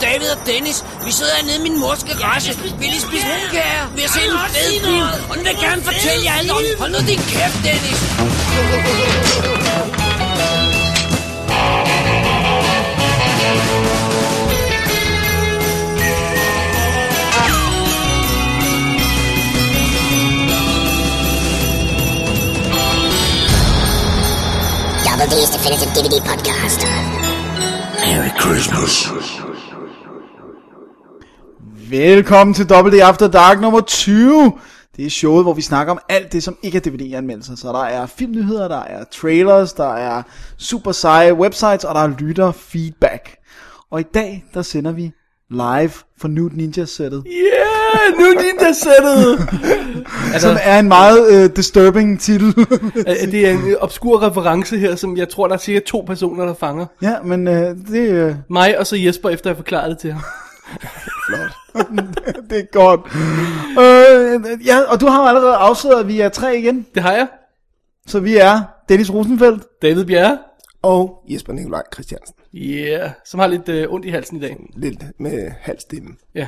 David og Dennis. Vi sidder hernede i min mors garage. Vi lige spise rumkager. Vi har set en fed film, og den vil gerne fortælle jer alt om. Hold nu din kæft, Dennis. Double D's Definitive DVD Podcast. Merry Christmas. Velkommen til WD After Dark nummer 20. Det er showet, hvor vi snakker om alt det, som ikke er DVD-anmeldelser. Så der er filmnyheder, der er trailers, der er super seje websites, og der er lytter feedback. Og i dag, der sender vi live fra Nude Ninja-sættet, Yeah, nu er din der sættet. altså, som er en meget øh, disturbing titel. øh, det er en øh, obskur reference her, som jeg tror, der er cirka to personer, der fanger. ja, men øh, det, øh, Mig og så Jesper, efter jeg forklarede det til ham. det er godt. Øh, ja, og du har jo allerede afsløret, at vi er tre igen. Det har jeg. Så vi er Dennis Rosenfeldt. David Bjerre. Og Jesper Nikolaj Christiansen. Yeah, som har lidt øh, ondt i halsen i dag. Lidt med halv stemme. Ja.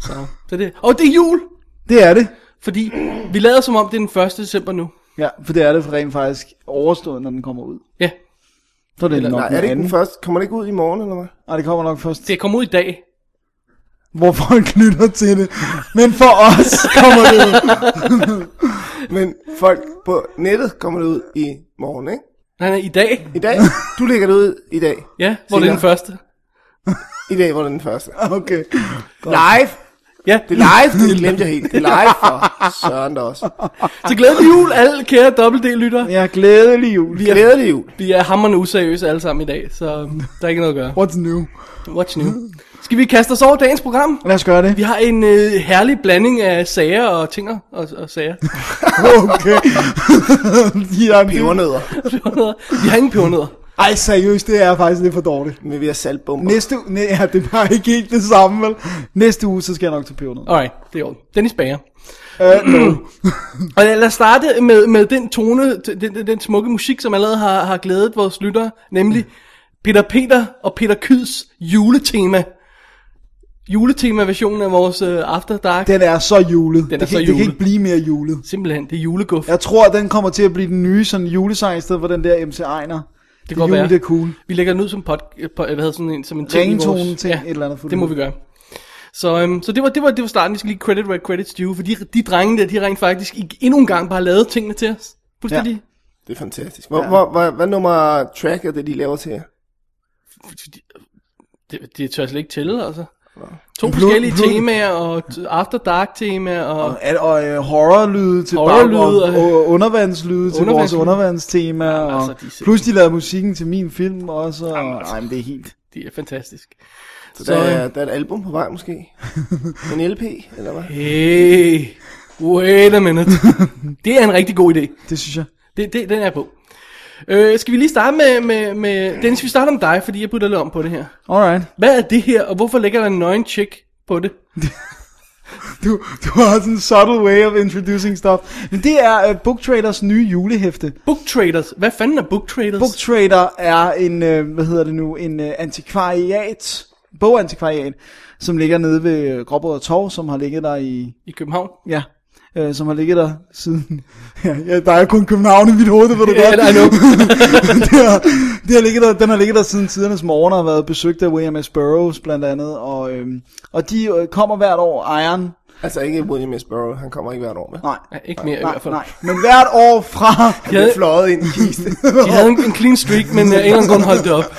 Så, så det. Og det er jul! Det er det. Fordi vi lader som om, det er den 1. december nu. Ja, for det er det rent faktisk overstået, når den kommer ud. Ja, Så er det Eller, nok Nej, er det ikke anden. den første? Kommer det ikke ud i morgen, eller hvad? Nej, det kommer nok først. det kommer ud i dag. Hvor folk knytter til det. Men for os kommer det ud. Men folk på nettet kommer det ud i morgen, ikke? Nej, nej, i dag. I dag? Du lægger det ud i dag. Ja, hvor det er den Senere. første. I dag var det den første. Okay. Live! Ja, Det er live, det glemte jeg helt. Det er live for Søren der også. så glædelig jul, alle kære dobbelt-D-lyttere. Ja, glædelig jul. Glædelig jul. Vi er hammerne useriøse alle sammen i dag, så der er ikke noget at gøre. What's new? Watch nu. Skal vi kaste os over dagens program? Lad os gøre det. Vi har en øh, herlig blanding af sager og ting og, og sager. Okay. ja, men, Pebernødder. Vi har ingen pebernødder. ej, seriøst, det er faktisk lidt for dårligt. Men vi har saltbomber. Næste uge, nej, ja, det er bare ikke helt det samme, vel? Næste uge, så skal jeg nok til pebernød. Alright, det er jo Dennis Bager. Øh, no. Og lad lad os starte med, med den tone, t- den, den, den smukke musik, som allerede har, har glædet vores lyttere, nemlig Peter Peter og Peter Kyds juletema. Juletema-versionen af vores øh, After Dark. Den er så julet. er det, kan, så det kan julet. ikke blive mere julet. Simpelthen, det er juleguff. Jeg tror, den kommer til at blive den nye sådan julesang, i stedet for den der MC Ejner. Det kan godt jul, være. det er cool. Vi lægger den ud som, pod, øh, po- hvad hedder sådan en, som en ting i vores... Ringetone-ting, et eller andet det må vi gøre. Så, øhm, så det, var, det, var, det var starten. Vi skal lige credit where credit's due, for de, de drenge der, de har rent faktisk i- endnu en gang bare lavet tingene til os. Fuldstændig. Ja. Det er fantastisk. Hvor, hvor, hvor, hvad nummer track er det, de laver til jer? Det, det tør jeg slet ikke tælle, altså. To forskellige temaer, og t- After Dark temaer, og... Og, at- og øh, horrorlyde til Horrorlyde baggrunden, og- og undervandslyde til vores Undervandslyde. undervandstema, og altså, de er altså, simpelthen- plus de lavede musikken til min film også. Og, nej, men det er helt... Det er fantastisk. Så der er, der er et album på vej måske? En LP, eller hvad? øhm, Hey, wait a minute. det er en rigtig god idé. Det synes jeg. Det, det, den er på. Øh, skal vi lige starte med, med, med... Dennis, vi starter med dig, fordi jeg putter lidt om på det her. Alright. Hvad er det her, og hvorfor ligger der en nøgen chick på det? Du, du har sådan en subtle way of introducing stuff. Men det er uh, Book Traders nye julehæfte. Book traders. Hvad fanden er book traders? Book Trader er en, øh, hvad hedder det nu, en øh, antikvariat, bogantikvariat, som ligger nede ved Gråbrød Torv, som har ligget der i I København. Ja, øh, som har ligget der siden... Ja, ja, der er kun København i mit hoved, det ved du Ja, godt. I know. det har, det har ligget der, den har ligget der siden tidernes morgen og har været besøgt af William S. Burroughs blandt andet. Og, øhm, og de øh, kommer hvert år, ejeren... Altså ikke William S. Burroughs, han kommer ikke hvert år med. Nej, Ja, ikke mere i nej, hvert fald. nej. Men hvert år fra... De havde, Fløjet ind i kiste. de havde en, en clean streak, men uh, England kun holdt det op.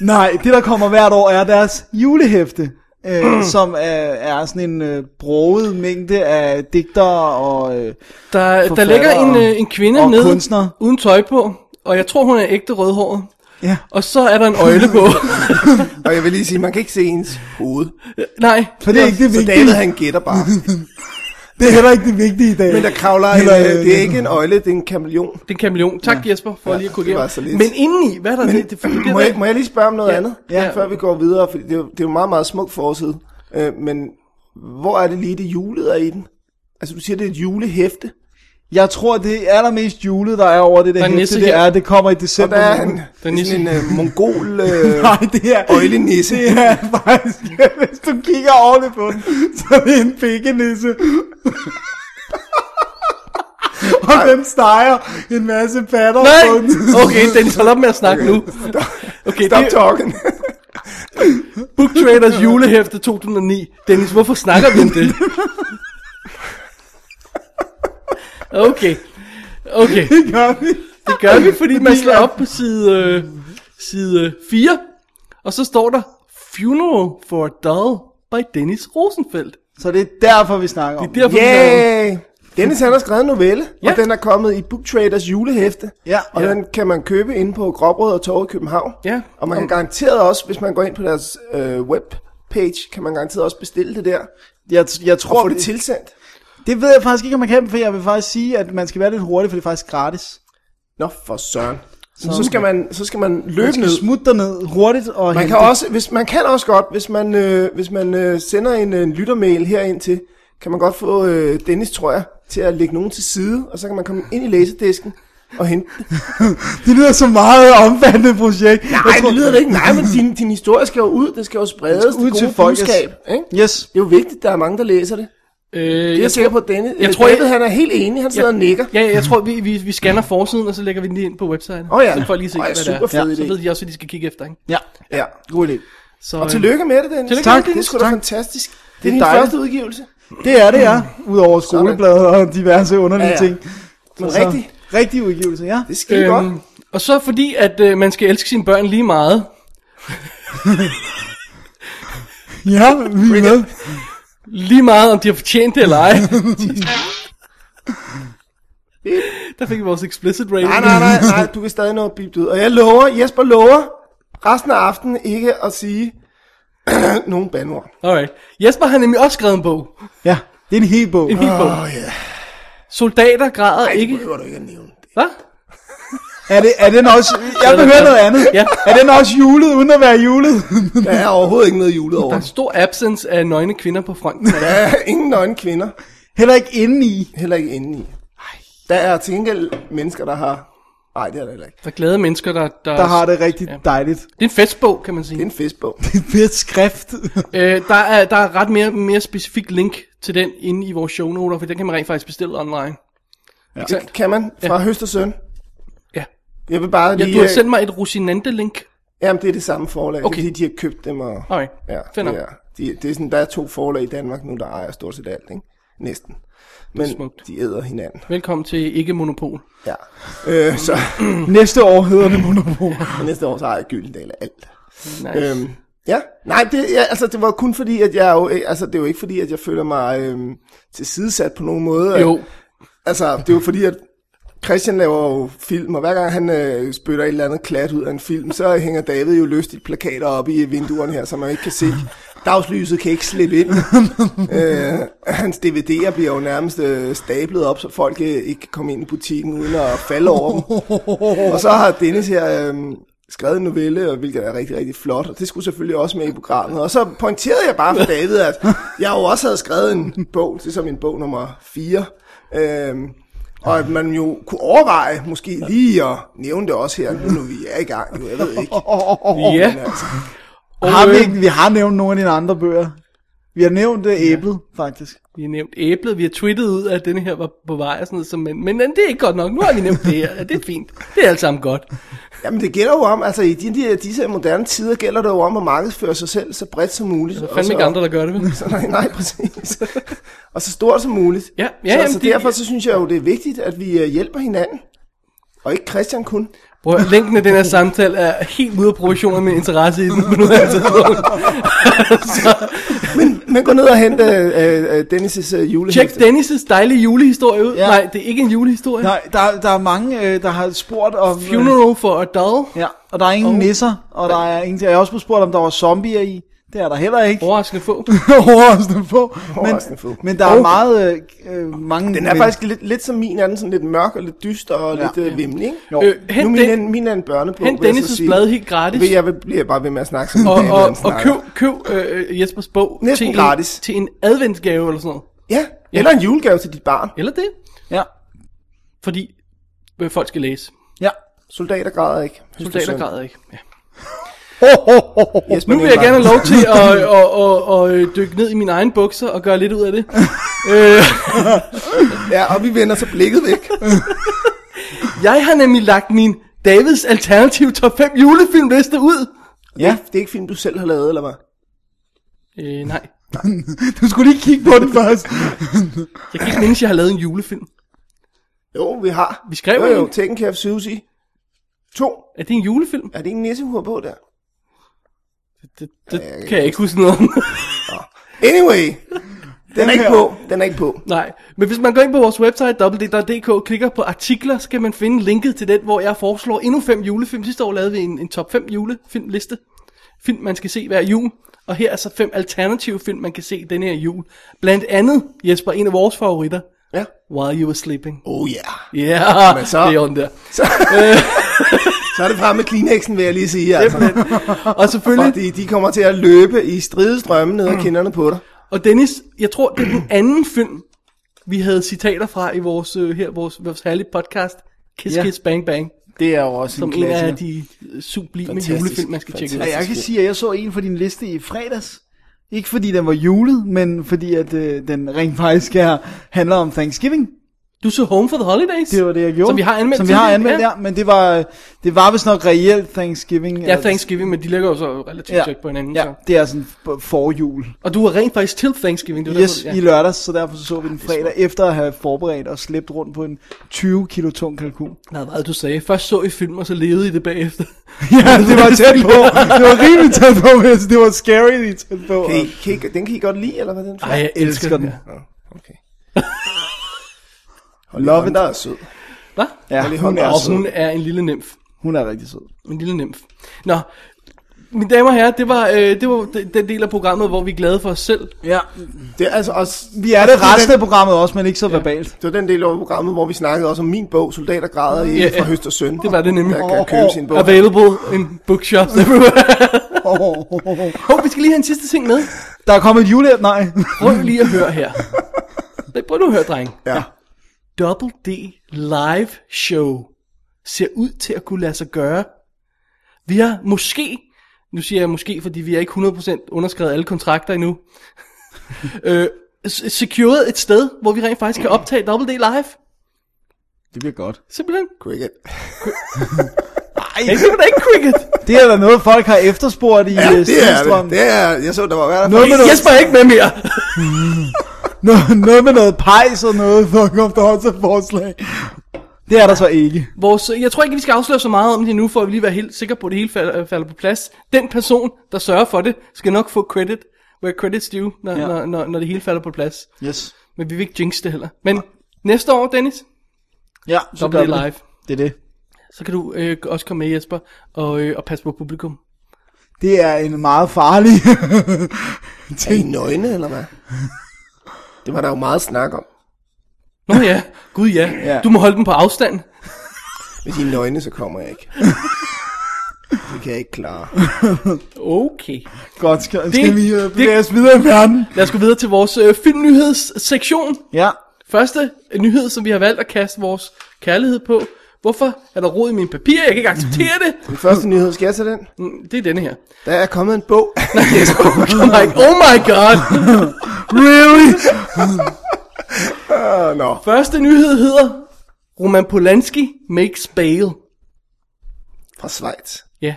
Nej, det der kommer hvert år er deres julehæfte. Øh, som øh, er sådan en øh, broget mængde af digtere og øh, Der, der Forfatter ligger en, og- uh, en kvinde og nede kunstner. uden tøj på, og jeg tror, hun er ægte rødhåret. ja, Og så er der en øjle på. Og jeg vil lige sige, man kan ikke se ens hoved. nej, for det er ikke det Så vigtige. David han gætter bare. Det er heller ikke det vigtige i dag. Men der kravler en, Eller, øh, det er øh, ikke en øjle, det er en kameleon. det er en kameleon. Tak ja. Jesper for ja, lige at det korrigere. var så lidt. Men indeni, hvad er der? Men det, det, det, det, må, jeg, må jeg lige spørge om noget Ja. andet? Ja. Før vi går videre, for det er jo, det er jo meget, meget smuk forside. Øh, men hvor er det lige, det julet er i den? Altså du siger, det er et julehæfte. Jeg tror, det allermest julet, der er over det der, Der der er en hæfte, nisse det her. er, at det kommer i Og december. der er han. måned. Den nisse. Sådan en uh, mongol... Øh, Nej, det er... Øjelig nisse. Det er faktisk... Hvis du kigger ordentligt på den, så er det en pikkenisse. Og den steger en masse patter på Nej! den. Okay, Dennis, hold op med at snakke nu. Okay, Stop det er talking. Book Traders julehæfte 2009. Dennis, hvorfor snakker vi om det? Okay. Okay, Det gør vi. det gør vi, fordi man slår op på side, øh, side 4, og så står der Funeral for a Doll by Dennis Rosenfeldt. Så det er derfor, vi snakker om Det er derfor, yeah. Yay! Dennis han har skrevet en novelle, ja. Ja. og den er kommet i Book Traders julehæfte. Ja. og Ja. den kan man købe inde på Gråbrød og Torv i København. Ja. Og man kan garanteret også, hvis man går ind på deres øh, webpage, kan man garanteret også bestille det der. Jeg, jeg Og tror, få det tilsendt. det ved jeg faktisk ikke, om man kan, for jeg vil faktisk sige, at man skal være lidt hurtig, for det er faktisk gratis. Nå for søren. Så, så, skal, man, så skal man løbe Man skal ned. smutte derned hurtigt og Man hente kan, også, hvis, man kan også godt, hvis man, øh, hvis man øh, sender en, øh, en lyttermail herind til, kan man godt få øh, Dennis, tror jeg, til at lægge nogen til side, og så kan man komme ind i læsedisken og hente det. Det lyder så meget omfattende projekt. Nej, det lyder det ikke. Nej, men din, din historie skal jo ud, det skal jo spredes, det, ud gode til folket. budskab. Ikke? Yes. Det er jo vigtigt, der er mange, der læser det. øh, Det er jeg jeg, sikker på, at Dennis, jeg jeg tror, tror, David, jeg- han er helt enig, han sidder og nikker. ja, jeg tror, vi, vi, vi scanner forsiden, og så lægger vi den lige ind på website. Åh ja. Så folk lige se, Åh ja, hvad det er. super fed Ja. Så idé. ved de også, hvad de skal kigge efter. Ikke? Ja. Ja. God idé. Så, Og øh, tillykke med det, Dennis. Tillykke med det, Det er Dennis. sgu da fantastisk. Det er er din dejligt. første udgivelse. Det er det, ja. Udover skolebladet og diverse underlige Mm. Ja, ja. ting. Men Så- rigtigt, Rigtig udgivelse, ja. det skal øhm, godt. og så fordi, at øh, man skal elske sine børn lige meget, Ja, vi er med. lige meget om de har fortjent det eller ej. Der fik vi vores explicit rating. Nej, nej, nej, nej, du kan stadig nå at bippe det ud. Og jeg lover, Jesper lover, resten af aftenen ikke at sige nogen bandord. Alright. Jesper har nemlig også skrevet en bog. Ja, det er en hel bog. En hel bog. Åh ja, Soldater græder Ah. Ej, det ikke. behøver du ikke at nævne. Hvad? Er, det, er den også... Jeg vil den- høre noget andet. Ja. Er den også julet, uden at være julet? Der er overhovedet ikke noget julet over. Der er en stor absence af nøgne kvinder på fronten. Der er ingen nøgne kvinder, Heller ikke indeni. heller ikke inde i. Der er til gengæld mennesker, der har... Nej, det er der heller ikke. Der er glade mennesker, der... Der, Der har det rigtig dejligt. Det er en festbog, kan man Det er sige. en festbog. Fedt skrift. Øh, der, er, der er ret mere, mere specifik link til den inde i vores shownoter, for den kan man rent faktisk bestille online. Ja. Ikke sandt? Kan man? Fra høst og søn. Ja. Jeg vil bare ja. lige... øh, Du har sendt mig et Rosinante-link. Jamen, det er det samme forlag. Okay. Okay. Ah, Fordi de har købt dem og... Alright. Ja, Fair nok. det er, de, det er sådan, der er to forlag i Danmark nu, der ejer stort set alt, ikke? Næsten. Men smukt. de æder hinanden. Velkommen til Ikke Monopol. Ja. Øh, så Næste år hedder det Monopol. og næste år så ejer Gyldendal alt. Nice. Øhm, ja, nej, det, ja, altså, det var kun fordi, at jeg jo, altså, det er jo ikke fordi, at jeg føler mig øhm, tilsidesat på nogen måde. Jo, Altså, det er jo fordi, at Christian laver jo film, og hver gang han øh, spytter et eller andet klat ud af en film, så hænger David jo lystigt plakater op i vinduerne her, så man ikke kan se. Dagslyset kan ikke slippe ind. øh, hans DVD'er bliver jo nærmest øh, stablet op, så folk øh, ikke kan komme ind i butikken uden at falde over dem. Og så har Dennis her øh, skrevet en novelle, og hvilket er rigtig, rigtig flot, og det skulle selvfølgelig også med i programmet. Og så pointerede jeg bare for David, at jeg jo også havde skrevet en bog, det er så min bog nummer 4, øh, og at man jo kunne overveje måske lige at nævne det også her, nu når vi er i gang, jo, jeg ved ikke. ja. Og, Har vi, øh, ikke, vi har nævnt nogle af dine andre bøger. Vi har nævnt øh, æblet, faktisk. Vi har nævnt æblet, vi har tweetet ud, at denne her var på vej og sådan noget, så, men, men, men det er ikke godt nok. Nu har vi nævnt det her, ja, det er fint. Det er alt sammen godt. Jamen det gælder jo om, altså i de, de, disse moderne tider gælder det jo om at markedsføre sig selv så bredt som muligt. Der er fandme ikke andre, der gør det, vel? Så nej, nej, præcis. og så stort som muligt. Ja, ja, så jamen, altså, det- derfor så synes jeg jo, det er vigtigt, at vi øh, hjælper hinanden. Og ikke Christian kun. Prøv, at høre, længden af den her samtale er helt ude af proportioner med interesse i den. på nuværende tidspunkt. så, Men, men gå ned og hente øh, øh, Dennis' øh, tjek julehæfte. Dennis' dejlige julehistorie ud. Ja. Ja. Nej, det er ikke en julehistorie. Nej, der, der er mange, øh, der har spurgt om... øh, Funeral for a doll. Ja, og der er ingen oh. nisser, og der er ingen... Jeg har også blevet spurgt, om der var zombier i. Det er der heller ikke. Overraskende få. Overraskende få. Overraskende Men, få. men der er meget... Øh, øh, mange Den er men, faktisk lidt, lidt som min, er den sådan lidt mørk og lidt dyster og ja, lidt øh, vimmel, ikke? Jo. Øh, hent nu min, Den- er en- min er en børnebog, Hent vil jeg så Dennis' sige. blad helt gratis. Vil jeg vil- bliver bare ved med at snakke som Og, David, og, han og snakker. køb, køb øh, Jespers bog Næsten til en, gratis. til en adventsgave eller sådan noget. Ja, eller en julegave til dit barn. Eller det. Ja. fordi øh, folk skal læse. Ja. Soldater græder ikke. Soldater græder ikke. Ja. Ho, ho, ho, ho. Yes, Nu vil jeg gerne have lov til at, at, at, at, at dykke ned i mine egne bukser og gøre lidt ud af det. øh, Ja, og vi vender så blikket væk. jeg har nemlig lagt min Davids Alternative Top 5 julefilmliste ud. ja. Det er ikke film, du selv har lavet, eller hvad? Øh, nej. Du skulle lige kigge på det først. Jeg kan ikke mindes, jeg har lavet en julefilm. Jo, vi har. Vi skrev jo, jo jo. en. Taken Care of Susie. To. Er det en julefilm? Er det ikke en nissehur på der? Det, det kan jeg ikke huske noget om. Anyway. Den er ikke her. på. Den er ikke på. Nej, men hvis man går ind på vores website www.dk og klikker på artikler, så kan man finde linket til den, hvor jeg foreslår endnu fem julefilm. Sidste år lavede vi en, en top 5 julefilmliste. Film, man skal se hver jul. Og her er så fem alternative film, man kan se denne her jul. Blandt andet, Jesper, en af vores favoritter, Ja. While You Were Sleeping. Oh yeah. Ja, yeah, Men så- det er on der. Så, så er det frem med Kleenexen, vil jeg lige sige. Altså. Og selvfølgelig, Fordi de kommer til at løbe i stridestrømme ned Mm. ad kinderne på dig. Og Dennis, jeg tror, det er den anden film, vi havde citater fra i vores, øh, her, vores, vores herlige podcast, Kiss Ja. ja. Kiss Bang Bang, Det er jo også som en af de øh, sublime Fantastisk. julefilm, man skal tjekke ud. Ja, jeg kan sige, at jeg så en fra din liste i fredags. Ikke fordi den var julet, men fordi at øh, den rent faktisk er, handler om Thanksgiving. Du så Home for the Holidays, Det var det, jeg gjorde. som vi har anmeldt. Som vi har tidligere, anmeldt, ja. Men det var, øh, det var vist nok reelt Thanksgiving. altså. Ja, Thanksgiving, men de ligger jo så relativt ja. tæt på hinanden. Ja, Så. det er sådan f- forjul. Og du var rent faktisk til Thanksgiving. Det var Yes, Ah, derfor, i lørdags, så derfor så, så vi den fredag, efter at have forberedt og slæbt rundt på en 20 kilo tung kalkun. Nej, hvad du sagde. Først så I film, og så levede I det bagefter. Ja, det var tæt på. Det var rimelig tæt på, men altså, det var scary lige tæt på. altså. Kan I, kan I, den kan I godt lide, eller hvad den Ej, jeg elsker den. Okay. Love it. Der er sød. Hvad? Ja, hun er, Og sød. hun er en lille nymf. hun er rigtig sød. En lille nymf. Nå, mine damer og herrer, det var, øh, det var den- den del af programmet, hvor vi er glade for os selv. Ja. Det er altså også... Vi er det resten af programmet også, men ikke så verbalt. Det var den del af programmet, hvor vi snakkede også om min bog, Soldater græder i Ja. yeah. fra høst og søn. Det var det nemlig. Der kan købe sin bog. Available in bookshops everywhere. Oh, oh, oh, oh. Hov, vi skal lige have en sidste ting med. Der er kommet et juleæb, nej. Prøv lige at høre her. Nej, Prøv nu at høre, dreng. Ja. Double D live show ser ud til at kunne lade sig gøre. Vi har måske, nu siger jeg måske, fordi vi er ikke 100% underskrevet alle kontrakter endnu, øh, s- secured et sted, hvor vi rent faktisk kan optage Double D live. Det bliver godt. Simpelthen. Cricket. Ej, det var da ikke cricket. Det er da noget, folk har efterspurgt i Ja, øh, det er Stenstrøm. det. det er, jeg så, der var hvad der Noget med noget, Jesper er ikke med mere. noget, noget med noget pejs og noget, der kom der også et forslag. Det er der så ikke. Vores, jeg tror ikke, vi skal afsløre så meget om det nu, for at lige være helt sikre på, at det hele falder, falder på plads. Den person, der sørger for det, skal nok få credit, where credit's due, når, Ja. ja. når, når, når det hele falder på plads. Yes. Men vi vil ikke jinx det heller. Men næste år, Dennis, Ja, så bliver det live. Det er det. Så kan du øh, også komme med, Jesper, og, øh, og passe på publikum. Det er en meget farlig Er I ting. nøgne, eller hvad? Det var der jo meget snak om. Nå ja, gud ja. Ja. ja. Du må holde dem på afstand. Hvis I er nøgne, så kommer jeg ikke. Det kan jeg ikke klare. Okay. Godt, skal, skal vi øh, det- bevæge os videre i verden? Lad os gå videre til vores øh, filmnyhedssektion. Ja. Første øh, nyhed, som vi har valgt at kaste vores kærlighed på. Hvorfor er der rod i mine papirer? Jeg kan ikke acceptere det. Den første nyhed, skal jeg tage den? Mm, Det er denne her. Der er kommet en bog. Oh my, oh my god! Really? Åh, Nå, Første nyhed hedder, Roman Polanski makes bail. fra Schweiz. Ja.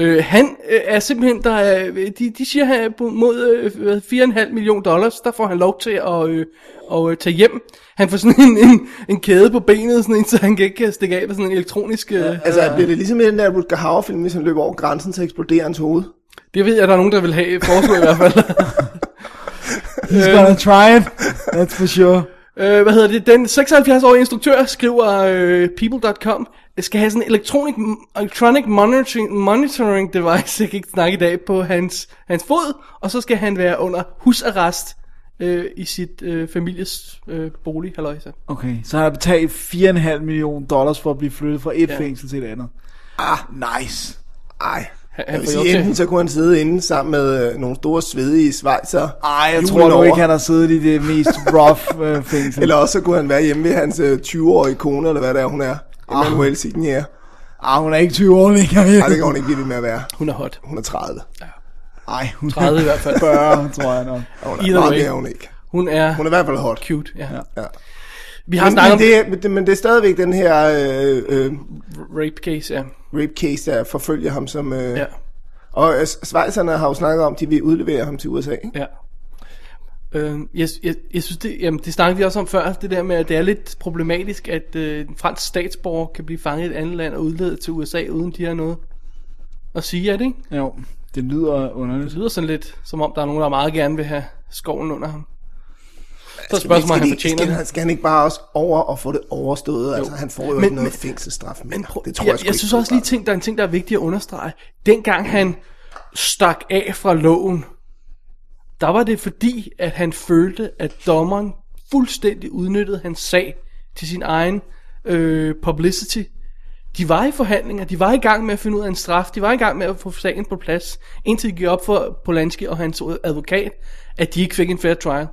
Øh, han øh, er simpelthen, der er, de, de siger, han er på- mod øh, 4,5 millioner dollars, der får han lov til at, øh, at øh, tage hjem. Han får sådan en, en, en kæde på benet, sådan en, så han kan ikke kan stikke af med sådan en elektronisk... Øh, Altså, bliver det ligesom i den der Rutger Hauer-film, hvis han løber over grænsen, så eksploderer hans hoved? det ved jeg, der er nogen, der vil have foreslået i hvert fald. He's gonna try it. That's for sure. Øh, hvad hedder det? Den 76-årige instruktør skriver øh, people.com skal have sådan en electronic, electronic monitoring, monitoring device, jeg kan ikke snakke i dag, på hans, hans fod, og så skal han være under husarrest øh, i sit øh, families øh, bolig, halløjsa. Okay, så har jeg betalt 4,5 millioner dollars for at blive flyttet fra et Ja. fængsel til et andet. Ah, Nice. ej. Han, Jeg han vil får jo sige, enten til. så kunne han sidde inde sammen med øh, nogle store svedige svejser. Ej, jeg julen tror nu over. ikke, han har siddet i det mest rough øh, fængsel. Eller også så kunne han være hjemme ved hans øh, 20-årige kone, eller hvad det er, hun er. Emanuel Signier. Ah, hun er ikke 20 år længere. Nej, det kan hun ikke blive ved med at være. Hun er hot. Hun er 30. Ej, hun 30 i hvert fald. 40, tror jeg nok. Og hun er Either meget way. mere, er hun ikke. Hun er, Hun er i hvert fald hot. cute, ja. Ja. Vi har Men, snakket men, om det, er- men, det, men det er stadigvæk den her øh, øh, rape case, ja. rape case, der forfølger ham som... Øh, ja. ja. Og øh, svejserne har jo snakket om, at de vil udlevere ham til USA. Ikke? Ja. Øh, jeg, jeg, jeg synes, det, jamen, det snakkede vi også om før, det der med, at det er lidt problematisk, at øh, en fransk statsborger kan blive fanget i et andet land og udledet til USA, uden de har noget at sige, er det ikke? Jo, det lyder underligt. Det lyder sådan lidt, som om der er nogen, der meget gerne vil have skoven under ham. Så er Men spørgsmålet, om han de- fortjener skal, det. han- skal han ikke bare også over og få det overstået? Altså, han får jo Men- ikke noget men- fængselsstraf mere. Men prøv, det tror jeg, jeg, jeg, sgu jeg ikke synes også lige, ting, der er en ting, der er vigtig at understrege. Dengang han stak af fra loven, der var det fordi, at han følte, at dommeren fuldstændig udnyttede hans sag til sin egen øh, publicity. De var i forhandlinger, de var i gang med at finde ud af en straf, de var i gang med at få sagen på plads, indtil det gik op for Polanski og hans advokat, at de ikke fik en fair trial.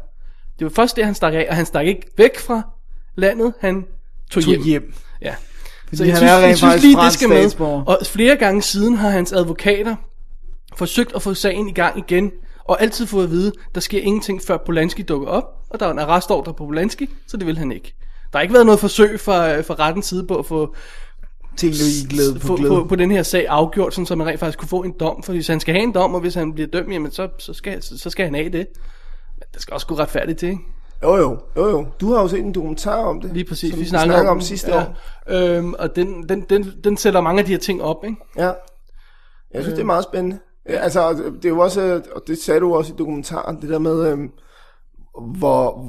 Det var først det, han stak af, og han stak ikke væk fra landet, han tog, Tog hjem. hjem. Ja. Fordi han er rent faktisk fransk statsborger. Og flere gange siden har hans advokater forsøgt at få sagen i gang igen, og altid fået at vide, der sker ingenting, før Polanski dukker op, og der er en arrestordre på Polanski, så det vil han ikke. Der har ikke været noget forsøg fra, fra rettens side på at få, Ting du i glæde på få, glæde. på, på den her sag afgjort, sådan, så man rent faktisk kunne få en dom, for hvis han skal have en dom, og hvis han bliver dømt, jamen så, så, skal, så, så skal han af det. Men der skal også gå retfærdigt til, ikke? Jo, jo, jo, jo. Du har jo set en dokumentar om det. Lige præcis, som vi snakkede snakkede om, den. sidste ja. år. Øhm, og den, den, den, den sætter mange af de her ting op, ikke? Ja. Jeg synes, det er meget spændende. Ja, altså, og det er jo også, og det sagde du også i dokumentaren, det der med, øhm, hvor,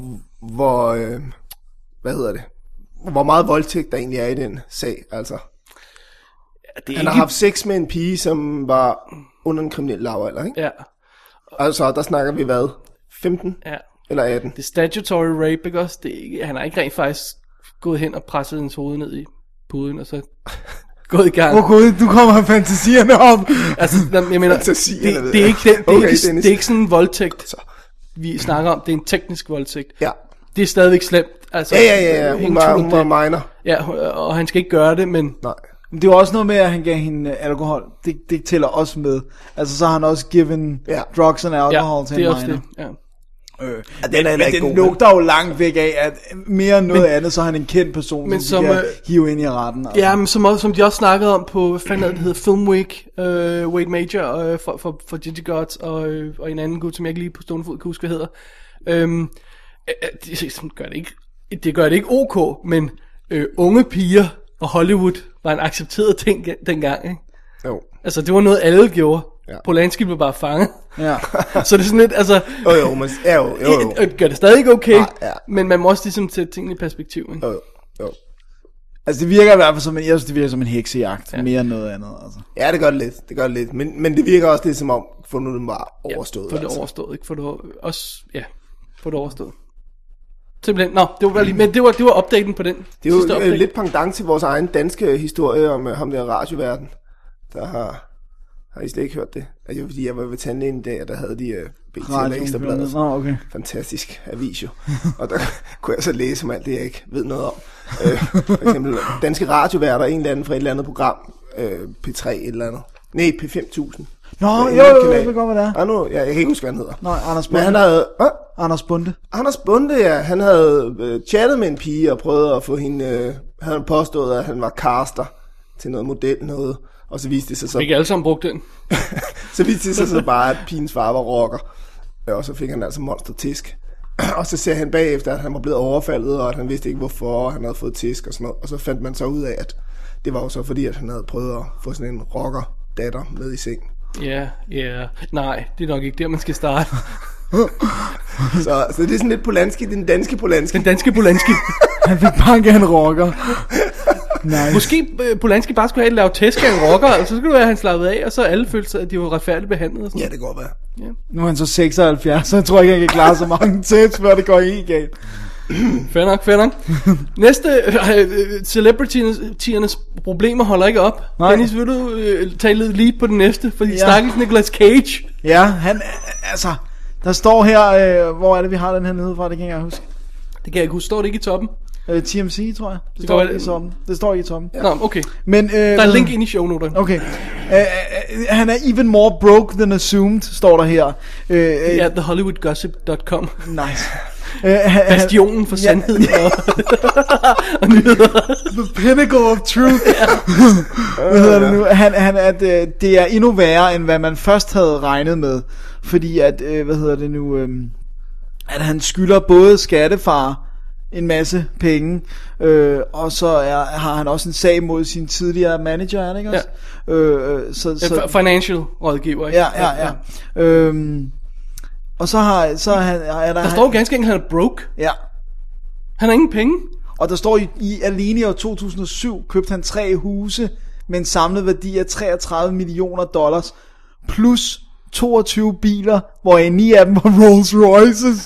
hvor, øhm, hvad hedder det, hvor meget voldtægt der egentlig er i den sag, altså. Ja, det er Han har haft sex med en pige, som var under en kriminel lavalder, ikke? Ja, Altså, der snakker vi hvad? 15 Ja, eller 18? det er statutory rape, ikke også? Det er ikke, han har ikke rent faktisk gået hen og presset hendes hoved ned i puden, og så gået i gang. Åh gud, du kommer fantasierne op. Altså, nå, jeg mener, det, Fantasierne, ved det, er jeg. ikke, den, det, er Okay, ikke, Dennis. det er ikke sådan en voldtægt, vi snakker om. Det er en teknisk voldtægt. Ja. Det er stadigvæk slemt. Altså, Ja, ja, ja, ja. Hun ingen var, tvivl om hun var det. minor. Ja, og- og han skal ikke gøre det, men... Nej. Men det var også noget med, at han gav hende øh, alkohol. Det, det tæller også med. Altså, så har han også given Ja. drugs and alcohol Ja, ja, til det en er også minor. det. Ja. Øh, den er men ikke god. den lugter jo langt væk af, at mere end noget men, andet, så er han en kendt person, men men som, som, de kan øh, hive ind i retten. Altså. Ja, men som, også- som de også snakkede om på, hvad fanden er det, det hedder, Film Week, øh, Wade Major øh, for, for, for Gigi Gods og, øh, og en anden gut, som jeg ikke lige på stående fod kan huske, hvad hedder. Øhm, øh, øh, det, sådan gør det, ikke, det gør det ikke ok, men øh, unge piger og Hollywood var en accepteret ting gen- dengang, ikke? Jo. Altså, det var noget, alle gjorde. Ja. Ja. Polanski blev bare fanget. Ja. Så det er sådan lidt, altså... Jo, jo, men, ja, jo, jo, jo. Det gør det stadig ikke okay, Nej, ja. men man må også ligesom sætte tingene i perspektiv, ikke? jo, jo. Altså, det virker i hvert fald som en, jeg synes, det virker som en heksejagt, ja. mere end noget andet. Altså. Ja, det gør det lidt, det gør det lidt. Men, men det virker også lidt som om, for nu er den bare overstået. altså. Ja, for det overstået, ikke? For det over- også, ja, for det overstået. Simpelthen, nå, det var bare lige, men det var, det var opdateringen på den det er sidste jo update. øh, lidt pangdang til vores egen danske historie om øh, ham der radioverden. Der har, har I slet ikke hørt det? Altså, det var, fordi jeg var ved tandlægen i dag, og der havde de øh, BT eller Radio- Ekstrabladet. Nå, okay. fantastisk avis jo. Og der kunne jeg så læse om alt det, jeg ikke ved noget om. Øh, for eksempel danske radioværter, en eller anden fra et eller andet program, øh, P3 et eller andet. Nej, P5000. Nå, Der er Øh, en jo, jo, anden jo, kanal. jeg ved godt, hvad det er. Ah, nu, ja, jeg kan ikke huske, hvad han hedder. Nej, Anders Men Bunde. han havde, ah, Anders Bunde. Anders Bunde, ja, han havde øh, chattet med en pige og prøvet at få hende, øh, han påstået, at han var caster til noget model noget. Og så viste det sig så Vi kan alle sammen bruge den. så viste det sig så bare, at pigens far var rocker. Ja, Og så fik han altså monster tisk. Og så ser han bagefter, at han var blevet overfaldet, og at han vidste ikke hvorfor, og han havde fået tisk og sådan noget. Og så fandt man så ud af, at det var jo så fordi, at han havde prøvet at få sådan en rocker datter med i seng. Ja, ja, nej, det er nok ikke der, man skal starte. Så, så det er sådan lidt Polanski, den danske Polanski. Den danske Polanski. Han fik banket en rocker. Nice. Måske øh, Polanski bare skulle have et lavet tæsk af en rocker, og så skulle det være, at han slappede af, og så alle følte sig, at de var retfærdigt behandlet. Og sådan. Ja, det går være. Nu er han så 76, så jeg tror ikke, han kan klare så mange tæt, før det går helt galt. Fair nok, fair nok. Næste, øh, øh, celebritiernes problemer holder ikke op. Nej. Nej. Dennis, vil du øh, tale lige på den næste? Fordi ja. stakkels Nicolas Cage. Ja, han, altså, der står her, øh, hvor er det, vi har den her nede fra, det kan jeg ikke huske. Det kan jeg ikke huske. Står det ikke i toppen? Øh, TMC, tror jeg. Det, det Det står går- i toppen. Det står i toppen. Ja. Nå, okay. Men, øh, Der er et link ind i shownoterne. Okay. Okay. Øh, øh, han er even more broke than assumed, står der her. Øh, øh, Ja, thehollywoodgossip.com. Nice. Øh, han- han- Bastionen for sandhed. Ja. The pinnacle of truth. hvad hedder det nu? Han, han, at, øh, det er endnu værre, end hvad man først havde regnet med. Fordi at, øh, hvad hedder det nu, øh, at han skylder både skattefar en masse penge, øh, og så er, har han også en sag mod sin tidligere manager, er det ikke også? Ja. Øh, øh, så, så, F- Financial rådgiver, ikke? ja, ja, ja. Øhm, og så har så er han, er der, Der står jo ganske enkelt, at han er broke. ja. Han har ingen penge. Og der står i, i alene i år 2007 købte han tre huse med en samlet værdi af 33 millioner dollars, plus 22 biler, hvor ni af dem var Rolls Royces.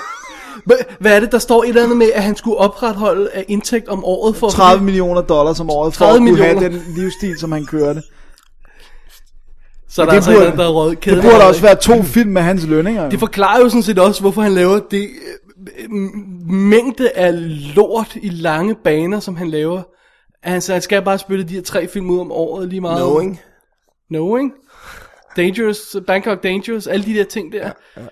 Hva- Hvad er det, der står et eller andet med, at han skulle opretholde af indtægt om året for... 30 millioner dollars om året, for at 30 kunne have millioner. den livsstil, som han kørte. Så er der det altså burde- et eller andet, der er råd, Det burde også være to film med hans lønninger. jo. Det forklarer jo sådan set også, hvorfor han laver det øh, m- mængde af lort i lange baner, som han laver. Altså, han skal bare spille de her tre film ud om året lige meget. Knowing. Knowing. Dangerous, Bangkok Dangerous, alle de der ting der. Ja, ja.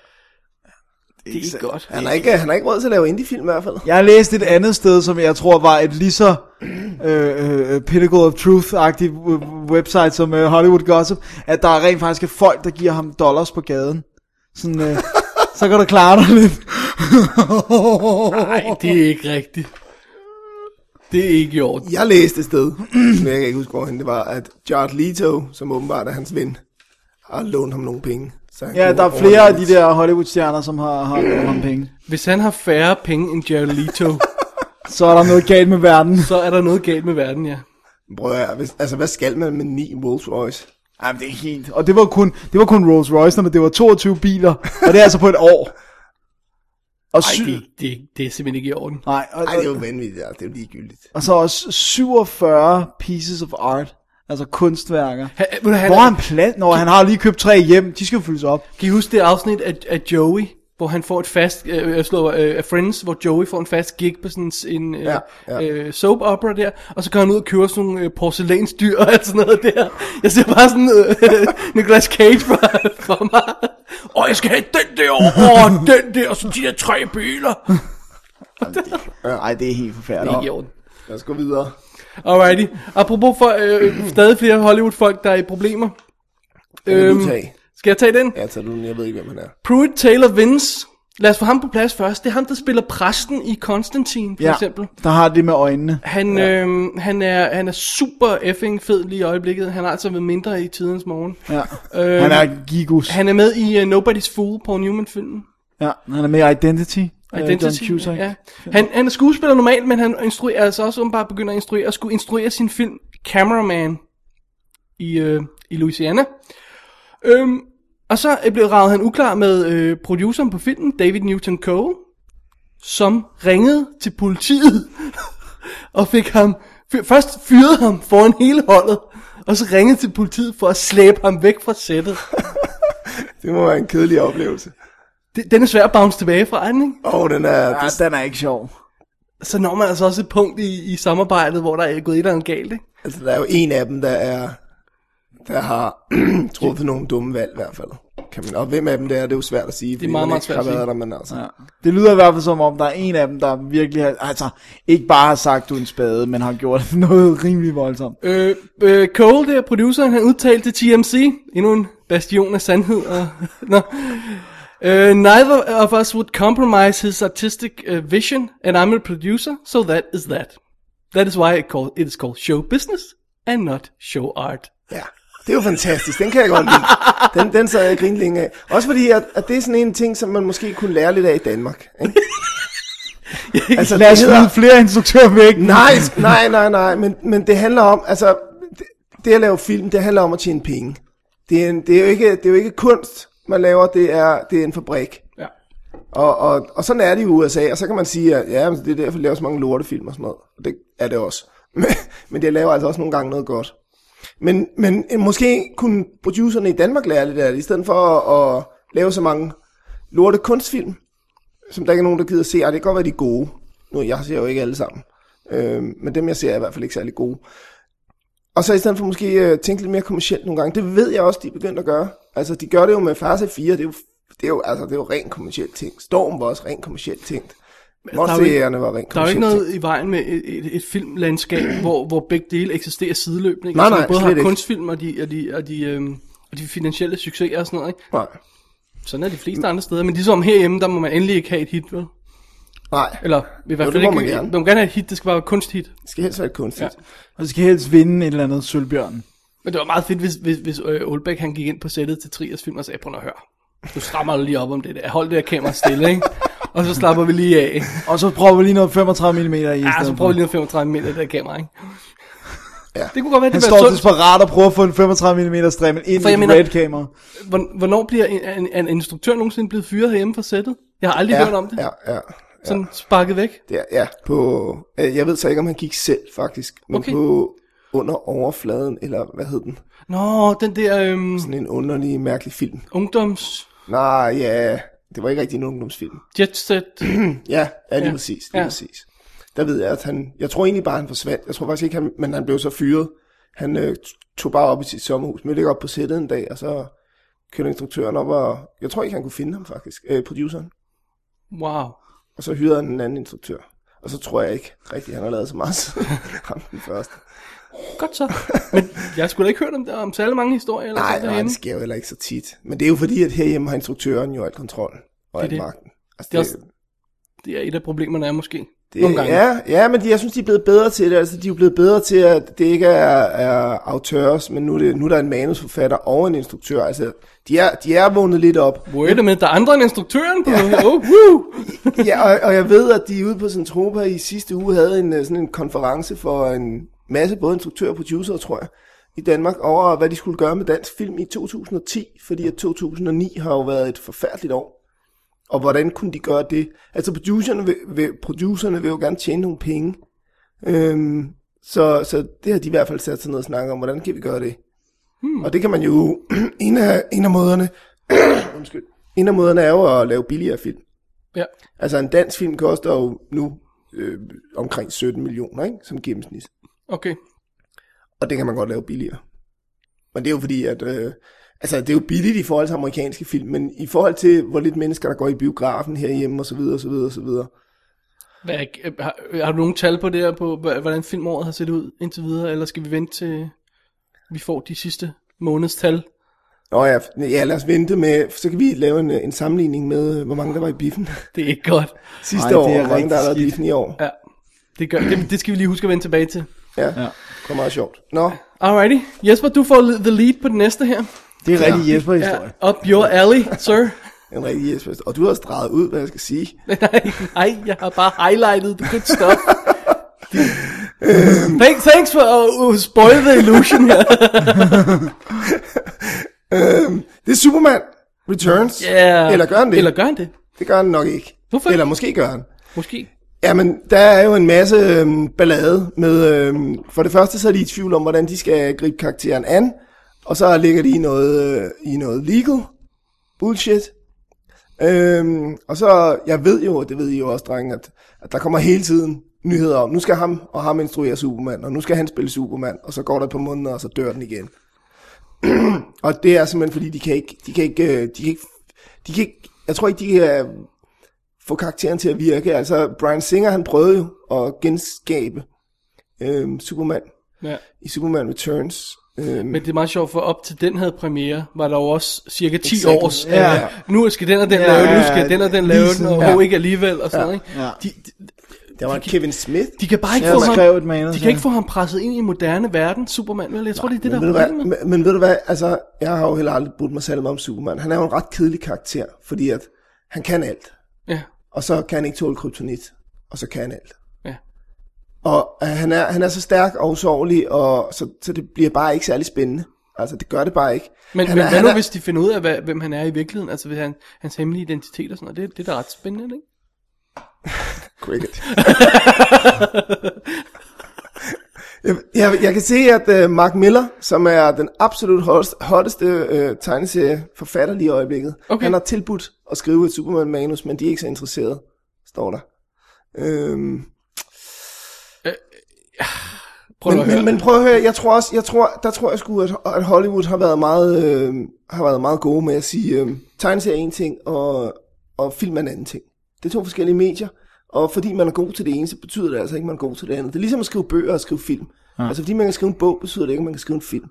Det er ikke godt. Han har ikke, han har ikke råd til at lave indie-film i hvert fald. Jeg har læst et andet sted, som jeg tror var et lige så øh, øh, pinnacle of truth-agtigt w- website som øh, Hollywood Gossip, at der rent faktisk er folk, der giver ham dollars på gaden. Sådan, øh, så kan du klare dig lidt. Nej, det er ikke rigtigt. Det er ikke i orden. Jeg læste et sted, men jeg kan ikke huske, hvorhen det var, at Jared Leto, som åbenbart er hans ven, har lånt ham nogle penge. Så han Ja, kunne der er overleve. flere af de der Hollywood-stjerner, som har, har givet ham penge. Hvis han har færre penge end Jared Leto, Så er der noget galt med verden. så er der noget galt med verden, ja. Prøv at, høre, hvis, altså, hvad skal man med ni Rolls Royce? Jamen, det er helt... Og det var kun, det var kun Rolls Royce, men det var 22 biler, og det er altså på et år. Og Ej, syv... det, det, det er simpelthen ikke i orden. Nej, og, Ej, det er jo vanvittigt, ja. det er jo ligegyldigt. Og så også 47 pieces of art, altså kunstværker. Han, ved du, han, Hvor er han plads, når han har lige købt tre hjem? De skal jo fyldes op. Kan I huske det afsnit af, af Joey, hvor han får et fast, øh, jeg slår, øh, af Friends, hvor Joey får en fast gig på sådan en øh, Ja, ja, ja. ja. Øh, soap opera der, og så går han ud og køber sådan nogle øh, porcelænsdyr og alt sådan noget der. Jeg ser bare sådan øh, Nicolas Cage for, for mig. Åh, jeg skal have den der, og den der, og så de der tre biler. Nej, det er helt Det er ikke i forfærdeligt. orden. Lad os gå videre. Alrighty. Apropos for øh, stadig flere Hollywood-folk, der er i problemer. Øhm, Øhm, skal jeg tage den? ja, så du den. Jeg ved ikke, hvem han er. Pruitt Taylor Vince. Lad os få ham på plads først. Det er ham, der spiller præsten i Konstantin, for Ja, eksempel. der har det med øjnene. Han, ja. øhm, han, er, han er super effing fed lige i øjeblikket. Han har altså været mindre i tidens morgen. Ja. Øhm, Han er gigus. han er med i uh, Nobody's Fool, på Newman-filmen. Ja, han er med i Identity. øh, Identity. John Cusack. ja. han, han er skuespiller normalt, men han instruerer altså også åbenbart begynder at instruere, at skulle instruere sin film Cameraman i, øh, i Louisiana. Øhm, og så øh, blev ravet han uklar med øh, produceren på filmen, David Newton Cole, som ringede til politiet og fik ham, fyr, først fyrede ham foran hele holdet, og så ringede til politiet for at slæbe ham væk fra sættet. Det må være en kedelig oplevelse. Det- Den er svær at bounce tilbage fra, er den, ikke? Åh, oh, den er... Ja, Ja, den er ikke sjov. så når man altså også et punkt i, i samarbejdet, hvor der er gået et eller andet galt, ikke? altså, der er jo en af dem, der er... Der har truffet nogle dumme valg i hvert fald. Kan man, og hvem af dem det er, det er jo svært at sige. fordi meget, man meget ikke svært har at sige. været Der, men altså. Ja. Det lyder i hvert fald som om, der er en af dem, der virkelig har, altså, ikke bare har sagt, du er en spade, men har gjort noget rimelig voldsomt. Øh, øh, Cole der, produceren, han udtalte til TMC, endnu en bastion af sandhed. Og, no. Uh, neither of us would compromise his artistic uh, vision, and I'm a producer, so that is that. That is why it, call, it is called show business, and not show art. Ja, det er jo fantastisk. Den kan jeg godt lide. Den, den sad jeg og grinede længe af. Også fordi, at, at det er sådan en ting, som man måske kunne lære lidt af i Danmark. Ikke? altså, Lad os det hedder- smide flere instruktører væk. Nej, sk- nej, nej, nej, men, men det handler om, altså, det, det at lave film, det handler om at tjene penge. Det er, en, det, er jo ikke, det er jo ikke kunst, man laver, det er, det er en fabrik. Ja. Og, og, og sådan er det i USA, og så kan man sige, at ja, men det er derfor, de laver så mange lortefilm og sådan noget. Og det er det også. Men, men det laver altså også nogle gange noget godt. Men, men øh, måske kunne producerne i Danmark lære lidt af det, i stedet for at, at lave så mange lorte kunstfilm, som der ikke er nogen, der gider se. Og det kan godt være, de er gode. Nu, jeg ser jo ikke alle sammen. Øh, men dem, jeg ser, er i hvert fald ikke særlig gode. Og så i stedet for måske øh, tænke lidt mere kommercielt nogle gange. Det ved jeg også, de er begyndt at gøre. Altså, de gør det jo med Farse 4. Det er jo, det er jo, altså, det er jo rent kommercielt ting. Storm var også rent kommercielt tænkt. Monsterjægerne var rent kommercielt Der er jo ikke tænkt. noget i vejen med et, et, et filmlandskab, hvor, hvor begge dele eksisterer sideløbende. Ikke? Nej, Altså, man nej, både slet har ikke. kunstfilm og de, og de, og de, øhm, og de finansielle succeser og sådan noget. Ikke? Nej, Sådan er de fleste andre steder. Men ligesom herhjemme, der må man endelig ikke have et hit, vel? nej. Eller i hvert det fald må ikke. man gerne. Man må gerne have et hit, det skal bare være kunsthit. Det skal helst være et kunstigt. Ja. Og så skal helst vinde et eller andet sølvbjørn. Men det var meget fedt, hvis, hvis, hvis øh, Olbæk han gik ind på sættet til Triers film og sagde, prøv nu at høre. Du strammer du lige op om det der. Hold det her kamera stille, ikke? Og så slapper vi lige af. Og så prøver vi lige noget 35 mm i ja, Ja, så prøv lige noget 35 mm det der kamera, ikke? Ja. Det kunne godt være, Han det står var sundt. desperat og prøver at få en 35 mm strimmel ind For i jeg et mener- red camera. Hvorn- Hvornår bliver en, en, en instruktør nogensinde blevet fyret herhjemme fra sættet? Jeg har aldrig hørt om det. Ja, ja. Sådan sparket væk. Det er, ja, på, øh, jeg ved så ikke, om han gik selv faktisk, men okay. Okay. på under overfladen, eller hvad hed den? Nå, den der øhm, Sådan en underlig, mærkelig film. ungdoms Nej, ja, det var ikke rigtig en ungdomsfilm. jetset. Ja, ja lige Ja, ja. præcis, lige ja. ja. præcis. Der ved jeg, at han, jeg tror egentlig bare, han forsvandt. Jeg tror faktisk ikke, han, men han blev så fyret. Han øh, t- tog bare op i sit sommerhus, mødte ikke op på sættet en dag, og så kørte instruktøren op, og jeg tror ikke, han kunne finde ham faktisk, øh, produceren. Wow. Og så hyrede han en anden instruktør. Og så tror jeg ikke rigtig, han har lavet så meget siden ham den første. Godt så. Men jeg skulle da ikke hørt om, om særlig mange historier. Eller Nej, sådan nej, derhjemme. det sker jo heller ikke så tit. Men det er jo fordi, at herhjemme har instruktøren jo alt kontrol og alt det. magten. Altså, Det er også- Det er et af problemerne, er måske. det, nogle gange. Ja, ja, men de, jeg synes, de er blevet bedre til det. Altså, de er jo blevet bedre til, at det ikke er, er auteurs, men nu er, det, nu er der en manusforfatter og en instruktør. Altså, de er, de er vågnet lidt op. Wait a minute, der er andre end instruktøren på. Oh, woo. Ja, og, og jeg ved, at de ude på Centropa i sidste uge havde en, øh, sådan en konference for en masse både instruktører og producer, tror jeg, i Danmark, over hvad de skulle gøre med dansk film i 2010, fordi at 2009 har jo været et forfærdeligt år. Og hvordan kunne de gøre det? Altså producerne vil, vil, producerne vil jo gerne tjene nogle penge. Øhm, så, så det har de i hvert fald sat sig ned og snakket om, hvordan kan vi gøre det? Hmm. Og det kan man jo, en af, en af måderne, undskyld, en af måderne er jo at lave billigere film. Ja. Altså en dansk film koster jo nu øh, omkring 17 millioner, ikke? Som gennemsnit. Okay. Og det kan man godt lave billigere. Men det er jo fordi, at... Øh, altså, det er jo billigt i forhold til amerikanske film, men i forhold til, hvor lidt mennesker, der går i biografen herhjemme, og så videre, og så videre, og så videre. Hvad, er- har, har du nogle tal på det her, på hva- hvordan filmåret har set ud indtil videre, eller skal vi vente til, vi får de sidste måneds tal? Nå ja, f- ja, lad os vente med... Så kan vi lave en, øh, en sammenligning med, øh, hvor mange der var i biffen Det er ikke godt. sidste Ej, det år, er og hvor mange rigtig der har været i skidt. biffen i år. Ja, det, gør, det, det skal vi lige huske at vende tilbage til. Ja, ja. det var meget sjovt. Nå, Alrighty. Jesper, du får the lead på den næste her. Det er rigtig Jesper historie. Ja, up your alley, sir. en rigtig Jesper. Og du har også drejet ud, hvad jeg skal sige. nej, nej, jeg har bare highlightet the good stuff. Thanks, thanks for at uh, spoil the illusion her. Det er Superman Returns. Ja. Eller gør han det? Eller gør han det? Det gør han nok ikke. Hvorfor Eller ikke? måske gør han. Måske. Jamen, der er jo en masse øhm, ballade med... Øhm, for det første så er de i tvivl om, hvordan de skal gribe karakteren an. Og så ligger de i noget, øh, i noget legal bullshit. Øhm, og så, jeg ved jo, og det ved I jo også, drenge, at, at der kommer hele tiden nyheder om, nu skal ham og ham instruere Superman, og nu skal han spille Superman, og så går der et par måneder, og så dør den igen. og det er simpelthen, fordi de kan ikke, de kan ikke, øh, de kan ikke, de kan ikke, jeg tror ikke, de kan øh, få karakteren til at virke. Altså, Brian Singer, han prøvede jo at genskabe øhm, Superman Ja. i Superman Returns. Øhm, Men det er meget sjovt, for op til den havde premiere, var der jo også cirka 10 Exakt. års. Ja. Ja. Nu skal den og den Ja, lave den, nu ja, skal den og den lige lave den, sådan. og Ja. ja. ikke alligevel, og sådan noget. Ikke? Ja. De, de, der var Kevin Smith. de, kan bare ikke Ja, få man ham, skrev et manus, de kan ja. ikke få ham presset ind i moderne verden, Superman, vel? Jeg tror, det er det, der Men ved, er du hvad, problemet. men, men ved du hvad, altså, jeg har jo heller aldrig brugt mig selv om Superman. Han er jo en ret kedelig karakter, fordi at han kan alt. Ja. Og så kan han ikke tåle kryptonit, og så kan han alt. Ja. Og øh, han er, han er så stærk og usårlig, og så, så det bliver bare ikke særlig spændende. Altså, det gør det bare ikke. Men, Han men er- hvad han nu, er- hvis de finder ud af, hvad, hvem han er i virkeligheden? Altså, hvis han, hans hemmelige identitet og sådan noget. Det, det er da ret spændende, ikke? Cricket. jeg, jeg, jeg kan se, at uh, Mark Miller, som er den absolut hotteste, hotteste uh, tegneserieforfatter lige i øjeblikket, Okay. han har tilbudt at skrive et Superman-manus, men de er ikke så interesserede, står der. Øhm, Prøv men, at høre. men, men prøv at høre, jeg tror også, jeg tror, der tror jeg sgu, at, at Hollywood har været meget, øh, har været meget gode med at sige, øh, tegneserie er en ting, og, og film er en anden ting. Det er to forskellige medier, og fordi man er god til det ene, så betyder det altså ikke, at man er god til det andet. Det er ligesom at skrive bøger og skrive film. Ja. Altså fordi man kan skrive en bog, betyder det ikke, at man kan skrive en film.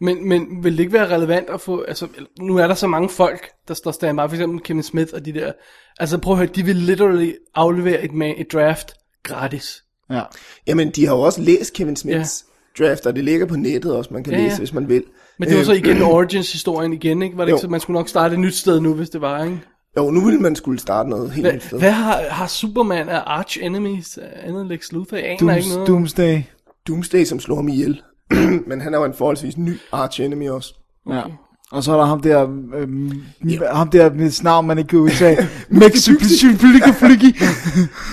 Men, men vil det ikke være relevant at få, altså nu er der så mange folk, der står standby, for eksempel Kevin Smith og de der, altså prøv at høre, de vil literally aflevere et, ma- et draft gratis. Ja. Jamen, de har jo også læst Kevin Smiths ja. draft, og det ligger på nettet også, man kan Ja, ja, ja. læse, hvis man vil. Men det var Øh, så igen Origins-historien igen, ikke? Var det Jo. ikke så, man skulle nok starte et nyt sted nu, hvis det var, ikke? Jo, nu ville man skulle starte noget helt nyt Hva, sted. hvad har, har Superman af Arch Enemies, øh, andet end Lex Luthor? Jeg aner ikke noget. Dooms, om. Doomsday. Doomsday, som slår ham ihjel. men han er jo en forholdsvis ny arch enemy også. Ja. Og så er der ham der, øhm, ham der med et navn, man ikke kan udtale. Mexipsyflykaflyki.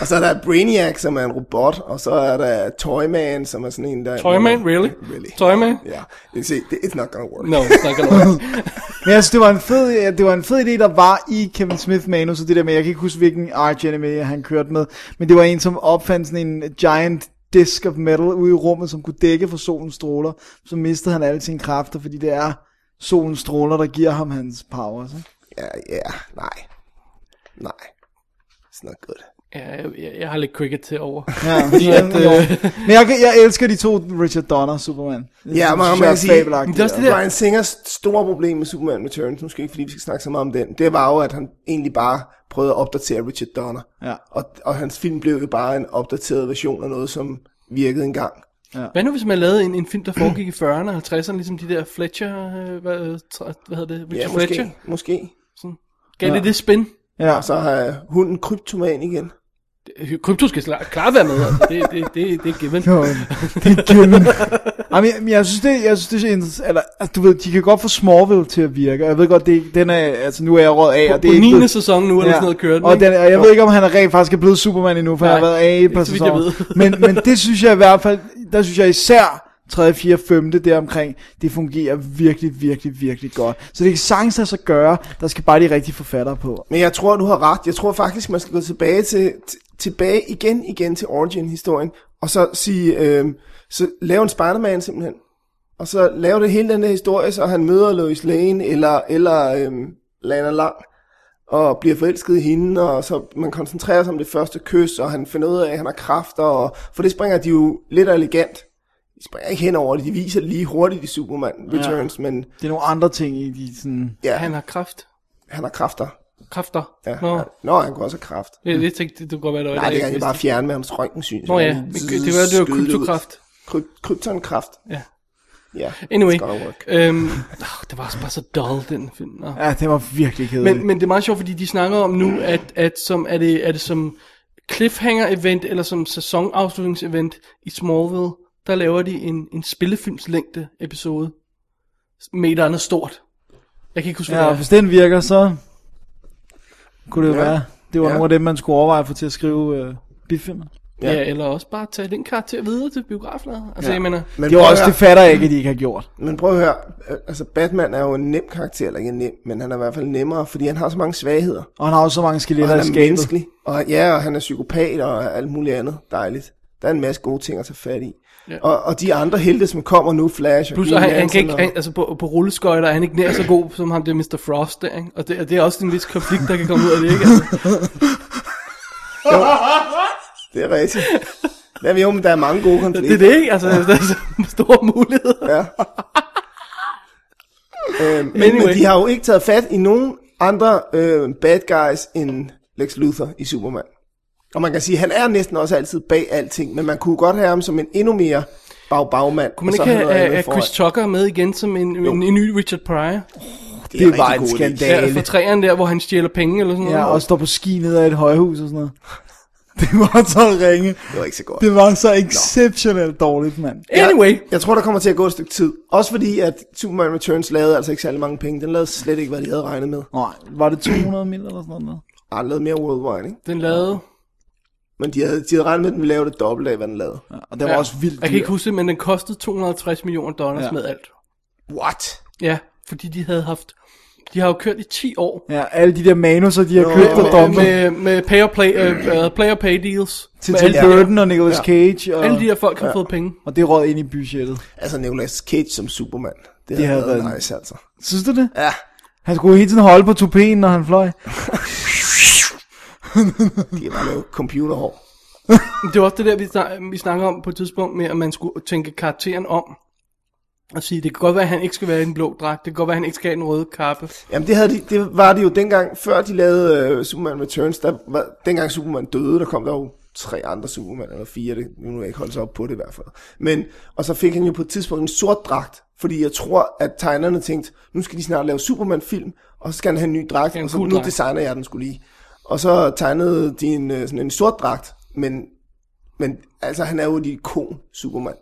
Og så er der Brainiac, som er en robot, og så er der Toyman, som er sådan en, der... Toyman, really? Really. Toyman? Ja, jeg kan se, det, it's not gonna work. No, it's not gonna work. Men jeg synes, det var, en fed, det var en fed idé, der var i Kevin Smith manus, og det der med, jeg kan ikke huske, hvilken Arch Enemy han kørte med, men det var en, som opfandt sådan en giant disk of metal ude i rummet, som kunne dække for solens stråler, så mistede han alle sine kræfter, fordi det er solens stråler, der giver ham hans powers. Ikke? Ja, ja, nej. Nej. It's not good. ja, jeg, jeg, jeg har lidt cricket til over. Ja, fordi at, øh, Men jeg, kan- jeg elsker de to Richard Donner Superman. Det Ja, man, synes man jeg kan sige, fabelagtigt. Men det er også det der- Ryan Singers store problem med Superman Returns, måske ikke fordi vi skal snakke så meget om den, det var jo, at han egentlig bare prøvede at opdatere Richard Donner. Ja. Og, og hans film blev jo bare en opdateret version af noget, som virkede engang. Hvad nu, hvis man lavede en, en film, der foregik i 40'erne og 50'erne, ligesom de der Fletcher, øh, hvad, tr- hvad hedder det, Richard Ja, Fletcher? måske. Måske. Gav det det spin? Ja, Og så har hunden kryptoman igen. Øh, Krypto skal klart klar være med, altså. det, det, det, det er given. Jo, det er given. Jamen, jeg, men jeg synes, det, jeg synes, det er interessant. Eller, altså, du ved, de kan godt få Smallville til at virke. Og jeg ved godt, det, den er, altså, nu er jeg råd af. På, og på det er 9. ikke blevet- sæson nu, eller sådan noget kørt. og, den, og jeg ved ikke, om han er rent faktisk er blevet Superman endnu, for Nej, han har været af i et par ikke så vidt jeg sæsoner. Men, men det synes jeg i hvert fald, der synes jeg især 3, 4, 5 deromkring, det fungerer virkelig, virkelig, virkelig godt. Så det kan sagtens lade sig gøre, der skal bare de rigtige forfattere på. Men jeg tror, du har ret. Jeg tror faktisk, man skal gå tilbage, til, t- tilbage igen igen til Origin-historien, og så sige, øh, så lave en Spider-Man simpelthen. Og så lave det hele den der historie, så han møder Lois Lane, eller, eller øh, Lana Lang, og bliver forelsket i hende, og så man koncentrerer sig om det første kys, og han finder ud af, at han har kræfter, og for det springer de jo lidt elegant. De springer ikke hen over det, de viser det lige hurtigt i Superman Returns, ja. men Det er nogle andre ting i de sådan... ja, Han han, har kraft. han har kræfter. Kræfter. Ja. Nå, Nå. Nå, han kan også have kræft. det, det tænkte det, du godt være, der var Nej, et, det der kan de ikke bare vidste. fjerne med hans røntgensyn. Nå ja, men det var det var kryptokraft. Kryp- kryptonkraft. Ja. Ja, Anyway, it's gotta work. øhm, oh, det var også bare så dull, den film. Nå. Ja, det var virkelig kedeligt. Men, men det er meget sjovt, fordi de snakker om nu, at, at som, er, det, er det som cliffhanger-event, eller som sæsonafslutningsevent i Smallville, der laver de en, en spillefilmslængde episode. Meteren er stort. Jeg kan ikke huske, hvad Ja, det er. hvis den virker, så kunne det jo Ja. være. Det var Ja. nogle af dem, man skulle overveje for til at skrive øh, bifilmer. Ja. ja, eller også bare tage den karakter videre til biografen. Altså, ja. jeg mener, Men Det var prøv også, at det fatter jeg ikke, at de ikke har gjort. høre, men prøv at høre, øh, altså Batman er jo en nem karakter, eller ikke nem, men han er i hvert fald nemmere, fordi han har så mange svagheder. Og han har også så mange Og skeletter han i er skabet. menneskelig, og ja, og han er psykopat og alt muligt andet dejligt. Der er en masse gode ting at tage fat i. Ja. Ja. Og, og de andre helte, som kommer nu, Flash og plus Green han, han kan Lantern ikke, og- han, altså på, på rulleskøjter er han ikke nær så god, som ham der Mr. Frost der, ikke? Og det, og det er også en vis konflikt, der kan komme ud af det, ikke? Altså, Det er rigtigt. Jamen jo, men der er mange gode konflikter. det er det, ikke? Altså, der er så store muligheder. Ja. øhm, men, Anyway. anyway. men de har jo ikke taget fat i nogen andre øh, bad guys end Lex Luthor i Superman. Og man kan sige, at han er næsten også altid bag alting, men man kunne godt have ham som en endnu mere bag-bagmand. Kunne man ikke have, have, have Chris Tucker med igen som en, en, en ny Richard Pryor? Det, det Det var var en en Ja, skandale. for træerne der, hvor han stjæler penge eller sådan noget. Ja, og står på ski ned ad et højhus og sådan noget. Det var så ringe. Det var ikke så godt. Det var så exceptionelt dårligt, mand. Anyway. Jeg, jeg tror, der kommer til at gå et stykke tid. Også fordi, at Superman Returns lavede altså ikke særlig mange penge. Den lavede slet ikke, hvad de havde regnet med. Nej, var det 200 mil eller sådan noget? Ej, den lavede mere worldwide, ikke? Den lavede... Men de havde, de havde regnet med, at den ville lave det dobbelt af, hvad den lavede. Ja, og det var ja. også vildt Jeg kan dyrt. ikke huske det, men den kostede 250 millioner dollars Ja. ja. med alt. What? Ja, fordi de havde haft... De har jo kørt i 10 år Ja, alle de der manuser, de har købt og med, dumpet med, med pay or play, uh, uh, player pay deals. til med Tim alle, Burton og Nicolas Cage. Og, alle de der folk har fået penge. og det råd ind i budgettet. Altså, Nicolas Cage som Superman. Det, Det det havde havde været været- nice, altså. Synes du det? Ja, Han skulle hele tiden holde på tupéen, når han fløj. de kan bare lave computerhår. Men Det var også det der, vi, snak, vi snakker om på et tidspunkt med, at man skulle tænke karakteren om. Og sige, det kan godt være, at han ikke skal være i den blå dragt. Det kan godt være, at han ikke skal have den røde kappe. Jamen, det, havde de, det var det jo dengang, før de lavede uh, Superman Returns. Der var, dengang Superman døde, der kom der jo tre andre Superman, eller fire, det, nu kan jeg ikke holde sig op på det i hvert fald. Men, og så fik han jo på et tidspunkt en sort dragt, fordi jeg tror, at tegnerne tænkte, nu skal de snart lave Superman-film, og så skal han have en ny dragt, En og så cool nu dragt." designer jeg den skulle lige. Og så tegnede de en, øh, sådan en sort dragt, men, men altså, han er jo et ikon, Superman.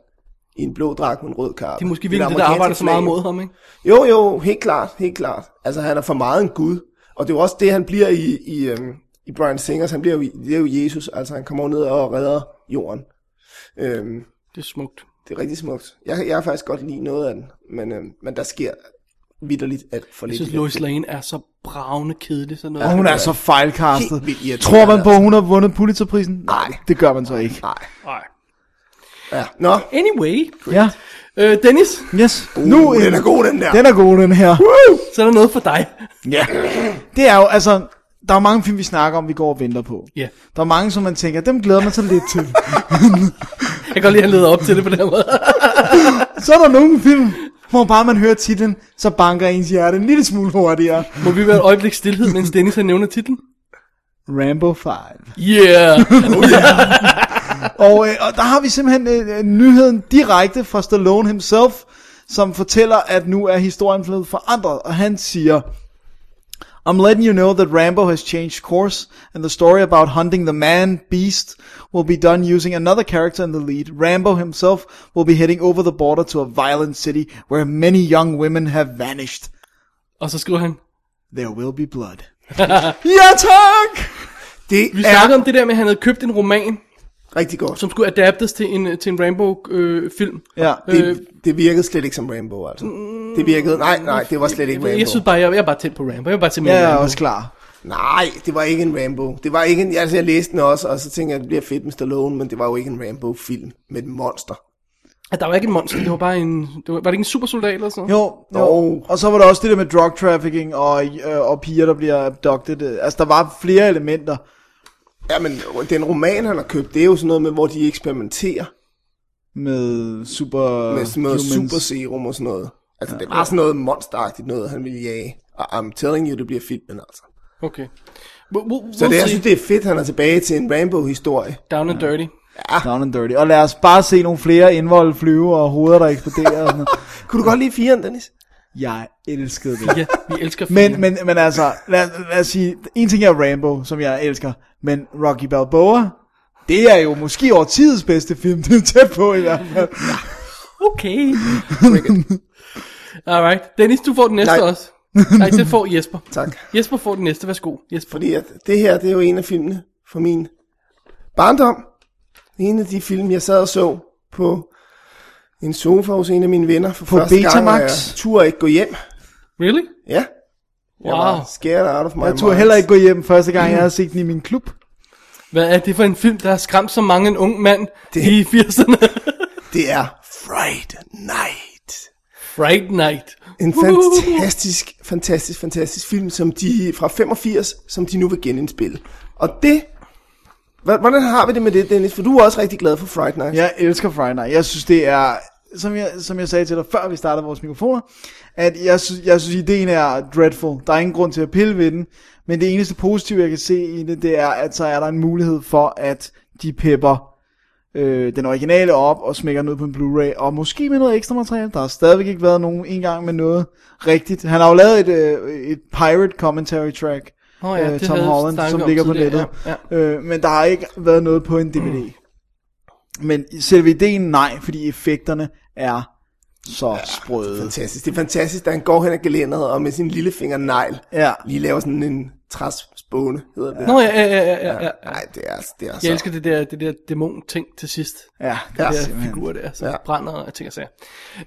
I en blå dragt med en rød kappe. Det er måske Med virkelig det, der amerikanske arbejder så meget flag. mod ham, ikke? Jo, jo, helt klart, helt klart. Altså, han er for meget en gud. Og det er jo også det, han bliver i, i, øhm, i Brian Singers. Han bliver jo, det er jo Jesus. Altså, han kommer jo ned og redder jorden. Øhm, Det er smukt. det er rigtig smukt. Jeg, jeg har faktisk godt lide noget af den. Men, øhm, men der sker vidderligt alt for Jeg lidt. synes, i den. Lois Lane er så bravende kedelig. Sådan noget. Og hun er så fejlkastet. Helt vildt irriterende, Tror man på, at hun har vundet Pulitzerprisen? altså. Nej, det gør man så ikke. Nej. Nej. Ja. Nå, Anyway. Ja, Øh, Dennis, yes. nu uh, den er god, den der. Den er god, den her. så er der noget for dig. Det er jo, altså, der er jo mange film, vi snakker om, vi går og venter på. Ja. Der er mange, som man tænker, dem glæder man sig lidt til. Jeg kan godt lide, at han leder op til det på den her måde. Så er der nogle film, hvor bare man hører titlen, så banker ens hjerte en lille smule hurtigere. Må vi være et øjeblik stillhed, mens Dennis han nævner titlen? Rambo 5. Yeah. Og, øh, og der har vi simpelthen øh, øh, nyheden direkte fra Stallone himself, som fortæller, at nu er historien blevet forandret, og han siger... I'm letting you know that Rambo has changed course, and the story about hunting the man, Beast, will be done using another character in the lead. Rambo himself will be heading over the border to a violent city where many young women have vanished. Og så skriver han. There will be blood. ja tak! Det Vi er snakkede om det der med, at han havde købt en roman, rigtig godt. som skulle adaptes til en, til en Rambo-film. Ja, øh, Det, det virkede slet ikke som Rainbow, altså. Det virkede... Nej, nej, det var slet ikke jeg, jeg Rainbow. synes bare, jeg, jeg er bare tæt på Rambo. Jeg er bare tæt med jeg er Rambo. også klar. Nej, det var ikke en Rambo. Det var ikke en, altså jeg læste den også, og så tænkte jeg, at det bliver fedt med Stallone, men det var jo ikke en Rambo-film med et monster. At der var ikke en monster, det var bare en... Det var, var det ikke en supersoldat eller sådan noget? Jo, jo. Jo. og så var der også det der med drug trafficking og, øh, og piger, der bliver abducted. Øh, Altså, der var flere elementer. Ja, men den roman, han har købt, det er jo sådan noget med, hvor de eksperimenterer Med super... med sådan noget humans. super serum og sådan noget. Altså, det var sådan noget monsteragtigt noget, han ville jage. Og I'm telling you, det bliver filmen, altså. Okay. We'll, we'll, Så det, jeg see. synes, det er altså- fedt, han er tilbage til en Rambo-historie. Down and dirty. Ah. Down and dirty. Og lad os bare se nogle flere indvold flyve og hoveder, der eksploderer og sådan noget. Kunne du godt lide firen, Dennis? Jeg elskede det. Ja, vi elsker Men, men, men altså, lad, lad os sige, en ting er Rambo, som jeg elsker, men Rocky Balboa, det er jo måske årtidets bedste film, det er tæt på i hvert fald. Okay. Alright. Dennis, du får den næste Nej. også. Nej, det får Jesper. Tak. Jesper får den næste. Værsgo, Jesper. Fordi at det her, det er jo en af filmene fra min barndom. En af de film, jeg sad og så på en sofa hos en af mine venner for På første gang, og jeg Betamax? turde ikke gå hjem. Really? Ja. Jeg Wow. var scared out of my Jeg turde mind. heller ikke gå hjem første gang, jeg havde set den i min klub. Hvad er det for en film, der har skræmt så mange en ung mand det... i 80'erne? Det er Friday Night. Fright Night. En fantastisk, fantastisk, fantastisk film, som de fra 85, som de nu vil genindspille. Og det... hva- Hvordan har vi det med det, Dennis? For du er også rigtig glad for Friday Night. Jeg elsker Friday Night. Jeg synes, det er, som jeg, som jeg sagde til dig, før vi startede vores mikrofoner, at jeg synes, jeg synes, ideen er dreadful. Der er ingen grund til at pille ved den, men det eneste positive, jeg kan se i det, det er, at så er der en mulighed for, at de pepper øh, den originale op og smækker den ud på en Blu-ray, og måske med noget ekstra materiale. Der har stadigvæk ikke været nogen engang med noget rigtigt. Han har jo lavet et, øh, et pirate commentary track, Nå ja, ja, øh, det Tom havde vi Holland, snakket som om ligger på tidligere, nettet. Ja. ja, Øh, men der har ikke været noget på en DVD. Men selve ideen, nej, fordi effekterne er så sprøde. Fantastisk. Det er fantastisk, da han går hen ad gelænderet og med sin lille fingernegl Ja. lige laver sådan en træsspåne, hedder det. Nå ja, ja, ja, ja, ja, ja. Nej, det er, det er så... Jeg elsker det der, det der dæmon-ting til sidst. Ja, Ja, ja, de der simpelthen. figurer der, så ja. Ja. brænder og ting og sager.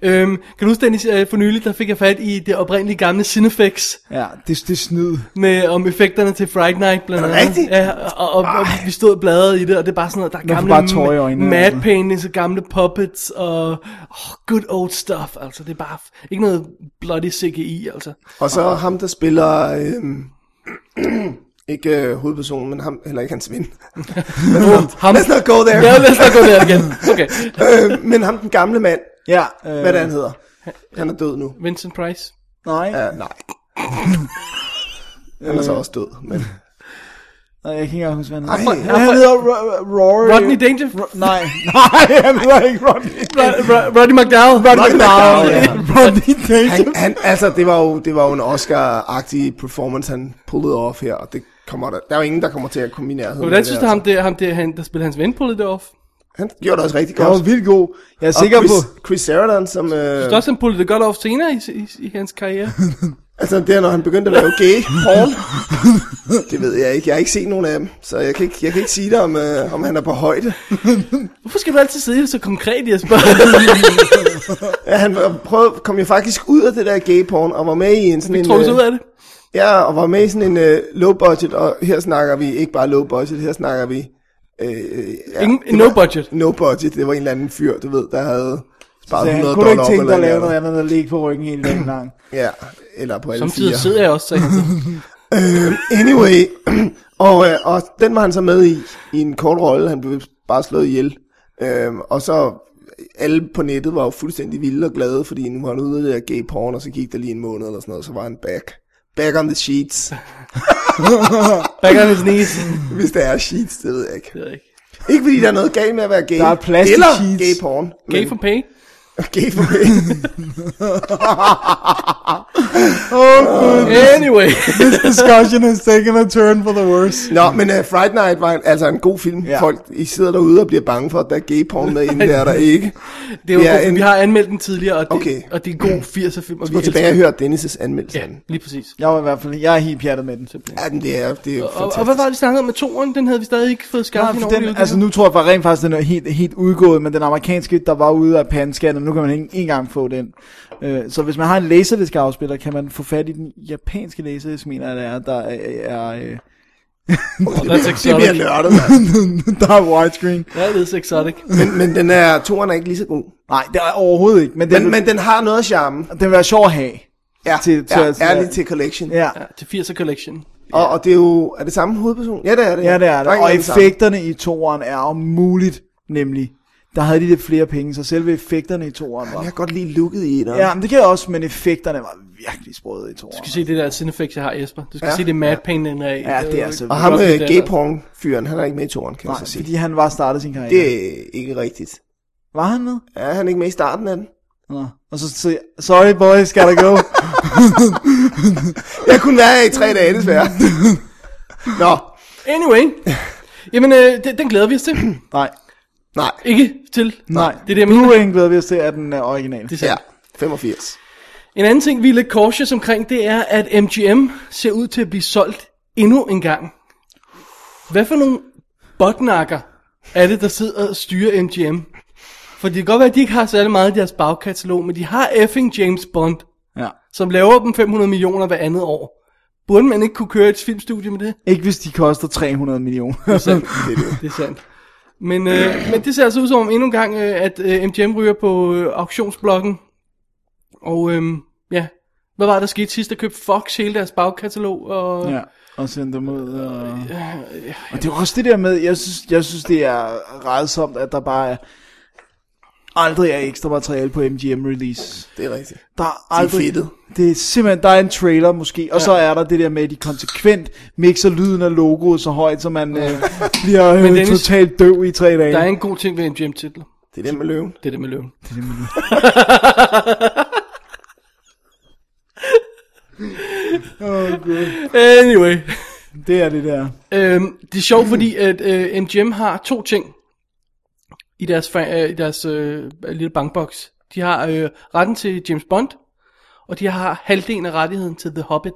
Øhm, kan du huske, Dennis, øh, for nylig, der fik jeg fat i det oprindelige gamle Cinefix Ja, det, det er snyd. med, om effekterne til Fright Night blandt Er det andet. rigtigt? Ja, og, og, og, vi stod og bladrede i det, og det er bare sådan noget, der Man er får gamle bare tår i øjnene, mad altså. paintings og gamle puppets og oh, good old stuff. Altså, det er bare f- ikke noget bloody CGI, altså. Og så ham, der spiller... Øhm, ikke øh, hovedpersonen, men ham, heller ikke hans ven. Ham. Let's not go there. Ja, lad os da gå der igen. Okay. øh, men ham, den gamle mand, Ja, øh, hvad er det, han hedder? Han er død nu. Vincent Price. Nej, ja. Ja, nej. han er så også død, men... nej, jeg kan ikke engang huske, hvad han Ej, hedder. Ja, han hedder Ro- Ro- Rory. Rodney Danger. Nej, nej, han hedder ikke Rodney. Ro- Ro- Rodney McDowell. Rodney McDowell. McDowell, ja. Rodney Danger. Han, han, altså, det var jo, det var jo en Oscar-agtig performance, han pullede off her, og det kommer der, der er jo ingen, der kommer til at komme i nærheden. af Hvordan synes det, du, ham der, ham der, han, der spiller hans ven pullede det off? Han gjorde det også rigtig Han godt. var vildt god. Jeg er Og sikker Chris, på... Chris Sheridan, som... Øh, Så også han pullede det godt off senere i, i, i hans karriere. altså, det er, når han begyndte at lave gay porn. det ved jeg ikke. Jeg har ikke set nogen af dem, så jeg kan ikke, jeg kan ikke sige dig, om, øh, om han er på højde. Hvorfor skal du altid sidde så konkret i at spørge? Ja, han var- prøvede, kom jo faktisk ud af det der gay porn, og var med i en sådan en... Tror du så øh, ud af det? Ja, og var med i sådan en øh, low budget, og her snakker vi ikke bare low budget, her snakker vi... Øh, øh, ja, Ingen, det no var- budget. No budget, det var en eller anden fyr, du ved, der havde sparet Så 100 han dollar kunne du ikke op tænke dig at lave eller noget andet, der ligge på ryggen hele dagen lang. Ja, eller på alle Samtidig fire. sidder jeg også, sagde han så. Anyway, og, øh, og den var han så med i, i en kort rolle, han blev bare slået ihjel. Øhm, og så alle på nettet var jo fuldstændig vilde og glade, fordi nu var han ude af det der gay porn, og så gik der lige en måned eller sådan noget, så var han back. Back on the sheets, Back on his knees. hvis der er sheets, det ved jeg ikke. Det ved jeg ikke. Ikke fordi der er noget galt med at være gay. Der er plastik Eller sheets. gay porn. Gay for pay. Gay for pay. Anyway. This discussion has taken a turn for the worse. Nå, men uh, Fright Night var en, altså en god film. Ja. Ja. Folk, I sidder derude og bliver bange for, at der er gay porn med inden, det er der ikke. Det er jo, Ja, ja, en- vi har anmeldt den tidligere, og det, okay. Okay. og det er en god 80'er film. Og vi Gå elsker tilbage og den. hør Dennis' anmeldelse. Ja, Ja. lige præcis. Jeg var i hvert fald... Jeg er helt pjattet med den. ja, den, det er, det er jo Og, fantastisk. og hvad var det, vi snakkede om med toren? Den havde vi stadig ikke fået skaffet Nej, en for ordentlig den, udgave. altså nu tror jeg faktisk rent faktisk, den er helt, helt udgået, men den amerikanske, der var ude af panskatten, nu kan man ikke engang få den. Øh, så hvis man har en laserdisc afspiller, kan man få fat i den japanske laserdisc, mener jeg, det er, der er, er øh, That's det bliver exotic. nørdet, altså. der er widescreen. That's exotic. men, men den er, toren er ikke lige så god. Nej, det er overhovedet ikke, men den, Men, men den har noget charme. den vil være sjov at have. Ja, Til- til, til, til ja, at- ærligt til collection. Ja, Ja, til 80'er collection. Og, og det er jo, er det samme hovedperson? Ja, det er det. ja det er Drengen det. Og den samme. effekterne i toeren er om muligt, nemlig. Der havde de lidt flere penge, så selve effekterne i toeren Jeg var... kan godt lide looket i den. Ja, men det kan jeg også, men effekterne var virkelig sprøde i Du toeren. skal se det der Cinefix, jeg har, Jesper. Du skal ja. Ja. se det mad painting af. Ja, det er altså Og ham Godt, med det er gay der. porn fyren, han er ikke med i toren, kan jeg Nej, så sige. fordi han var startet sin karriere. Det er ikke rigtigt. Var han med? Er han ikke med i starten af den? Nå. Og så siger jeg, sorry boys, gotta go. Jeg kunne være her i tre dage, desværre. Nå, Anyway. Jamen, øh, den, den glæder vi os til. Nej, nej. Ikke til. nej. Det er det, jeg mener. Blu-ray glæder vi os til, at den er original. Det er sandt. Ja, 85. En anden ting, vi er lidt cautious omkring, det er, at MGM ser ud til at blive solgt endnu en gang. Hvad for nogle botnakker er det, der sidder og styrer MGM? For det kan godt være, at de ikke har særlig meget i deres bagkatalog, men de har effing James Bond, Ja. som laver dem 500 millioner hver andet år. Burde man ikke kunne køre et filmstudie med det? Ikke hvis de koster 300 millioner. det, er det er sandt. Men, øh, men det ser altså ud som om endnu en gang, øh, at øh, MGM ryger på øh, auktionsblokken. Og øh, ja, hvad var det, der skete sidst? Der købte Fox hele deres bagkatalog. Og, ja. ja. Og sende dem ud. Og... og det er jo også det der med, jeg synes, jeg synes det er rædsomt, at der bare er, aldrig er ekstra materiale på MGM release. Det er rigtigt. Der er aldrig... fedtet. Det er simpelthen, der er en trailer måske, og ja. så er der det der med, at de konsekvent mixer lyden af logoet så højt, så man øh, bliver øh, Dennis, totalt døv i tre dage. Der er en god ting ved MGM-titler. Det er den med løven. Det er det med løven. Det er det med løven. oh, anyway. Det er det der. Øhm, det er sjovt, fordi at øh, MGM har to ting i deres, fa- øh, i deres øh, lille bankboks. De har øh, retten til James Bond, og de har halvdelen af rettigheden til The Hobbit.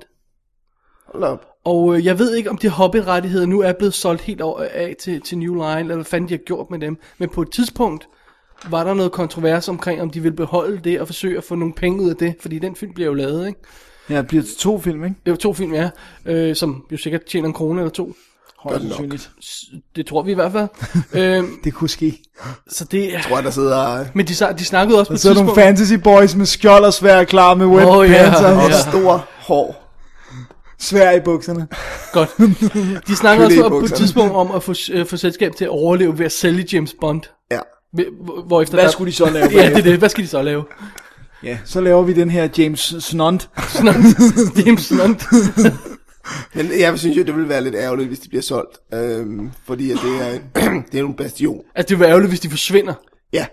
Hold op. Og øh, jeg ved ikke, om de Hobbit-rettigheder nu er blevet solgt helt over af til, til New Line, eller hvad fanden de har gjort med dem. Men på et tidspunkt var der noget kontrovers omkring, om de ville beholde det og forsøge at få nogle penge ud af det, fordi den film bliver jo lavet, ikke? Ja, det bliver til to film, ikke? Det er jo to film, ja, øh, som jo sikkert tjener en krone eller to. Højst sandsynligt. Det tror vi i hvert fald. øhm, Det kunne ske. så det er... Tror jeg, der sidder øh, Men de, sa- de snakkede også på Og et så er nogle tidspunkt... fantasy boys med skjold og svær klar med wet Åh, oh, ja. pants og Åh, og Ja. stor hår. svær i bukserne. Godt. De snakkede Kølig i også på et bukserne. tidspunkt om at få, øh, få selskab til at overleve ved at sælge James Bond. Ja. Hvor- Hvorefter Hvad der- skulle de så lave ja, det er det. Hvad skal de så lave? Ja, så laver vi den her James Snunt. James Bond. Men jeg synes jo, det ville være lidt ærgerligt, hvis de bliver solgt. Øhm, fordi at det er, det er jo en bastion. Altså, det var ærgerligt, hvis de forsvinder. Ja.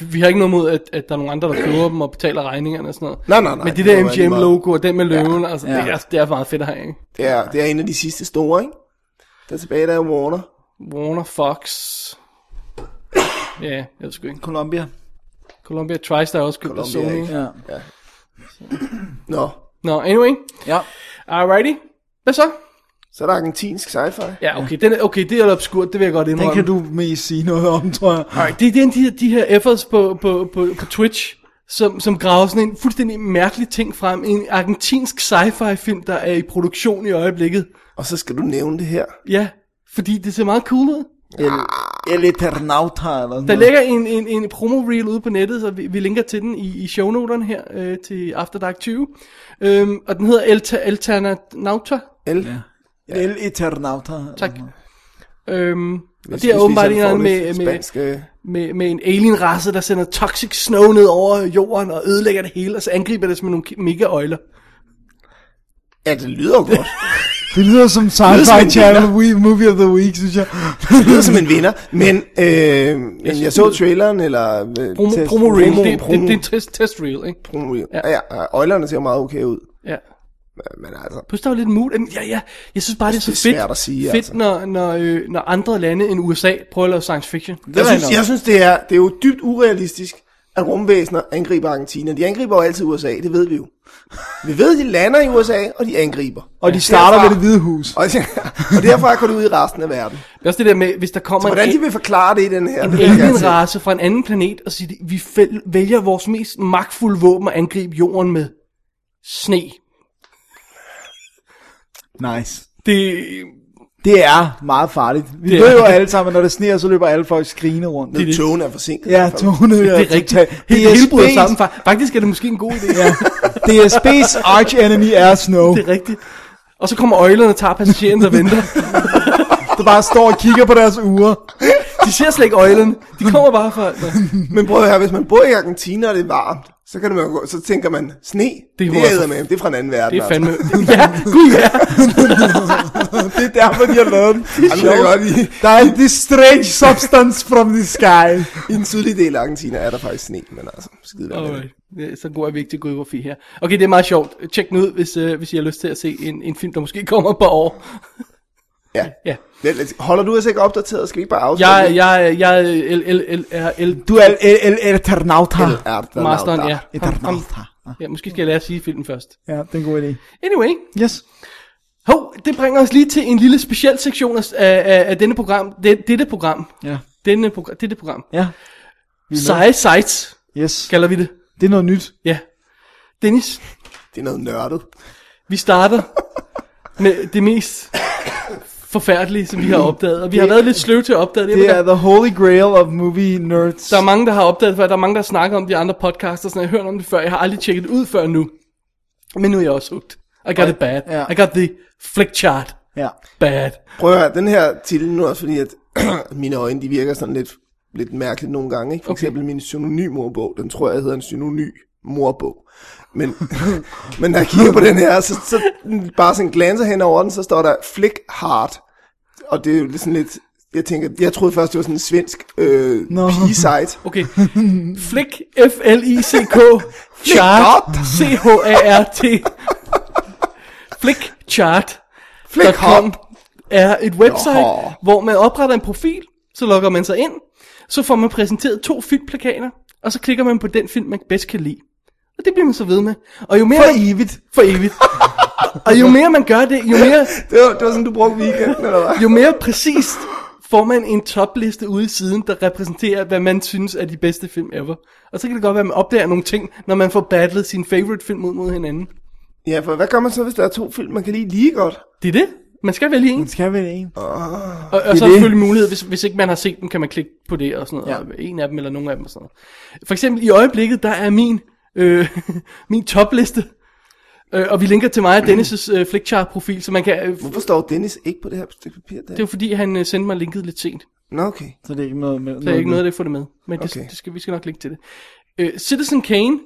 Vi har ikke noget mod, at, at der er nogle andre, der køber dem og betaler regningerne og sådan noget. Nej, nej, nej. Men det Det der må være lige meget. MGM-logo og den med løven, altså, Ja. Det, er, det er meget fedt at have, ikke? Det er, det er en af de sidste store, ikke? Der er tilbage, der er Warner. Warner Fox. Ja, jeg ved sgu ikke. Columbia. Columbia TriStar er også købt af Columbia, Sony. ikke? Ja. Nå, Nå, anyway. ja. Alrighty. Hvad så? så er der argentinsk sci-fi. Ja, okay, den er, okay det er lidt obskurt, det vil jeg godt Den indrømme. kan du mest sige noget om, tror jeg. Alright, det er den, de, her- de her efforts på, på, på, på Twitch, som, som graver sådan en fuldstændig mærkelig ting frem. En argentinsk sci-fi film, der er i produktion i øjeblikket. Og så skal du nævne det her. Ja, fordi det ser meget cool ud. El, El Eternauta eller sådan Der noget. ligger en, en, en promo-reel ude på nettet, så vi, vi linker til den i, i shownoterne her øh, til After Dark 20. Øhm, og den hedder Elta, Eltanauta. El. El Eternauta. Tak. Øhm, og Jeg det synes, er vi åbenbart en sådan eller får anden med, lidt med, Spansk, øh, med, med en alien-race, der sender toxic snow ned over jorden og ødelægger det hele, og så angriber det som nogle ki- mega-øjler. ja, det lyder jo godt. Det lyder som som Sci-Fi en Channel we, Movie of the Week, synes jeg. Det lyder som en vinder. Men øh, jeg, jeg så traileren, eller... Øh, Promo, test- promo reel, det, det, promo, det, er en test, test reel, ikke? promo reel. Ja. Ja, ja, øjlerne ser meget okay ud. Ja. Men altså, Plus, der var lidt mood. Jamen, Ja, ja. Jeg synes bare, det er så Det er fedt, svært at sige, fedt altså. når, når, øh, når andre lande end USA prøver at lave science fiction. jeg er synes, nok. jeg synes det, er, det er jo dybt urealistisk, at rumvæsener angriber Argentina. De angriber jo altid USA, det ved vi jo. Vi ved, de lander i USA, og de angriber. Og de starter Derfra- ved det hvide hus. Og, og derfra går det ud i resten af verden. Det er også det der med, hvis der kommer Så en, hvordan de vil forklare det i den her... altså, det vil jeg gerne se. alien-race fra en anden planet og sige, vi fæl- vælger vores mest magtfulde våben at angribe jorden med sne. Nice. Det, Det er meget farligt. Vi Det er- ved jo alle sammen, at når det sneer, så løber alle folk skrigende rundt. Når Togene er forsinket. Ja, togene det er rigtigt. Helt hele bryder sammen. Fa- Faktisk er det måske en god idé. ja, DSB's arch enemy er snow. det er rigtigt. Og så kommer øjlerne og tager passagererne, der venter. Der bare står og kigger på deres uger. De ser slet ikke øjlerne. De kommer bare fra... Nå. Men prøv at høre, hvis man bor i Argentina, og det er varmt, så, kan man, jo gå- så tænker man, sne, det må altså- er, med, det er fra en anden verden. altså." Det er fandme... Ja, gud ja. Det er derfor, de har lavet den. Det er Altså. Jamen, jeg kan sjovt. godt lide, Der er this strange substance from the sky. I den sydlige del af Argentina er der faktisk sne, men altså, skide være med det. Alright. Det er så god er vi ikke til geografi her. Okay, det er meget sjovt. Tjek den ud, hvis, øh, hvis I har lyst til at se en, en film, der måske kommer om et par år. Ja. Ja. Men, altså, Holder du os ikke opdateret? Skal vi ikke bare afslutte? Jeg, jeg, jeg, L, L, L, R, L, Du er el, el, el, el eternauta. Er der Masteren, noget ja. der? Ham- ham- Eternauta. Ja, måske skal jeg lære at sige filmen først. Ja, det er en god idé. Anyway, Yes. hov, det bringer os lige til en lille speciel sektion af, af, af denne program, det, dette program, Ja. denne progr- dette program. Ja. Seje sites, Yes. kalder vi det. Det er noget nyt. Ja. Dennis, Det er noget nørdet. vi starter med det mest forfærdelige, som vi har opdaget. Og vi har været lidt sløve til at opdage det. Det Jeg er ved the holy grail of movie nerds. godt, Der er mange, der har opdaget det før. Der er mange, der snakker om de andre podcasts og sådan noget. Jeg har hørt om det før. Jeg har aldrig tjekket det ud før nu. Men nu er jeg også hooked. I got it bad. Ja. I got the flick chart Ja. bad. Prøv at høre, den her titel nu er også fordi, at mine øjne, de virker sådan lidt, lidt mærkeligt nogle gange. Ikke? For Okay. okay. eksempel min synonymordbog, den tror jeg hedder en synonym morbog. Men, men når jeg kigger på den her, så, så bare sådan glanser hen over den, så står der flick hard. Og det er jo lidt sådan lidt, jeg tænker, jeg troede først, det var sådan en svensk øh, Nå. pigesite. Okay. Flick, F-L-I-C-K, chart, C-H-A-R-T. Flick chart. Flick hard. er et website, Nå. hvor man opretter en profil, så logger man sig ind, så får man præsenteret to filmplakater, og så klikker man på den film, man bedst kan lide. Og det bliver man så ved med. Og jo mere For man- evigt. for evigt. og jo mere man gør det, jo mere, Det var, det var sådan, du brugte weekenden, eller hvad? jo mere præcist får man en topliste ude i siden, der repræsenterer, hvad man synes er de bedste film ever. Og så kan det godt være, at man opdager nogle ting, når man får battlet sin favorite film ud mod hinanden. Ja, for hvad gør man så, hvis der er to film, man kan lide lige godt? Det er det. Man skal vælge en. Det skal være en. Og, og så er det. der selvfølgelig mulighed, hvis, hvis ikke man har set dem, kan man klikke på det og sådan noget. Ja. Ja. En af dem eller nogle af dem og sådan noget. For eksempel i øjeblikket, der er min, øh, min topliste. Øh, og vi linker til mig og Dennis' øh, Flickchart-profil, så man kan... Øh, det Hvorfor står Dennis ikke på det her stykke papir der? er jo fordi, han øh, sendte mig linket lidt sent. Nå, okay. Så det er ikke noget med... Så er ikke noget af det få det med. Men okay. Okay. det, det skal, vi skal nok linke til det. Øh, Citizen Kane,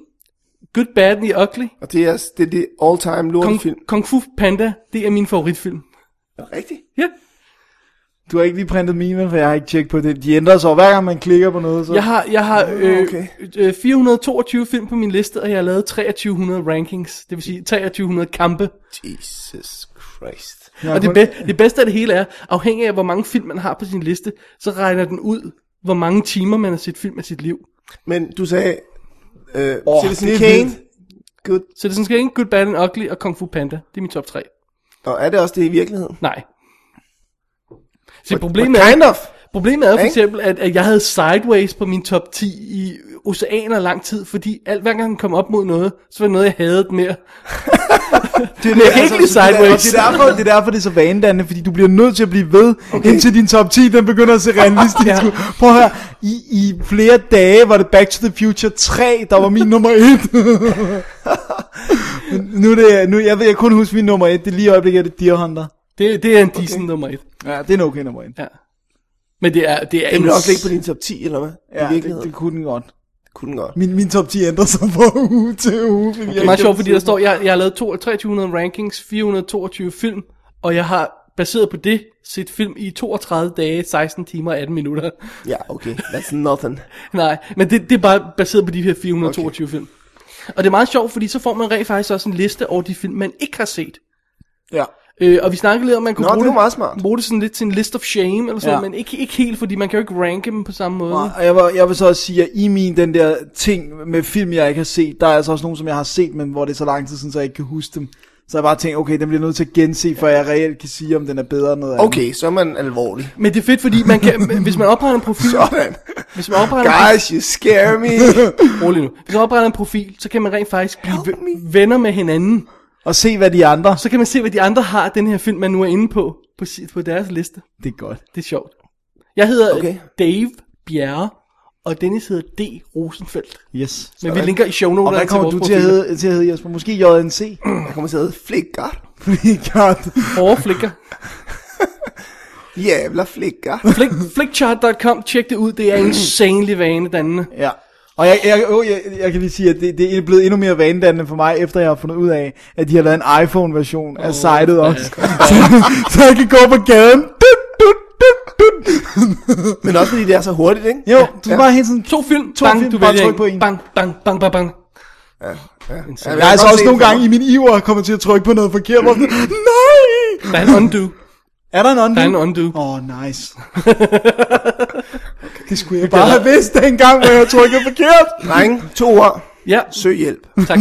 Good, Bad and the Ugly, Og det er, det, er det all-time Kung, lortefilm. Kung Fu Panda, det er min favoritfilm. Er det Rigtigt? Ja. Du har ikke lige printet mine, vel, for jeg har ikke tjekket på det. De ændrer sig, og hver gang man klikker på noget, så... Jeg har, jeg har øh, okay. øh, 422 film på min liste, og jeg har lavet 2300 rankings, det vil sige 2300 kampe. Jesus Christ. og det, be- det bedste af det hele er, afhængig af hvor mange film man har på sin liste, så regner den ud, hvor mange timer man har set film af sit liv. Men du sagde, øh, Åh, oh, Citizen det er Kane. Good. Så det er sådan ikke Good, Bad and Ugly og Kung Fu Panda. Det er min top 3. Og er det også det i virkeligheden? Nej. Så problemet Kind er, of. Problemet er for Ikke? eksempel, at, at jeg havde Sideways på min top 10 i oceaner lang tid, fordi alt hver gang den kom op mod noget, så var det noget, jeg havde mere. altså, det, er jeg kan ikke lide Sideways. Det er, derfor, det er derfor, det er så vanedannende, fordi du bliver nødt til at blive ved, okay. indtil din top 10, den begynder at se realistisk ud. Prøv at høre, i, i flere dage var det Back to the Future 3, der var min nummer 1. nu er det, nu, jeg ved, jeg kun huske min nummer 1, det er lige i øjeblikket, er det Deer Hunter. Det, det er en decent nummer 1. Ja, det er en okay nummer 1. Ja. Men det er, det er Den en... vil også ligge på din top 10, eller hvad? Ja, I det, virkeligheden. det kunne den godt. Det kunne den godt. Min, min top 10 ændrer sig fra uge til uge. fordi Det er jeg meget ikke- sjovt, fordi der står, jeg, jeg har lavet to- 2300 rankings, 422 film, og jeg har baseret på det set film i 32 dage, 16 timer og 18 minutter. Ja, okay. That's nothing. Nej, men det, det er bare baseret på de her 422 okay. film. Og det er meget sjovt, fordi så får man rent faktisk også en liste over de film, man ikke har set. Ja. Øh, og vi snakkede lidt om, at man kunne Nå, bruge, det var meget smart. bruge det sådan lidt til en list of shame, eller sådan, Ja. ja. men ikke, ikke helt, fordi man kan jo ikke ranke dem på samme måde. Nej, og jeg, vil, jeg vil så også sige, at i min den der ting med film, jeg ikke har set, der er altså også nogle, som jeg har set, men hvor det er så lang tid siden, så jeg ikke kan huske dem. Så jeg bare tænkt, okay, den bliver jeg nødt til at gense, for jeg reelt kan sige, om den er bedre end noget Okay, så er man alvorlig. Men det er fedt, fordi man kan, hvis man opretter en profil... Sådan. Hvis man opretter en Guys, you scare me. Rolig nu. Hvis man opretter en profil, så kan man rent faktisk blive v- venner med hinanden. andet. Og se, hvad de andre... Så kan man se, hvad de andre har, den her film, man nu er inde på, på, si- på deres liste. Det er godt. Det er sjovt. Jeg hedder Okay. okay. Dave Bjerre, og Dennis hedder D. Rosenfeldt. Yes. Men vi linker i Og shownoterne hvad til kommer vores du til at hedde, til at hedde Jesper? Måske JNC? Jeg kommer til at hedde Flickr. Flickart. Hårde flikker. Jævla Flickr. Flick, flickchart.com, tjek det ud, det er insanely vanedannende. Ja. Og jeg, jeg, jeg, jeg, jeg kan lige sige, at det, det er blevet endnu mere vanedannende for mig, efter jeg har fundet ud af, at de har lavet en iPhone-version oh, af sitet også. så, så jeg kan gå på gaden. Dut, dut, dut, dut. Men også fordi det er så hurtigt, ikke? Jo, du ja. bare hele tiden... To film, To bang, film, du bare vælger tryk på en. Bang, bang, bang, bang, bang. Ja, Jeg er altså også nogle gange i min iver kommet til at trykke på noget forkert, hvor sådan, nej! Der er en undo. Er der en undo? Der er en undo. Åh, oh, nice. Det skulle jeg bare have vidst dengang, hvor jeg trykkede forkert. Drenge, to år. Ja, Søg hjælp. tak.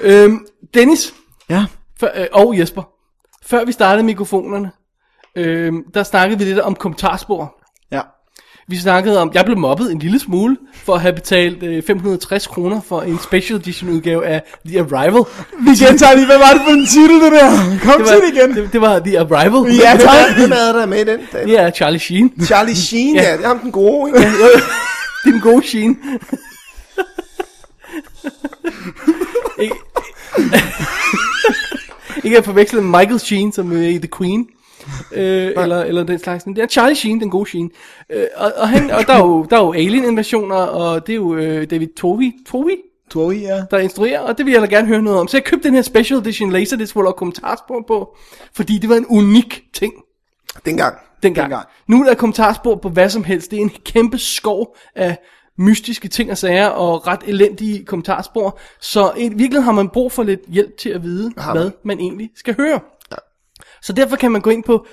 øhm, Dennis, Ja. Før, øh, og Jesper. Før vi startede mikrofonerne, øh, der snakkede vi lidt om kommentarspor. Ja. Vi snakkede om, jeg blev mobbet en lille smule for at have betalt øh, 560 kroner for en special edition udgave af The Arrival. Vi gentager lige, hvad var det for en titel, det der? Kom til det igen. Det, det var The Arrival. Ja, tak. Hvem er der med i den? Det er Det er Charlie Sheen. Charlie Sheen, ja. Ja. Det er ham den gode, ikke? Det er den gode Sheen. ikke, ikke at forveksle med Michael Sheen, som er i The Queen. Øh, eller, eller den slags. Men Det er Charlie Sheen, den gode Sheen. Øh, og, og, han, og der, er jo, der er jo alien-invasioner, og det er jo øh, David Tovey, Tovey, Tori, ja. der instruerer, og det vil jeg da gerne høre noget om. Så jeg købte den her special edition Laserdisc, hvor der var kommentarspor på, fordi det var en unik ting Dengang. dengang. Dengang. dengang. Nu er der kommentarspor på hvad som helst. Det er en kæmpe skov af mystiske ting og sager og ret elendige kommentarspor. Så i virkeligheden har man brug for lidt hjælp til at vide, hvad man egentlig skal høre. Så derfor kan man gå ind på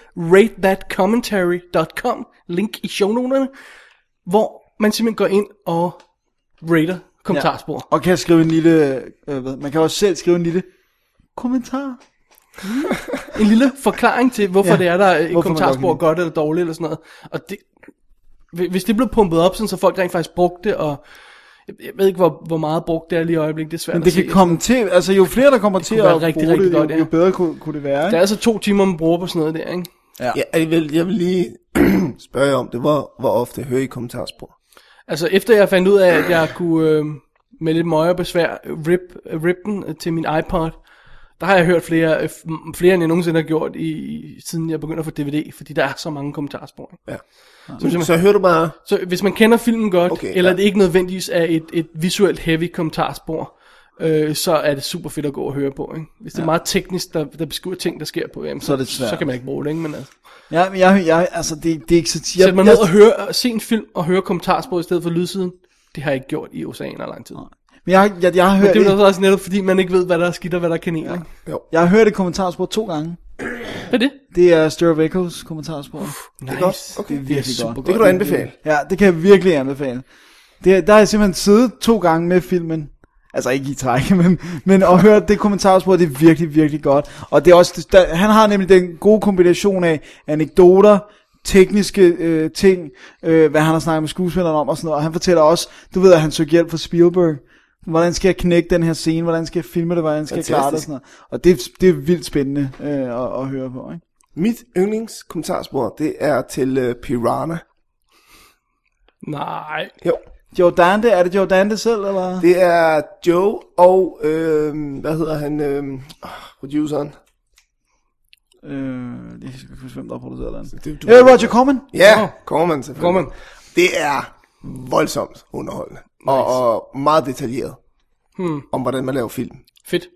ratethatcommentary.com, link i shownoterne, hvor man simpelthen går ind og rater kommentarspor. Og kan skrive en lille, øh, hvad, man kan også selv skrive en lille kommentar. en lille forklaring til, hvorfor Ja. ja. det er, der er Hvorfor et man godt kommentarspor kan er lide. godt eller dårligt eller sådan noget. Og det, hvi- hvis det blev pumpet op, sådan, så folk rent faktisk brugte det, og jeg- jeg ved ikke, hvor, hvor meget brugt det er lige i øjeblikket, det er svært Men at det se. kan komme til, altså jo flere der kommer til kunne være at rigtig, bruge rigtig det, jo, godt, ja. jo bedre kunne, kunne det være. Der er Ikke? altså to timer, man bruger på sådan noget der, ikke? Ja, jeg vil, jeg vil lige spørge jer om det. Hvor, hvor ofte hører I kommentarspor? Altså efter jeg fandt ud af, at jeg kunne øh, med lidt møje og besvær rip, rip den øh, til min iPod, der har jeg hørt flere, øh, f- flere end jeg nogensinde har gjort, i, i- siden jeg begyndte at få DVD, fordi der er så mange kommentarspor. Ikke? Ja. Så, hvis man, Så hører du bare... så hvis man kender filmen godt, Okay, okay, eller ja. ja. det ikke nødvendigvis er et, et visuelt heavy kommentarspor, øh, så er det super fedt at gå og høre på. Ikke? Hvis det er meget teknisk, der, der beskriver ting, der sker på, jamen, så, er det svært. så kan man ikke bruge det. Ikke? Men, altså, Ja, men jeg, jeg, altså det, det er ikke satire. Sæt mig jeg, ned og høre, se en film og høre kommentarspor i stedet for lydsiden. Det har jeg ikke gjort i oceaner lang tid. men jeg, jeg, jeg, jeg har hørt Det er et, jo også netop fordi, man ikke ved, hvad der er skidt og hvad der er kanel. Ja. jeg har hørt et kommentarspor to gange. Hvad er det? Det er Stir of Echoes kommentarspor. Nice. godt. Okay. Det er Det er virkelig super godt. Det kan du anbefale. Ja, det kan jeg virkelig anbefale. Det, der har jeg simpelthen siddet to gange med filmen. Altså ikke i træk, men, men at høre det kommentarspor, det er virkelig, virkelig godt. Og det er også, der, han har nemlig den gode kombination af anekdoter, tekniske øh, ting, øh, hvad han har snakket med skuespilleren om og sådan noget. Og han fortæller også, du ved, at han søgte hjælp fra Spielberg. Hvordan skal jeg knække den her scene? Hvordan skal jeg filme det? Hvordan skal jeg klare det? Og, Fantastisk. sådan noget. og det, det er vildt spændende øh, at, at høre på. Ikke? Mit yndlingskommentarspor, det er til uh, Piranha. Nej. Jo, Joe Dante, er det Joe Dante selv? Eller? det er Joe og, øh, hvad hedder han, øh, produceren? Øh, jeg kan ikke huske, hvem der har produceret den. Det- du- Øh, Roger Corman. Ja, Corman selvfølgelig. Corman. Det er voldsomt underholdende. Nice. Og, og meget detaljeret. Hmm. Om hvordan man laver film. Fedt.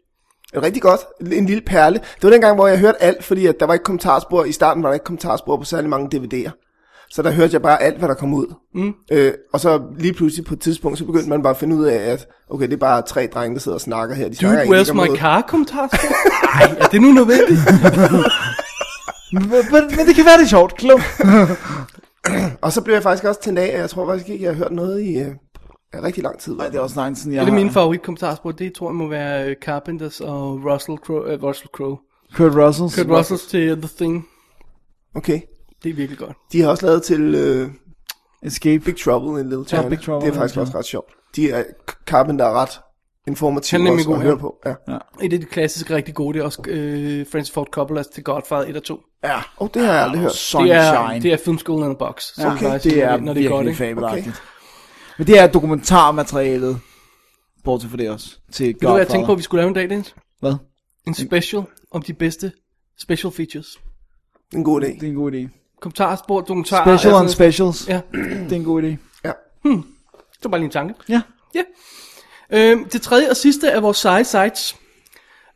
Rigtig godt. En lille perle. Det var den gang, hvor jeg hørte alt, fordi at der var ikke kommentarspor. I starten var der ikke kommentarspor på særlig mange DVD'er. Så der hørte jeg bare alt, hvad der kom ud. Mm. Øh, og så lige pludselig på et tidspunkt, så begyndte man bare at finde ud af, at okay, det er bare tre drenge, der sidder og snakker her. De Dude, snakker egentlig where's ikke om my noget. car kommentarspor? Nej, er det nu nødvendigt? Men, men- men det kan være, det er sjovt. Klum. Og så blev jeg faktisk også tændt af, at jeg tror faktisk ikke, jeg har hørt noget i øh, rigtig lang tid. Nej, det er også lang tid, siden jeg er det har- mine favoritkommentarspor? Det tror jeg må være øh, Carpenters og Russell Crowe. Øh, Russell Crowe. Kurt Russell. Kurt Russells til The Thing. Okay. Det er virkelig godt. De har også lavet til øh, Escape. Big Trouble in Little China. Big Trouble det in er faktisk Little også ret sjovt. De er, Carpenter er ret informativ Han er nemlig også, god, at ja. høre på. Ja. Et af de klassiske rigtig gode, det er også øh, Francis Ford Coppola's til Godfather 1 og 2. ja. Oh, det har jeg aldrig hørt. Det er, Sunshine. det er filmskolen in a box. som Ja, vi plejer at sige, det er når det er godt, virkelig ikke? fabelagtigt. Men det er dokumentarmaterialet. Bortset fra det også. Til Ved du, hvad jeg Godfather. Mm. tænkte på, at vi skulle lave en dag, Dennis? Hvad? En special om de bedste special features. En god idé. Det er en god idé. Kommentarspor, dokumentarer. Special altså- on specials. Ah, Ja, Det er en god idé. Ja. det var bare lige en tanke. Ja. Ja. Øhm, det tredje og sidste af vores seje sites.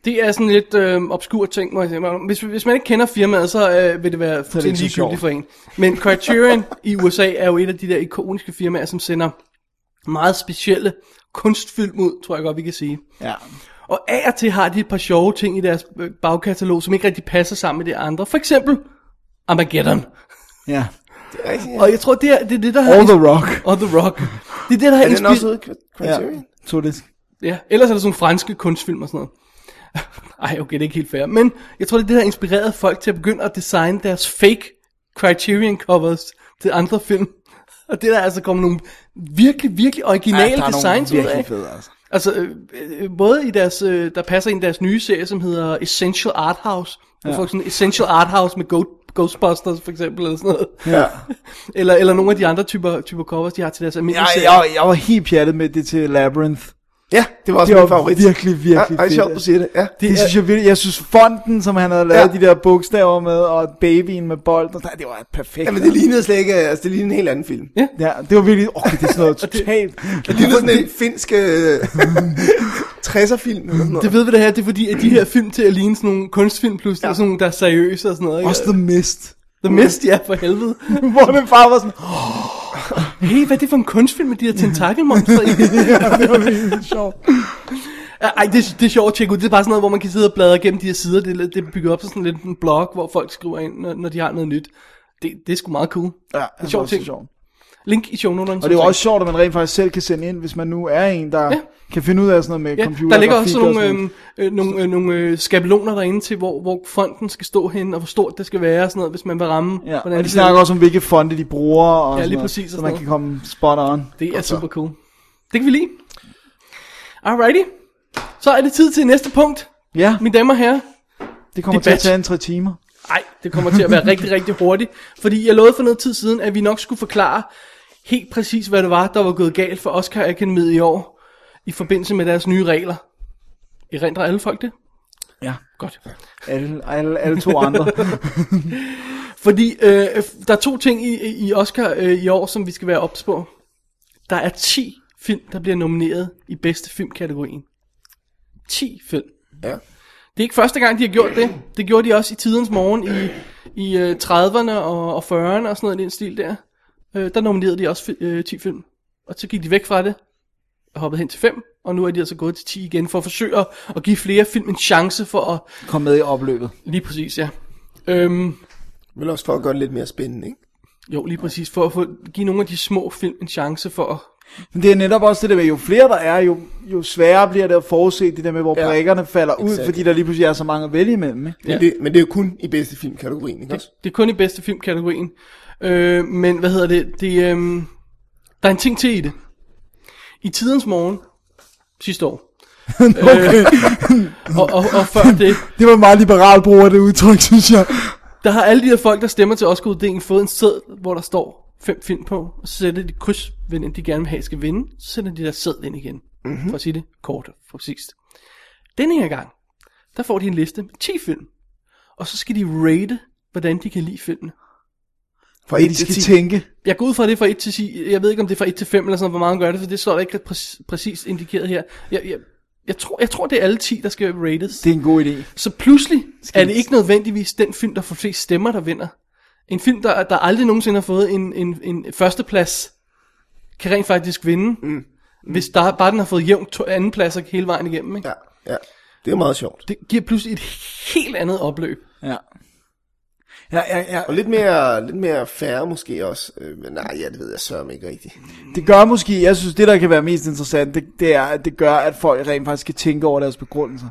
Det er sådan lidt øhm, obskur ting, må jeg sige. Hvis, hvis man ikke kender firmaet, så øh, vil det være fuldstændig så sjovt. ligegyldigt for en. Men Criterion i USA er jo et af de der ikoniske firmaer, som sender meget specielle kunstfilm ud, tror jeg godt, vi kan sige. Ja. Og af og til har de et par sjove ting i deres øh, bagkatalog, som ikke rigtig passer sammen med de andre. For eksempel Armageddon. Ja. Og jeg tror, det er det, er det der har... All the rock. Og The Rock. Det er det, der har Er den også inspireret... ude i Cri- Criterion? To det. Ja, ellers er der sådan nogle franske kunstfilm og sådan noget. Ej, okay, det er ikke helt fair. Men jeg tror, det er det, der har inspireret folk til at begynde at designe deres fake Criterion covers til andre film. Og det er der altså kommet nogle virkelig, virkelig originale der er nogle designs ud af. virkelig fede, altså. Altså, øh, øh, både i deres, øh, der passer ind i deres nye serie, som hedder Essential Art House. Ja. Folk sådan Essential Art House med Go- Ghostbusters for eksempel, eller sådan noget. Ja. Eller, eller nogle af de andre typer, typer covers, de har til deres almindelige Jeg, serie. jeg, jeg var helt pjattet med det til Labyrinth. Ja, det var også Det min var favorit. virkelig, virkelig ja, ej, fedt, sjovt, du altså. siger det. Ja. Det, det synes jeg virkelig, jeg synes fonden, som han havde lavet Ja. ja. de der bogstaver med, og babyen med bolden, og der, det var perfekt. Jamen, det lignede slet ikke, altså det lignede en helt anden film. Ja. Ja, det var virkelig, okay, det er sådan noget totalt. Det lignede sådan en finsk øh, 60'er-film eller sådan noget. Det ved vi det her, det er fordi, at de her film til at ligne sådan nogle kunstfilm pludselig, ja. sådan nogle, der er seriøse og sådan noget. Ikke? Også The Mist, The Mist, ja, for helvede. hvor min far var sådan, hey, hvad er det for en kunstfilm med de her tentakelmonster i? det var virkelig sjovt. Ej, det, er- det er sjovt at tjekke ud. Det er bare sådan noget, hvor man kan sidde og bladre gennem de her sider. Det, er lidt- det er bygget op som sådan lidt en blog, hvor folk skriver ind, når, når de har noget nyt. Det, det er sgu meget cool. Ja, en sjov ting. Sjov. Link i altså. shownoterne. Og det er jo også sjovt, at man rent faktisk selv kan sende ind, hvis man nu er en, der Ja. ja. kan finde ud af sådan noget med Ja, computer. der ligger også grafik og nogle, sådan noget. øhm, øh, nogle, øh, nogle øh, skabeloner derinde til, hvor, hvor fonden skal stå hen, og hvor stort det skal være, og sådan noget, hvis man vil ramme. Ja, hvordan og de det snakker også om, hvilke fonde de bruger, og Ja, sådan lige noget, præcis og så sådan man noget. kan komme spot on. Det er super cool. Det kan vi lide. Alrighty. Så er det tid til næste punkt, Ja, mine damer og herrer. det kommer det til at match. tage en tre timer. Nej, det kommer til at være rigtig, rigtig hurtigt. Fordi jeg lovede for noget tid siden, at vi nok skulle forklare helt præcis, hvad det var, der var gået galt for Oscar Akademiet i år. I forbindelse med deres nye regler. I rindrer alle folk det? Ja. Godt. Alle, alle, alle to andre. Fordi øh, der er to ting i, i Oscar øh, i år, som vi skal være ops på. Der er 10 film, der bliver nomineret i bedste filmkategorien. 10 film. Ja. Det er ikke første gang, de har gjort det. Det gjorde de også i tidens morgen i, i øh, 30'erne og, og 40'erne og sådan noget i den stil der. Øh, der nominerede de også fi, øh, 10 film. Og så gik de væk fra det og hoppede hen til 5. Og nu er de altså gået til 10 igen for at forsøge at, at give flere film en chance for at... Kom med i opløbet. Lige præcis, ja. Øhm, Vel også for at gøre det lidt mere spændende, ikke? jo, lige præcis. For at få, give nogle af de små film en chance for at... Men det er netop også det der med, jo flere der er, jo, jo sværere bliver det at forudse det der med, hvor ja, Ja, brækkerne falder ud, exakt. fordi der lige pludselig er så mange at vælge imellem. Ikke? Men, Ja. ja. det, men det er jo kun i bedste filmkategorien, ikke også? Det er kun i bedste filmkategorien. Øh, men hvad hedder det? det øhm, der er en ting til i det. I tidens morgen sidste år. øh, og, og, og før det, Det var en meget liberal brug af det udtryk, synes jeg. der har alle de her folk, der stemmer til Oscar-uddelingen, fået en sæd, hvor der står fem film på, og så sætter de kryds ved den, de gerne vil have skal vinde, så sætter de der sæd ind igen, mm-hmm. for at sige det kort og præcist. Denne her gang, der får de en liste med 10 film, og så skal de rate, hvordan de kan lide filmene. For I skal tænke. Jeg går ud fra at det er fra 1 til 10. Jeg ved ikke, om det er fra 1 til 5 eller sådan noget, hvor meget man gør det, for det står der ikke præ- præcist indikeret her. Jeg, jeg, jeg, tror, jeg tror, det er alle 10, der skal rates. Det er en god idé. Så pludselig er det ikke nødvendigvis den film, der får flest stemmer, der vinder. En film, der, der aldrig nogensinde har fået en, en, en førsteplads, kan rent faktisk vinde, mm. hvis der, bare den har fået jævnt to- andenpladser hele vejen igennem. Ikke? Ja. Ja, ja. Det er meget sjovt. Det giver pludselig et helt andet opløb. Ja. Ja, ja, ja. Og lidt mere, lidt mere færre måske også. Øh, Men nej, ja, det ved jeg sørme ikke rigtigt. Det gør måske, jeg synes, det der kan være mest interessant, det, det er, at det gør, at folk rent faktisk kan tænke over deres begrundelser.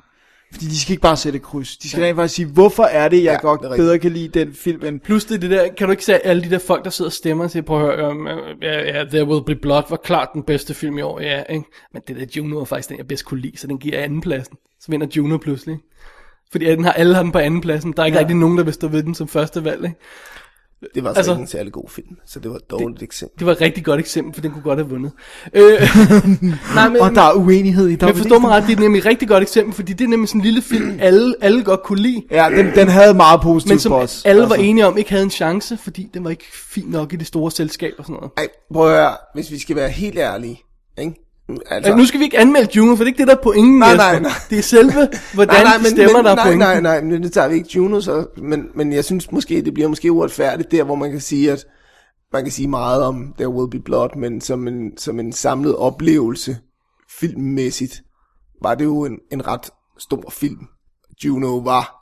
Fordi de skal ikke bare sætte kryds. De skal ja. rent faktisk sige, hvorfor er det, jeg ja, Ja, godt det er rigtigt. bedre kan lide den film end... Plus det, er det der, kan du ikke se alle de der folk, der sidder og stemmer og siger, prøv at høre, um, uh, ja, ja, There Will Be Blood var klart den bedste film i år, ja, ikke? Men det der Juno var faktisk den, jeg bedst kunne lide, så den giver jeg andenpladsen. Så vinder Juno pludselig. Fordi ja, den har alle har den på andenpladsen, der er ikke ja. rigtig nogen, der vil stå ved den som første valg, ikke? Det var så Altså- altså, ikke en særlig god film, så det var et dårligt det, eksempel. Det var et rigtig godt eksempel, for den kunne godt have vundet. Øh, nej, men, Og der er uenighed i E. men forstå mig ret, det er nemlig et rigtig godt eksempel, fordi det er nemlig sådan en lille film, alle, alle godt kunne lide. Ja, den, den havde meget positivt Men som for os. Altså. alle var enige om ikke havde en chance, fordi den var ikke fin nok i det store selskab og sådan noget. Ej, prøv at høre, hvis vi skal være helt ærlige, ikke? Altså, Ja, Øh, nu skal vi ikke anmelde Juno, for det er ikke det, der er pointen. Nej, Jesper. nej, nej. Det er selve, hvordan nej, nej, men, stemmer, men, der er nej, pointen. nej, nej, men det tager vi ikke Juno, så, men, men jeg synes måske, det bliver måske uretfærdigt der, hvor man kan sige, at man kan sige meget om There Will Be Blood, men som en, som en samlet oplevelse filmmæssigt, var det jo en, en ret stor film. Juno var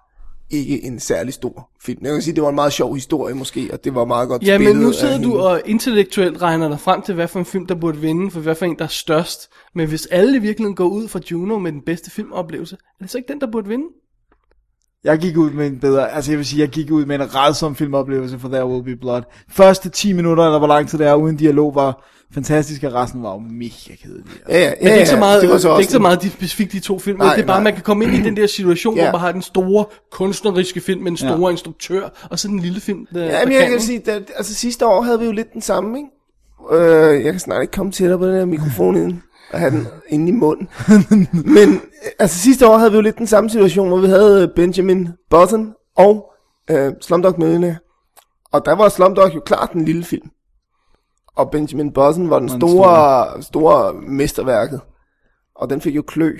ikke en særlig stor film. Jeg kan sige, det var en meget sjov historie måske, og det var meget godt Ja, men spillet nu af sidder du hende. og intellektuelt regner dig frem til, hvad for en film, der burde vinde, for hvad for en, der er størst. Men hvis alle i virkeligheden går ud fra Juno med den bedste filmoplevelse, er det så ikke den, der burde vinde? Jeg gik ud med en bedre, altså jeg vil sige, jeg gik ud med en rædsom filmoplevelse for There Will Be Blood. Første 10 minutter, eller hvor lang tid det er, uden dialog, var fantastisk, og resten var jo mega kedelig. Ja, ja, ja, Men det er ikke så meget, det var så det er også ikke så en- meget de, specifikt de to film, Nej, det er bare, nej. man kan komme ind i den der situation, Ja. hvor man har den store kunstneriske film med en stor ja. instruktør, og så den lille film, Ja, der, men der jeg kan, kan ikke? sige, at, altså sidste år havde vi jo lidt den samme, ikke? Øh, jeg kan snart ikke komme tættere på den her mikrofon inden og have den inde i munden. Men øh, altså sidste år havde vi jo lidt den samme situation, hvor vi havde øh, Benjamin Button og øh, Slumdog Millionaire. Og der var Slumdog jo klart den lille film. Og Benjamin Button var den store, store mesterværket. Og den fik jo klø.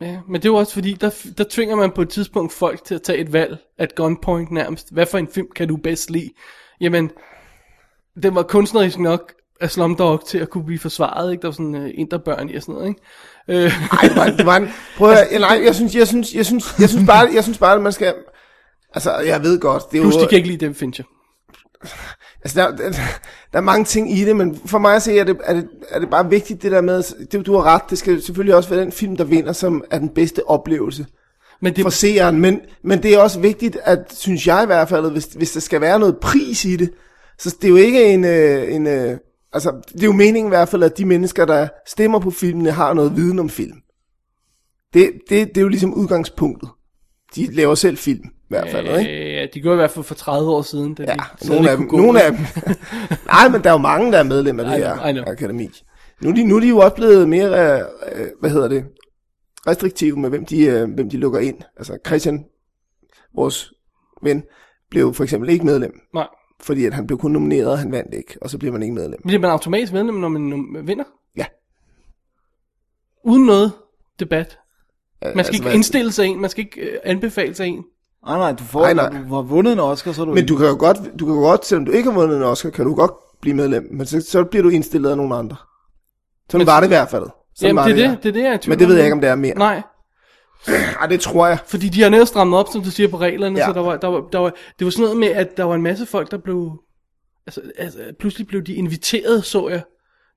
Ja, men det er jo også fordi, der, der tvinger man på et tidspunkt folk til at tage et valg at gunpoint nærmest. Hvad for en film kan du bedst lide? Jamen, den var kunstnerisk nok, af Slumdog til at kunne blive forsvaret, ikke? Der var sådan øh, inderbørn i og sådan noget, ikke? Øh, Ej, det var, det var en, prøv at, høre, ja, nej, jeg synes, jeg synes, jeg synes, jeg synes bare, jeg synes bare, at man skal, altså, jeg ved godt, det er plus jo, de kan ikke lide dem, Fincher. altså, der, der, der, er mange ting i det, men for mig at se, er det, er det, er det bare vigtigt det der med, det, du har ret, det skal selvfølgelig også være den film, der vinder, som er den bedste oplevelse Men det, for seeren, men, men det er også vigtigt, at, synes jeg i hvert fald, hvis, hvis der skal være noget pris i det, så det er jo ikke en, øh, en øh, altså, det er jo meningen i hvert fald, at de mennesker, der stemmer på filmene, har noget viden om film. Det, det, det er jo ligesom udgangspunktet. De laver selv film, i hvert fald, ikke? øh, ja, de gjorde i hvert fald for 30 år siden, da de Ja, stadig Ah, nogle af dem. kunne gå. Nogle af dem. Nej, men der er jo mange, der er medlem af det I know, I her know. akademi. Nu er, de, nu er de jo også blevet mere, øh, øh, hvad hedder det, restriktive med, hvem de, øh, hvem de lukker ind. Altså Christian, vores ven, blev for eksempel ikke medlem, Nej, fordi at han blev kun nomineret, og han vandt ikke, og så bliver man ikke medlem. bliver man automatisk medlem, når man num- vinder? Ja. Uden noget debat. Øh, Man skal hvad- ikke indstille sig en, man skal ikke øh, anbefale sig en. Nej, nej, du får, Nej, nej, nej. nej. Du, har vundet en Oscar, så er du Men du kan jo godt, du kan jo godt, selvom du ikke har vundet en Oscar, kan du godt blive medlem, men så, så bliver du indstillet af nogle andre. Sådan Men- men, var det i hvert fald. Sådan Jamen, var det er her. det, det er det, jeg er i tvivl Men det ved jeg ikke, om det er mere. Nej, Nej, det tror jeg. fordi de har netop strammet op, som du siger, på reglerne, ja. Ja. så der var, der, var, der var, det var sådan noget med, at der var en masse folk, der blev, altså, altså pludselig blev de inviteret, så jeg.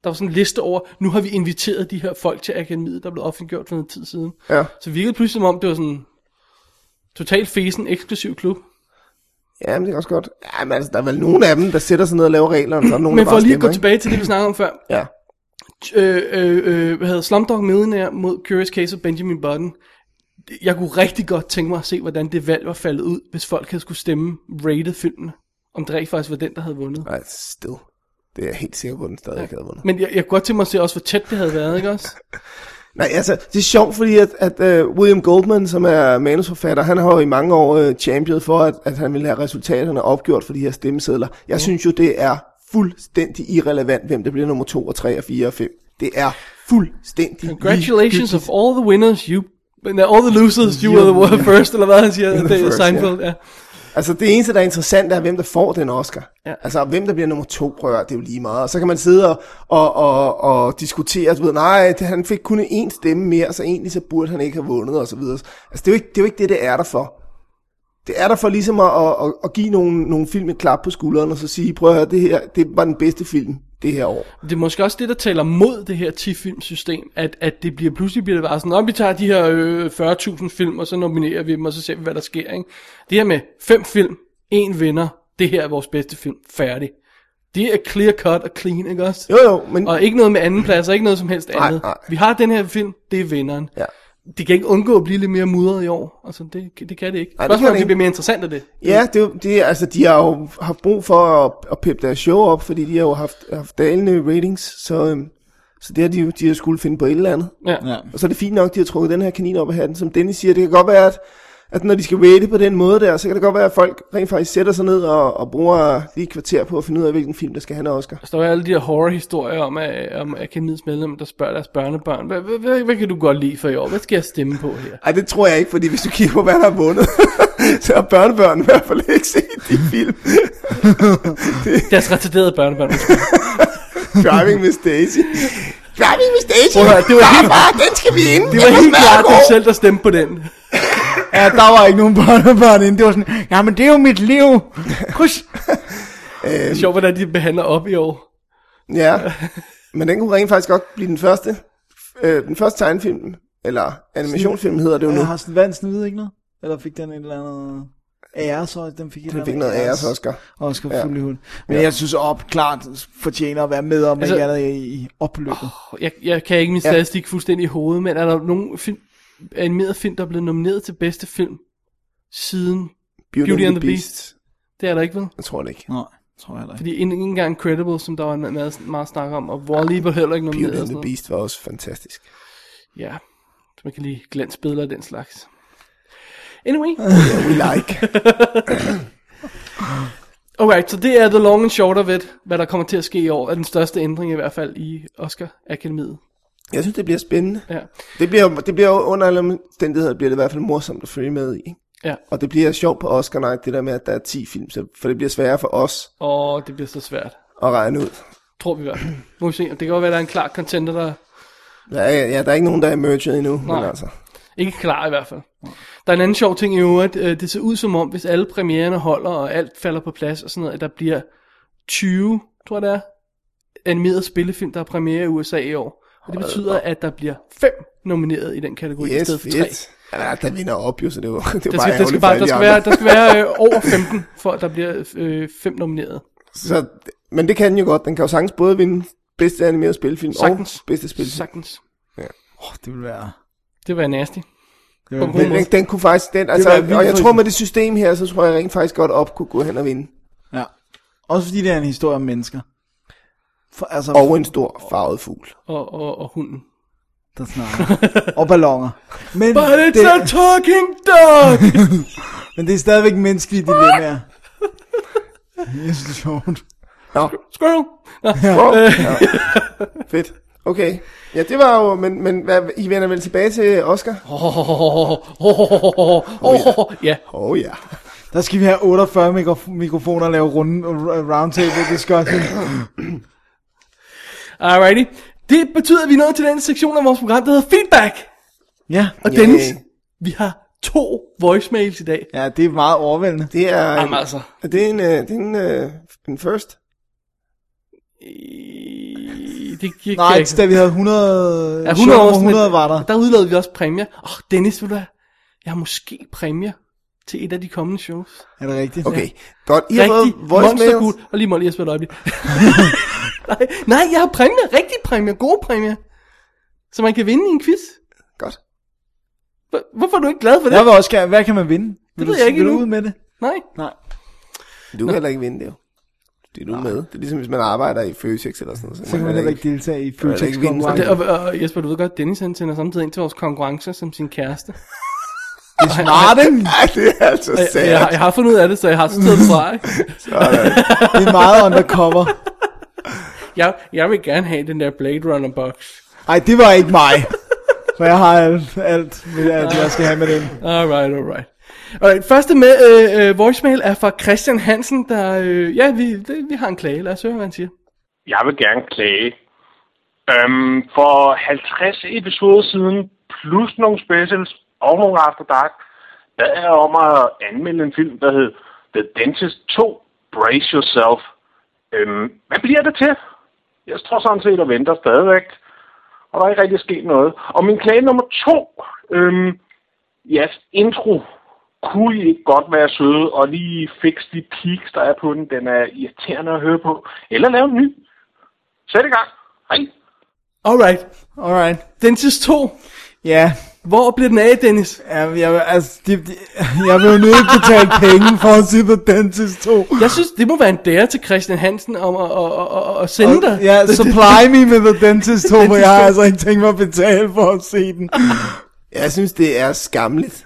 Der var sådan en liste over, nu har vi inviteret de her folk til akademiet, der blev offentliggjort for noget tid siden. Ja. Så det virkede pludselig som om, det var sådan totalt fesen, eksklusiv klub. Ja, men det er også godt. Ja, men altså, der er vel nogen af dem, der sætter sig ned og laver reglerne, så er der nogen, Men der for bare lige at stemmer, gå ikke? tilbage til det, vi snakkede om før. Ja. Øh, øh, øh, hvad hedder Slumdog Millionaire mod Curious Case of Benjamin Button. Jeg kunne rigtig godt tænke mig at se, hvordan det valg var faldet ud, hvis folk havde skulle stemme rated filmene. Om det rent faktisk var den, der havde vundet. Nej, still. Det er jeg helt sikker på, at den stadig ikke havde vundet. Men jeg, jeg kunne godt tænke mig at se også, hvor tæt det havde været, ikke også? Nej, altså, det er sjovt, fordi at, at uh, William Goldman, som er manusforfatter, han har jo i mange år uh, championet for, at, at han ville have resultaterne opgjort for de her stemmesedler. Jeg synes jo, det er fuldstændig irrelevant, hvem der bliver nummer 2 og 3 og 4 og 5. Det er fuldstændig Congratulations of all the winners, you... No, all the losers, you were the first, eller hvad han siger, the det er first, Seinfeld, ja. Altså det eneste, der er interessant, er hvem der får den Oscar. Ja. Ja. Altså hvem der bliver nummer to, prøver det er jo lige meget. Og så kan man sidde og, og, og, og diskutere, du ved, nej, det, han fik kun én stemme mere, så egentlig så burde han ikke have vundet, og så videre. Altså det er jo ikke det, er jo ikke det, det er der for. Det er der for ligesom at, at, at, at give nogle, nogle film et klap på skulderen, og så sige, prøv at høre, det her, det var den bedste film det her år. Det er måske også det, der taler mod det her 10-filmsystem, at, at det bliver pludselig bliver det bare sådan, om vi tager de her øh, 40.000 film, og så nominerer vi dem, og så ser vi, hvad der sker. Ikke? Det her med fem film, en vinder, det her er vores bedste film, færdig. Det er clear cut og clean, ikke også? Jo jo, men Og ikke noget med anden plads, og ikke noget som helst Nej, andet. nej. Vi har den her film, det er vinderen. Ja. Det kan ikke undgå at blive lidt mere mudret i år. Altså, det, det kan det ikke. Nej, det Spørgsmålet kan er, om det det ikke. bliver mere interessant af det. Ja, det, er jo- det, er- altså, de har jo haft brug for at, at peppe deres show op, fordi de har jo haft, haft dalende ratings, så, øhm, så det har de jo de har skulle finde på et eller andet. Ja. Ja. Og så er det fint nok, de har trukket den her kanin op af hatten, som Dennis siger. Det kan godt være, at, at når de skal rate på den måde der, så kan det godt være, at folk rent faktisk sætter sig ned og, og bruger lige et kvarter på at finde ud af, hvilken film, der skal have en Oscar. Der står alle de her horror-historier om, øh, om akademiets medlemmer, der spørger deres børnebørn, hvad, hvad, hvad, hvad kan du godt lide for i år? Hvad skal jeg stemme på her? Ej, det tror jeg ikke, fordi hvis du kigger på, hvad der har vundet, så har børnebørn i hvert fald ikke set de film. Deres retarderede altså børnebørn. undskyld. Driving Miss Daisy. Driving Miss Daisy. Prøv at høre, det var helt- Far, den skal vi ind. Det var helt klart dem selv, der stemte på den. Ja, der var ikke nogen børnebørn inden. Det var sådan, ja, men det er jo mit liv. Kryds. Det er sjovt, hvordan de behandler op i år. Ja, men den kunne rent faktisk godt blive den første, øh, den første tegnefilm, eller animationsfilm hedder det jo nu. Jeg har sådan vandt snyd, ikke noget? Eller fik den et eller andet ære, så den fik et Den eller fik noget ære for Oscar. Oscar Ja. ja. fuld i hund. Men ja. jeg synes op klart fortjener at være med om, altså, Altså- ikke andet i, i opløbet. Jeg, jeg kan ikke min Ja. statistik fuldstændig i hovedet, men er der nogen film, animeret film, der er blevet nomineret til bedste film siden? Beauty and the Beast. Det er der ikke, vel? Jeg tror det ikke. Nej, tror jeg heller ikke. Fordi ikke ikke engang Incredible, som der var en meget, meget snak om, og Wall-E var heller ikke Beauty nomineret. og and sådan the noget. Beast var også fantastisk. Ja, så man kan lige glansbilleder og den slags. Anyway. Yeah, we like. Alright, så det er the long and short of it, hvad der kommer til at ske i år, er den største ændring i hvert fald i Oscar-akademiet. Jeg synes, det bliver spændende. Ja, Det bliver, jo- det bliver jo under alle omstændigheder, bliver det i hvert fald morsomt at følge med i. ikke? ja. Og det bliver sjovt på Oscar Night, det der med, at der er 10 film, så- for det bliver sværere for os Og det bliver så svært. at regne ud. Tror vi i hvert fald. Må vi se, og det kan godt være, at der er en klar contender, der Ja, ja, ja, der er ikke nogen, der er emerged endnu. Nej. Men altså. ikke er klar i hvert fald. Der er en anden sjov ting i øvrigt. øh, Det ser ud som om, hvis alle premiererne holder, og alt falder på plads og sådan noget, at der bliver 20, tror jeg det er, animerede spillefilm, der er premiere i USA i år. Og det betyder, at der bliver fem nomineret i den kategori, i Yes, stedet for tre. fedt. Ja, der, der vinder op jo, så det er jo, det er jo Der bare skal, der skal, ærgerligt for bare, alle der de skal andre. være, der skal være øh, over 15, for at der bliver øh, fem nomineret. Så, men det kan den jo godt. Den kan jo sagtens både vinde bedste animeret spilfilm Sagtens. og bedste spilfilm. Sagtens. Oh, det vil være... Det var nasty. Det vil På være en Den, den, den kunne faktisk, den, altså, var vildt og jeg for- tror med det system her, så tror jeg rent faktisk godt op kunne gå hen og vinde. ja. Også fordi det er en historie om mennesker. For, altså, Og en stor farvet fugl. Og, og, og hunden. der snakker. og ballonger. Men But it's a det, talking dog! men det er stadigvæk menneskelige dilemmaer. Jesus, det er sjovt. Nå, Squirrel! Nå, wow. Øh. ja. fedt. Okay. Ja, det var jo, men, men hvad, I vender vel tilbage til Oscar? Ja, Åh oh, ja. Der skal vi have 48 mikrof- mikrofoner og lave runde r- roundtable discussion. alrighty. Det betyder, at vi er nået til den sektion af vores program, der hedder feedback. ja, Og Yay. Dennis, vi har to voicemails i dag. ja, det er meget overvældende. Det er, Jamen en, altså. er det en, øh, det er en, øh, en first? øh, Det gik Nej, ikke. da vi havde 100, Ja, ja, 100, 100, år, 100 var der. Der udlavede vi også præmier. Åh, oh, Dennis, vil du have? Jeg har måske præmier til et af de kommende shows. Er det rigtigt? Okay, godt. I har fået Rigtig voicemails. monstergul. Og lige må lige et øjeblik. nej, nej, jeg har præmier. Rigtig præmier. Gode præmier. Så man kan vinde i en quiz. Godt. Hvor- Hvorfor er du ikke glad for det? Jeg vil også gerne, hvad kan man vinde? Vil det ved jeg ikke vil du endnu. ud med det? Nej. Nej. Du kan heller ikke vinde det jo. Det er du med. Det er ligesom, hvis man arbejder i Føtex eller sådan noget. Så kan man heller ikke deltage i heller Føtex ikke vinde. Og, det, konkurrence. og, og, Jesper, du ved godt, Dennis han sender samtidig ind til vores konkurrencer som sin kæreste. Martin, Ej, det er altså Og Jeg, jeg, har- sært. jeg har fundet ud af det, så jeg har stedet fra. ikke? det er meget undercover. Jeg, jeg vil gerne have den der Blade Runner box. Ej, det var ikke mig. For jeg har alt, alt, med alt jeg skal have med den. Alright, alright. Alright, første med øh, øh, voicemail er fra Christian Hansen, der... Øh, ja, vi, det, vi har en klage. Lad os høre, hvad han siger. Jeg vil gerne klage. Øhm, for 50 episoder siden, plus nogle specials og nogle After Dark, bad jeg om at anmelde en film, der hed The Dentist 2, Brace Yourself. Øhm, hvad bliver det til? Jeg står sådan set og venter stadigvæk, og der er ikke rigtig sket noget. Og min klage nummer to, øhm, jeres intro, kunne I ikke godt være søde og lige fikse de peaks, der er på den? Den er irriterende at høre på. Eller lave en ny. Sæt i gang. Hej. Alright. Alright. Dentist 2. Ja, Hvor bliver den af, Dennis? ja jeg, vil- altså, det, det, jeg vil jo nødt betale penge for at se The Dentist 2. Jeg synes, det må være en dære til Christian Hansen om at, at, at, at, at sende dig. Ja, supply me med The Dentist 2, hvor Dentist jeg har 2. altså ikke tænkt mig at betale for at se den. Jeg synes, det er skamligt,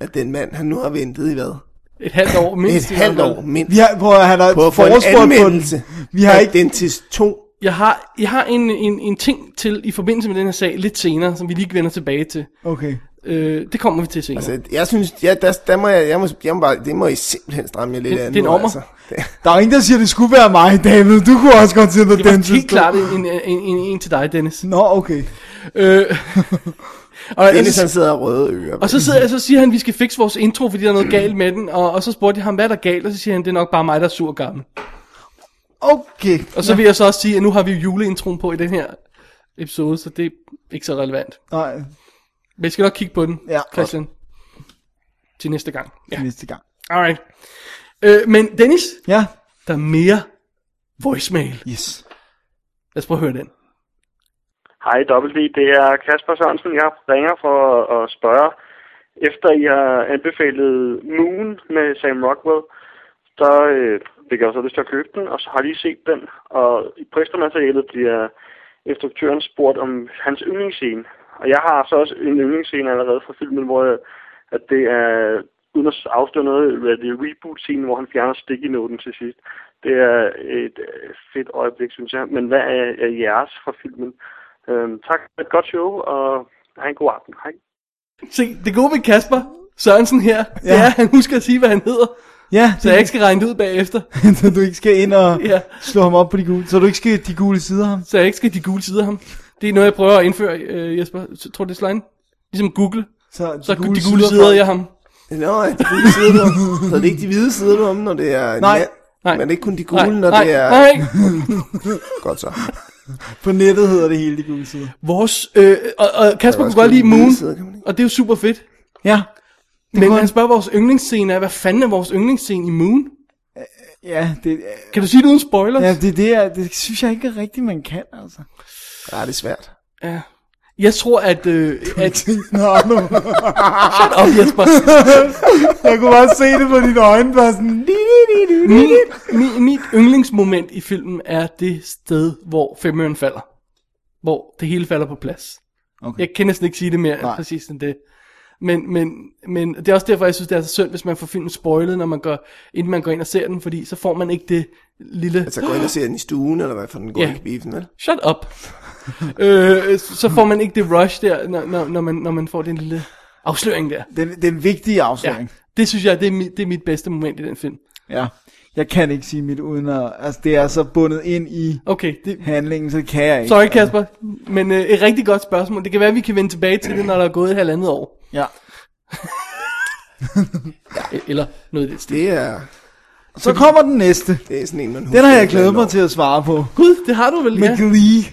at den mand, han nu har ventet i hvad? Et halvt år mindst. Et i halvt hvert år fald. mindst. Vi har, prøv at have dig På at få en forespurgt på den. anmeldelse. Vi har af ikke, Dentist 2. Jeg har, jeg har en, en, en ting til i forbindelse med den her sag lidt senere, som vi lige vender tilbage til. okay. Øh, det kommer vi til senere. Altså, jeg synes, ja, der, der må jeg, jeg, må, jeg må bare, det må I simpelthen stramme jer lidt Det- af det er en nu, ommer. altså. Det, Der er jo ingen, der siger, at det skulle være mig, David. Du kunne også godt se The det Dentist var helt 2. klart en, en, en, en, en til dig, Dennis. Nå, okay. Øh, og, Dennis, Dennis, han sidder og røde ører. og så, sidder, jeg- så siger han, at vi skal fikse vores intro, fordi der er noget galt med den. Og, og så spurgte jeg ham, hvad er der galt? Og så siger han, det er nok bare mig, der er sur og gammel. Okay. Og så vil jeg så også sige, at nu har vi jo juleintroen på i den her episode, så det er ikke så relevant. Nej, Men jeg skal nok kigge på den, Ja, ja, Christian. Til næste gang. Ja, næste gang. alright. Øh, men Dennis, Ja. der er mere voicemail. Yes. Lad os prøve at høre den. Hej WD, det er Kasper Sørensen. Jeg ringer for at spørge. Efter I har anbefalet Moon med Sam Rockwell, så øh, fik jeg også lyst til at købe den, og så har jeg lige set den. Og i prismaterialet bliver instruktøren spurgt om hans yndlingsscene. Og jeg har så også en yndlingsscene allerede fra filmen, hvor jeg, at det er, uden at afsløre noget, hvad det er reboot-scenen, hvor han fjerner sticky-noten til sidst. Det er et øh, fedt øjeblik, synes jeg. Men hvad er, er jeres fra filmen? Øhm, tak for et godt show, og have en god aften. Hej. Se, det gode ved Kasper Sørensen her, ja. det er, at han husker at sige, hvad han hedder. Ja, Så jeg ikke skal regne det ud bagefter. så du ikke skal ind og Ja. slå ham op på de gule, så du ikke skal de gule sider ham. Så jeg ikke skal de gule sider ham. Det er noget, jeg prøver at indføre, øh, Jesper. Så, tror du, det er slime? Ligesom Google. Så, Altså, Så de gule, de gule sider jeg ham. Nå, ja, de gule sider du om. Så er det ikke de hvide sider du om, når det er en Nej. mand. Nej. Men det er ikke kun de gule, Nej, når nej, det er... nej. Godt så. På nettet hedder det hele de gule sider. Vores, øh, og, og Kasper kunne godt lide Moon, Sider, kan man ikke? og det er jo super fedt. Ja. Men kunne han han. spørger, vores yndlingsscene er, hvad fanden er vores yndlingsscene i Moon? Ja, det, Kan du sige det uden spoilers? ja, det, det, er, det synes jeg ikke rigtigt, man kan, altså. Ja, det er svært. Ja. Jeg tror, at... Øh, at Nå, nu. shut up, Jesper. Jeg kunne bare se det på dine øjne, bare sådan... Di, di, di, di, di. Min, min, mit yndlingsmoment i filmen er det sted, hvor femmeren falder. Hvor det hele falder på plads. Okay. Jeg kan næsten ikke sige det mere Nej. Nej. præcis end det. Men, men, men det er også derfor, jeg synes, det er så synd, hvis man får filmen spoilet, når man går, inden man går ind og ser den, fordi så får man ikke det lille... Altså, gå ind og se den i stuen, eller hvad for den går Ja. yeah. i biffen, vel? Shut up. øh, så får man ikke det rush der, når, når, når, man, når man får den lille afsløring der. Den, den vigtige Ja. afsløring. Det synes jeg, det er, mit, det er mit bedste moment i den film. Ja. ja. Jeg kan ikke sige mit uden at... Altså, det er så bundet ind i Okay, det, handlingen, så kan jeg ikke. sorry Kasper, men øh, et rigtig godt spørgsmål. Det kan være, at vi kan vende tilbage til det, når der er gået et halvandet år. Ja. E- Eller noget i den stil. Det er, Så kommer den næste. det er sådan en, man husker. Den har jeg glædet hvert mig år. til at svare på. Gud, det har du vel, Med ja. glee.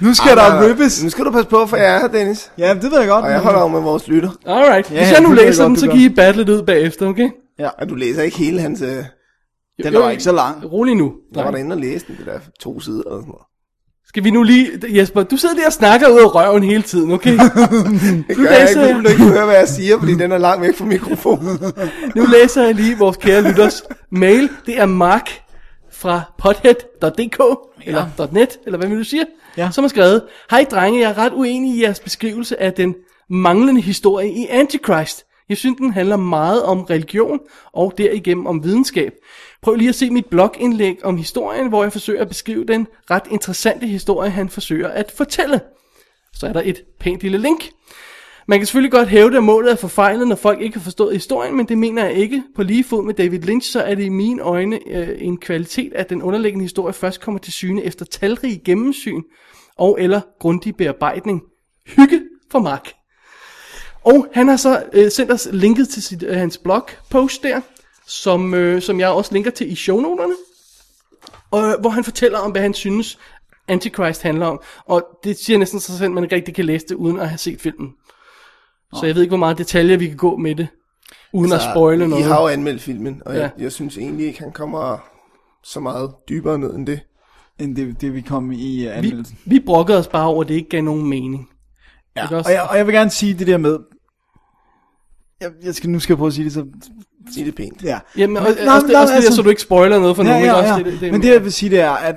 Nu skal Nej, der nej, nej. ribbes. Nu skal du passe på, for jeg er her, Dennis. Ja, det ved jeg godt. Og jeg men- holder jo med vores lytter. Alright, Ja, hvis ja, jeg nu det ved jeg læser godt, den, du så gør. kan I battle det ud bagefter, okay? Og du læser ikke hele hans... Øh, Den var ikke så lang. Rolig nu. jeg var Nej. derinde og læste den, det der to sider eller sådan noget. Skal vi nu lige... Jesper, du sidder der og snakker ud af røven hele tiden, okay? Det Nu gør jeg læser ikke, jeg. du vil ikke høre, hvad jeg siger, fordi den er langt væk fra mikrofonen. Nu læser jeg lige vores kære lytters mail. Det er Mark fra pothead.dk eller .net, eller hvad vil du sige, Ja. som har skrevet, Hej drenge, jeg er ret uenig i jeres beskrivelse af den manglende historie i Antichrist. Jeg synes, den handler meget om religion og derigennem om videnskab. Prøv lige at se mit blogindlæg om historien, hvor jeg forsøger at beskrive den ret interessante historie, han forsøger at fortælle. Så er der et pænt lille link. Man kan selvfølgelig godt hævde, at målet er forfejlet, når folk ikke har forstået historien, men det mener jeg ikke. På lige fod med David Lynch, så er det i mine øjne øh, en kvalitet, at den underliggende historie først kommer til syne efter talrige gennemsyn og eller grundig bearbejdning. Hygge for Mark. Og han har så øh, sendt os linket til sit, øh, hans blogpost der, som, øh, som jeg også linker til i shownoterne, og, hvor han fortæller om, hvad han synes Antichrist handler om. Og det siger næsten sig selv, at man ikke rigtig kan læse det, uden at have set filmen. Så jeg ved ikke, hvor meget detaljer vi kan gå med det, uden altså, at spoile noget. I har jo anmeldt filmen, og ja. jeg, Ja. jeg synes egentlig ikke, han kommer så meget dybere ned end det. End det, det vi kom i øh, vi, anmeldelsen. vi brokkede os bare over, at det ikke gav nogen mening. Ja, Og jeg, og jeg vil gerne sige det der med... Jeg, jeg skal, nu skal jeg prøve at sige det så... Sig det pænt. Ja. Jamen, og, Men- nej, også, nej, også altså, det, så du ikke spoiler noget for nogen. ikke? Også det, det, Men det jeg vil sige, det er, at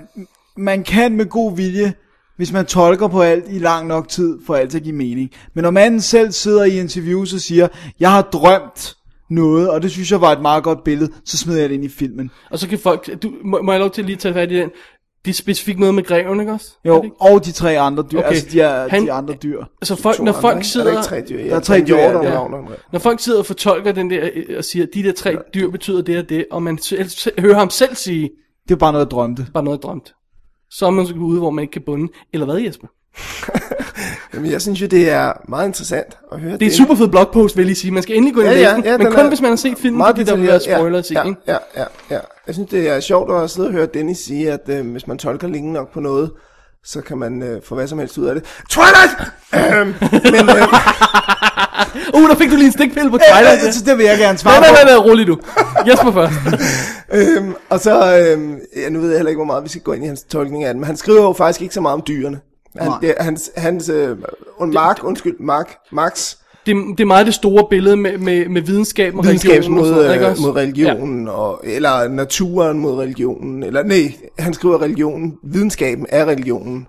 man kan med god vilje, hvis man tolker på alt i lang nok tid, for alt til at give mening. Men når manden selv sidder i interviews og siger, jeg har drømt noget, og det synes jeg var et meget godt billede, så smider jeg det ind i filmen. Og så kan folk... Du, må, må jeg lov til lige at tage fat i den? Det er specifikt noget med greven, ikke også? Er det Jo, ikke? og de tre andre dyr, okay. Okay. altså de, er, Han... Han- de andre dyr. Altså folk, To når andre, folk ikke? Er sidder... der ikke tre dyr? Ja, Der er tre dyr, Der ja. er tre dyr, Når folk sidder og fortolker den der øh, og siger, de der tre dyr betyder det og det, og man selv, selv, hører ham selv sige, Det er bare noget, jeg drømte. bare noget drømt. Så er man så ude, hvor man ikke kan bunde. Eller hvad, Jesper? Jamen, jeg synes jo, det er meget interessant at høre Det er en super fed blogpost, vil jeg lige sige. Man skal endelig gå ind og læse den, men den kun er hvis man har set filmen, meget fordi der vil være detaljeret. spoilers ja, i, ikke? ja, ja, ja. Jeg synes, det er sjovt at sidde og høre Dennis sige, at øh, hvis man tolker længe nok på noget, så kan man øh, få hvad som helst ud af det. Twilight! Øhm, men øh, Uh, der fik du lige en stikpille på Twilight. Øh, Så det vil jeg gerne svare Nej, nej, på. nej, nej, rolig du. Jesper først. øhm, og så, øhm, ja, nu ved jeg heller ikke, hvor meget vi skal gå ind i hans tolkning af den, men han skriver jo faktisk ikke så meget om dyrene. Han, Nej. det, hans, hans øh, und, Mark, undskyld, Mark, Max, Det, det er meget det store billede med, med, med videnskab og videnskab religion. og mod, sådan noget, ikke øh, også? mod religionen, ja. og, eller naturen mod religionen, eller nej, han skriver religionen, videnskaben er religionen,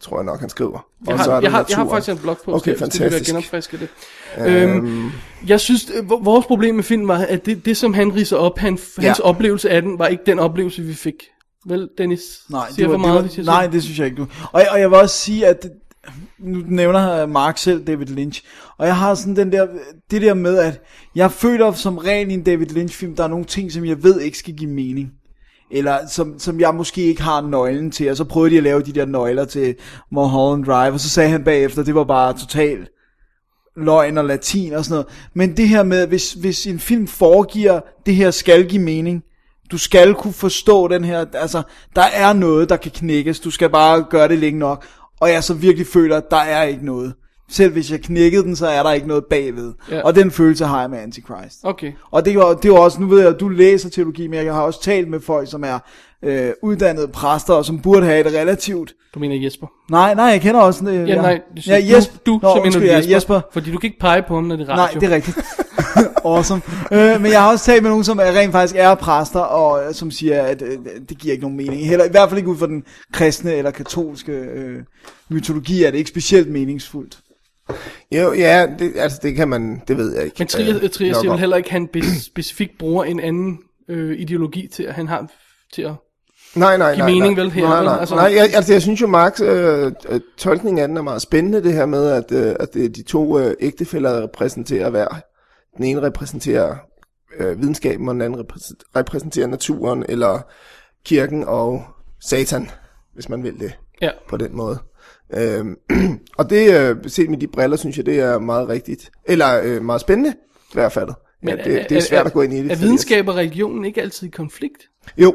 tror jeg nok, han skriver. Jeg og har, så er der jeg, har, jeg har naturen. faktisk en blog på, Okay, så det fantastisk. genopfriske det. Øhm, jeg synes, øh, vo- vores problem med filmen var, at det, det som han riser op, han, Ja. hans oplevelse af den, var ikke den oplevelse, vi fik. Vel, Dennis? Nej, siger det var, for det meget, var, hvis jeg nej, det synes jeg ikke. Du. Og, og jeg vil også sige, at det, nu nævner Mark selv David Lynch, og jeg har sådan den der, det der med, at jeg føler som regel i en David Lynch film, der er nogle ting, som jeg ved ikke skal give mening. Eller som, som jeg måske ikke har nøglen til, og så prøvede de at lave de der nøgler til Mulholland Drive, og så sagde han bagefter, det var bare totalt løgn og latin og sådan noget. Men det her med, hvis, hvis en film foregiver, det her skal give mening, du skal kunne forstå den her, altså, der er noget, der kan knækkes, du skal bare gøre det længe nok, og jeg så virkelig føler, at der er ikke noget. Selv hvis jeg knækkede den, så er der ikke noget bagved. Ja. Ja. Og den følelse har jeg med Antichrist. Okay. Og det er, jo- det er jo også, nu ved jeg, at du læser teologi, men jeg har også talt med folk, som er øh, uddannede præster, og som burde have et relativt... Du mener Jesper? Nej, nej, jeg kender også... Øh, Ja, nej. Du, ja, Jesper. Du, du Nå, så mener undskyld, du ja, Jesper, Jesper. Fordi du kan ikke pege på ham, når det er Nej, radio. det er rigtigt. awesome. Øh, men jeg har også talt med nogen, som er rent faktisk er præster, og øh, som siger, at øh, det giver ikke nogen mening. Heller, I hvert fald ikke ud fra den kristne eller katolske øh, mytologi, er det ikke specielt meningsfuldt. Jo, ja, det, altså det kan man, det ved jeg ikke. Men Trier, øh, Trier nok siger om. vel heller ikke, at han be- specifikt bruger en anden øh, ideologi til, at han har til at... nej, nej, give nej, mening nej, vel her, Nej, vel? nej, Altså- altså, nej jeg, altså jeg synes jo, Marks øh, øh, tolkning af den er meget spændende, det her med, at, øh, at øh, de to øh, ægtefæller repræsenterer hver. Den ene repræsenterer øh, videnskaben, og den anden repræs- repræsenterer naturen, eller kirken og satan, hvis man vil det Ja, på den måde. Øhm, og det, øh, set med de briller, synes jeg, det er meget rigtigt. Eller øh, meget spændende, i hvert fald. Men ja, det, det er svært at gå ind i det. Er fordi- videnskab og religion ikke altid i konflikt? Jo,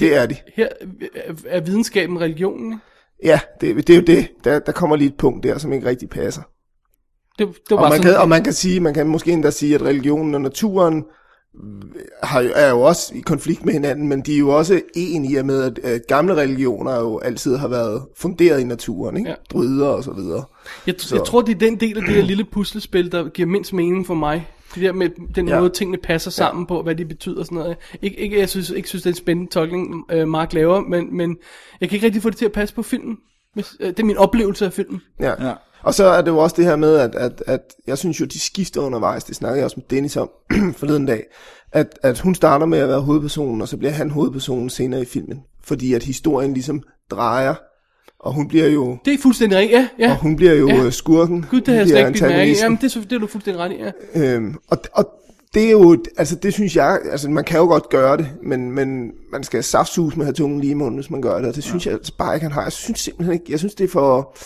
det er de. Her er- er videnskaben religionen, ikke? Ja, det, det er jo det. Der, der kommer lige et punkt der, som ikke rigtig passer. Det, det var Og bare man, sådan, kan, og man kan sige, man kan måske endda sige, at religionen og naturen øh, har, jo- er jo også i konflikt med hinanden, men de er jo også enige i og med, at, at gamle religioner jo altid har været funderet i naturen, ikke? Ja. Ja. Bryder og så videre. jeg, tr- jeg tror, det er den del af det her lille puslespil, der giver mindst mening for mig. Det der med den ja. Ja. måde, tingene passer sammen ja. på, hvad de betyder og sådan noget. Ikke, ikke, jeg synes, ikke synes, det er en spændende tolkning, øh, Mark laver, men, men jeg kan ikke rigtig få det til at passe på filmen. Hvis, øh, det er min oplevelse af filmen. Ja. Ja. ja. Og så er det jo også det her med, at, at, at jeg synes jo, de skifter undervejs. Det snakkede jeg også med Dennis om forleden dag. At, at hun starter med at være hovedpersonen, og så bliver han hovedpersonen senere i filmen. Fordi at historien ligesom drejer, og hun bliver jo, Det er fuldstændig rigtigt, ja. ja. og hun bliver jo Ja. ja. skurken. Gud, det har jeg Hun slet bliver ikke bidt mærke i. antagonisten. Jamen, det er, så- det er du fuldstændig ret i, ja. Øhm, og, og det er jo, et- altså det synes jeg, altså man kan jo godt gøre det, men, men man skal saftsus med at have tungen lige i munden, hvis man gør det, og det synes ja. jeg altså bare ikke, han har. Jeg synes simpelthen ikke, jeg synes det er for,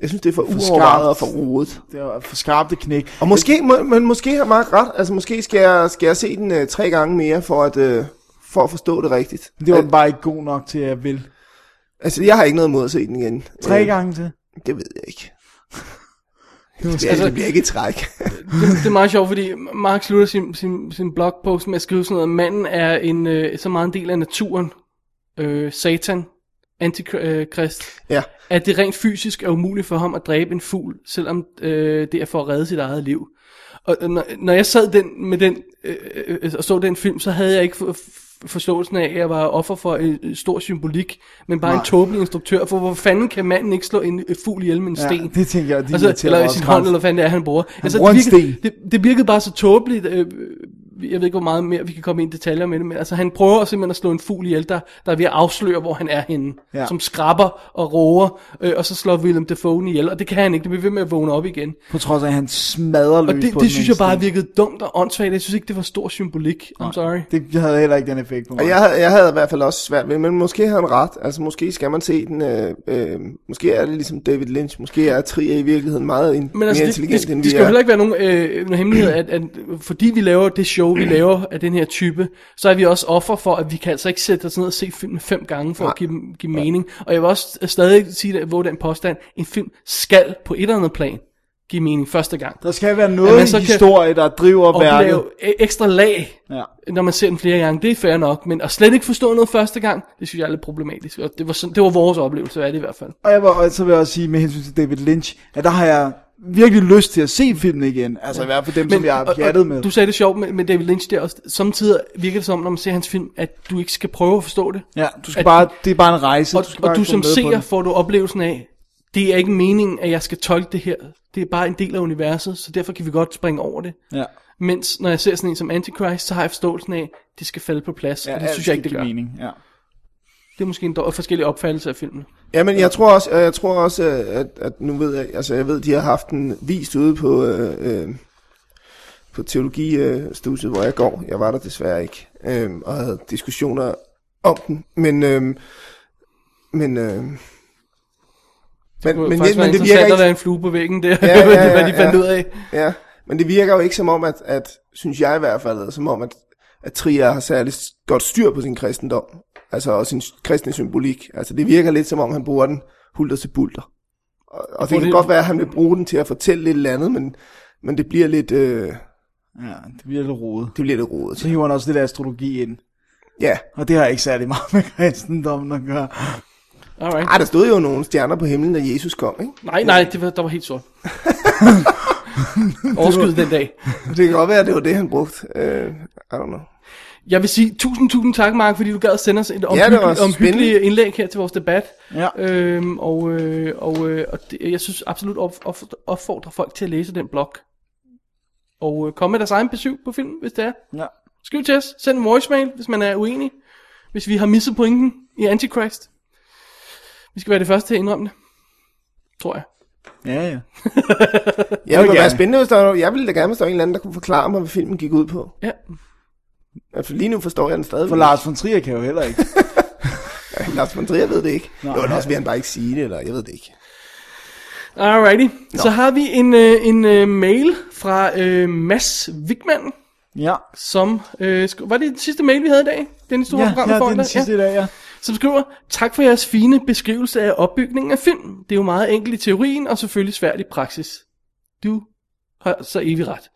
jeg synes det er for, for uovervejet skarpt. og for rodet. Det er for skarpt et knæk. Og måske, må, men måske har Mark ret, altså måske skal jeg, skal jeg se den øh, tre gange mere, for at, øh, for at forstå det rigtigt. Det var Al- den bare ikke god nok til, at jeg vil. altså jeg har ikke noget imod at se den igen. Tre Øh, gange til. Det ved jeg ikke. Det var Ja, altså, det bliver ikke et træk. det, det er meget sjovt, fordi Mark slutter sin, sin, sin blogpost med at skrive sådan noget, manden er en, øh, så meget en del af naturen, øh, satan, antikrist, Ja, at det rent fysisk er umuligt for ham at dræbe en fugl, selvom øh, det er for at redde sit eget liv. Og øh, når, når jeg sad den, med den øh, øh, og så den film, så havde jeg ikke for, f- forståelsen af, at jeg var offer for en øh, stor symbolik, men bare Nej. en tåbelig instruktør, for hvor fanden kan manden ikke slå en øh, fugl ihjel med en sten? Ja, det tænker jeg, de Altså, irriterer eller mig i også sin hånd, ret. eller hvad fanden det er, han bruger. Han bruger en det, virkede, sten. det, det virkede bare så tåbeligt. Øh, jeg ved ikke, hvor meget mere vi kan komme ind i detaljer med det, men altså, han prøver simpelthen at slå en fugl ihjel, der, der er ved at afsløre, hvor han er henne. Ja. Ja. Som skrabber og roer, øh, og så slår William Dafoe ihjel, og det kan han ikke. Det bliver ved med at vågne op igen. På trods af, at han smadrer løs Og det, på det den synes jeg bare instinkt. virkede dumt og åndssvagt. Jeg synes ikke, det var stor symbolik. I'm sorry. Det havde heller ikke den effekt på mig. og jeg, havde- jeg havde i hvert fald også svært ved, men måske har han ret. Altså måske skal man se den, øh, øh, måske er det ligesom David Lynch, måske er Trier i virkeligheden meget in, Men mere altså, det, intelligent, det, end det, vi det skal jo er. heller ikke være nogen, øh, nogen hemmelighed, at, at fordi vi laver det show, vi laver af den her type, så er vi også offer for, at vi kan altså ikke sætte os ned og se filmen fem gange for Nej. at give, dem- give mening. Og jeg vil også øh, stadig sige, hvor den påstand, en film skal på et eller andet plan give mening første gang. Der skal være At noget man i så kan historie, der driver værket. Opleve e- ekstra lag, Ja. når man ser den flere gange, det er fair nok, men at slet ikke forstå noget første gang, det synes jeg er lidt problematisk. Og det var, sådan, det var vores oplevelse af det i hvert fald. Og jeg vil, og så vil jeg også sige med hensyn til David Lynch, at der har jeg virkelig lyst til at se filmen igen. Altså i hvert fald dem, som jeg har og- pjattet og med. Du sagde det sjovt med, med David Lynch der også. Samtidig virker det som, når man ser hans film, at du ikke skal prøve at forstå det. ja, du skal at- bare, det er bare en rejse. og skal du, bare og du komme som med på seer den. får du oplevelsen af, det er ikke meningen, at jeg skal tolke det her. Det er bare en del af universet, så derfor kan vi godt springe over det. Ja. Mens når jeg ser sådan en som Antichrist, så har jeg forståelsen af, at det skal falde på plads. Ja, og det alt synes jeg ikke, skal det give gør. mening. Ja. Det er måske en dår- forskellig opfattelse af filmen. Ja, men jeg tror også, jeg tror også at, at nu ved jeg, altså jeg ved, de har haft den vist ude på, øh, øh, på teologistudiet, hvor jeg går. Jeg var der desværre ikke, øh, og havde diskussioner om den, men... Øh, men, øh, men, Det kunne men, faktisk være interessant at være en flue på væggen der, ja, ja, ja, hvad de fandt ja. ud af. Ja, men det virker jo ikke som om, at, at synes jeg i hvert fald, som om, at, at Trier har særlig godt styr på sin kristendom, altså og sin kristne symbolik. Altså det virker lidt som om, han bruger den hulter til bulter. Og, og det Hvor kan det- godt være, at han vil bruge den til at fortælle lidt eller andet, men, men det bliver lidt, øh, Ja, det bliver lidt rodet. det bliver lidt rodet. Så hiver han også lidt astrologi ind. Ja, Og det har ikke særlig meget med kristendommen at gøre. Alright. Ej, der stod jo nogle stjerner på himlen, da Jesus kom, ikke? Nej, nej, det var, der var helt sort. Overskyet den dag. Det kan godt være, at det var det, han brugte. Øh, I don't know. Jeg vil sige tusind, tusind tak, Mark, fordi du gad at sende os et det var omhyggeligt, omhyggeligt indlæg her til vores debat. Ja. Øhm, og øh, og, øh, og det, jeg synes absolut op, op, opfordrer folk til at læse den blog. Og øh, komme med deres egen besøg på filmen, hvis det er. Ja. Skriv til os, send en voicemail, hvis man er uenig. Hvis vi har misset pointen i Antichrist. Vi skal være det første til at indrømme det. Tror jeg. Ja, ja. Ja, det kunne være gerne. spændende, hvis der var, jeg ville da gerne, hvis der var en eller anden, der kunne forklare mig, hvad filmen gik ud på. Ja. Altså, lige nu forstår jeg den stadig. For Lars von Trier kan jo heller ikke. Lars von Trier ved det ikke. Nå. Nå, jo, eller også vil han bare ikke sige det, eller jeg ved det ikke. Alrighty. Så har vi en, øh, en øh, mail fra øh, Mads Wigman, Ja, som... Øh, skri- var det den sidste mail, vi havde i dag? Den store ja, program, ja vi får det er i dag? den sidste i dag, ja. som skriver, tak for jeres fine beskrivelse af opbygningen af film. Det er jo meget enkelt i teorien, og selvfølgelig svært i praksis. Du har så evig ret.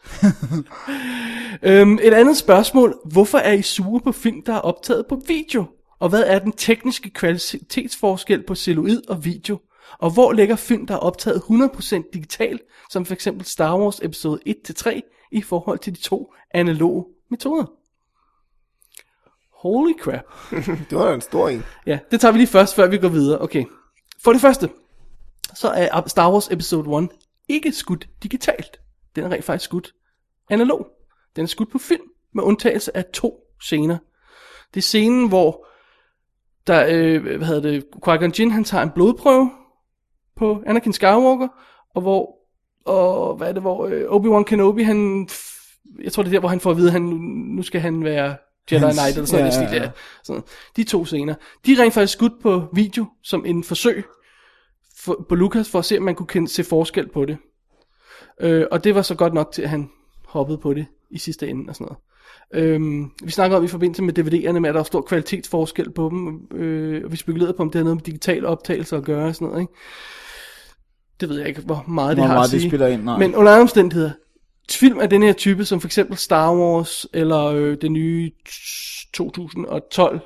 øhm, et andet spørgsmål. Hvorfor er I sure på film, der er optaget på video? Og hvad er den tekniske kvalitetsforskel på celluloid og video? Og hvor ligger film, der er optaget 100% digitalt, som f.eks. Star Wars episode 1-3, i forhold til de to analoge metoder? Holy crap. Det var da en stor en. Ja, det tager vi lige først, før vi går videre. Okay. For det første, så er Star Wars Episode 1 ikke skudt digitalt. Den er rent faktisk skudt analog. Den er skudt på film, med undtagelse af to scener. Det er scenen, hvor der, øh, hvad hedder det, Qui-Gon Jinn, han tager en blodprøve på Anakin Skywalker, og hvor, og hvad er det, hvor øh, Obi-Wan Kenobi, han, f- jeg tror det er der, hvor han får at vide, at han, nu skal han være Jedi Hans- Knight, eller sådan ja, noget, ja, ja, ja. ja. Sådan. De to scener. De er rent faktisk skudt på video, som en forsøg for, på Lucas, for at se, om man kunne kende, se forskel på det. Øh, og det var så godt nok til, at han hoppede på det i sidste ende og sådan noget. Øhm, vi snakker om i forbindelse med DVD'erne, med at der er stor kvalitetsforskel på dem, øh, og vi spekulerede på, om det har noget med digitale optagelser at gøre og sådan noget, ikke? Det ved jeg ikke, hvor meget Hvor det har meget at det sige. spiller ind, nej. Men under andre omstændigheder, film af den her type, som for eksempel Star Wars, eller øh, den nye t- 2012,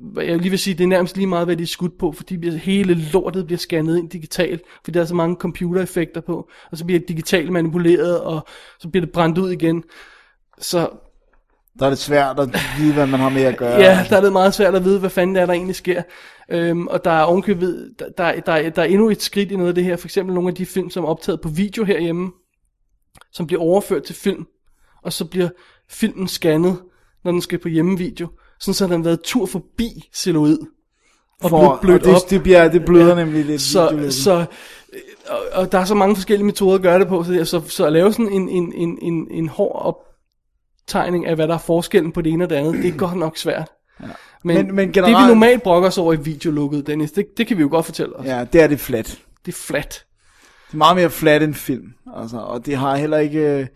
hvad jeg lige vil sige, det er nærmest lige meget, hvad de er skudt på, fordi bliver- hele lortet bliver scannet ind digitalt, fordi der er så mange computereffekter på, og så bliver det digitalt manipuleret, og så bliver det brændt ud igen. Så Der er det svært at vide, hvad man har med at gøre. Ja, der er det meget svært at vide, hvad fanden det er, der egentlig sker. Øhm, og der er ovenkøbet, der, der, der, der er endnu et skridt i noget af det her. For eksempel nogle af de film, som er optaget på video herhjemme, som bliver overført til film, og så bliver filmen scannet, når den skal på hjemmevideo. Sådan så har den været tur forbi celluloid. Og For, blevet blødt og det, op. det, bliver, det bløder ja. nemlig lidt. Så, videoen. så, øh, og, og der er så mange forskellige metoder at gøre det på, så, så, så at lave sådan en, en, en, en, en hård optegning af, hvad der er forskellen på det ene og det andet, det er godt nok svært. Ja. Men- Men, men, men men generelt... det generelt- vi normalt brokker os over i videolukket, Dennis, det, det kan vi jo godt fortælle os. Ja. Ja, det er det flat. Det er flat. Det er meget mere flat end film, altså, og det har heller ikke... øh,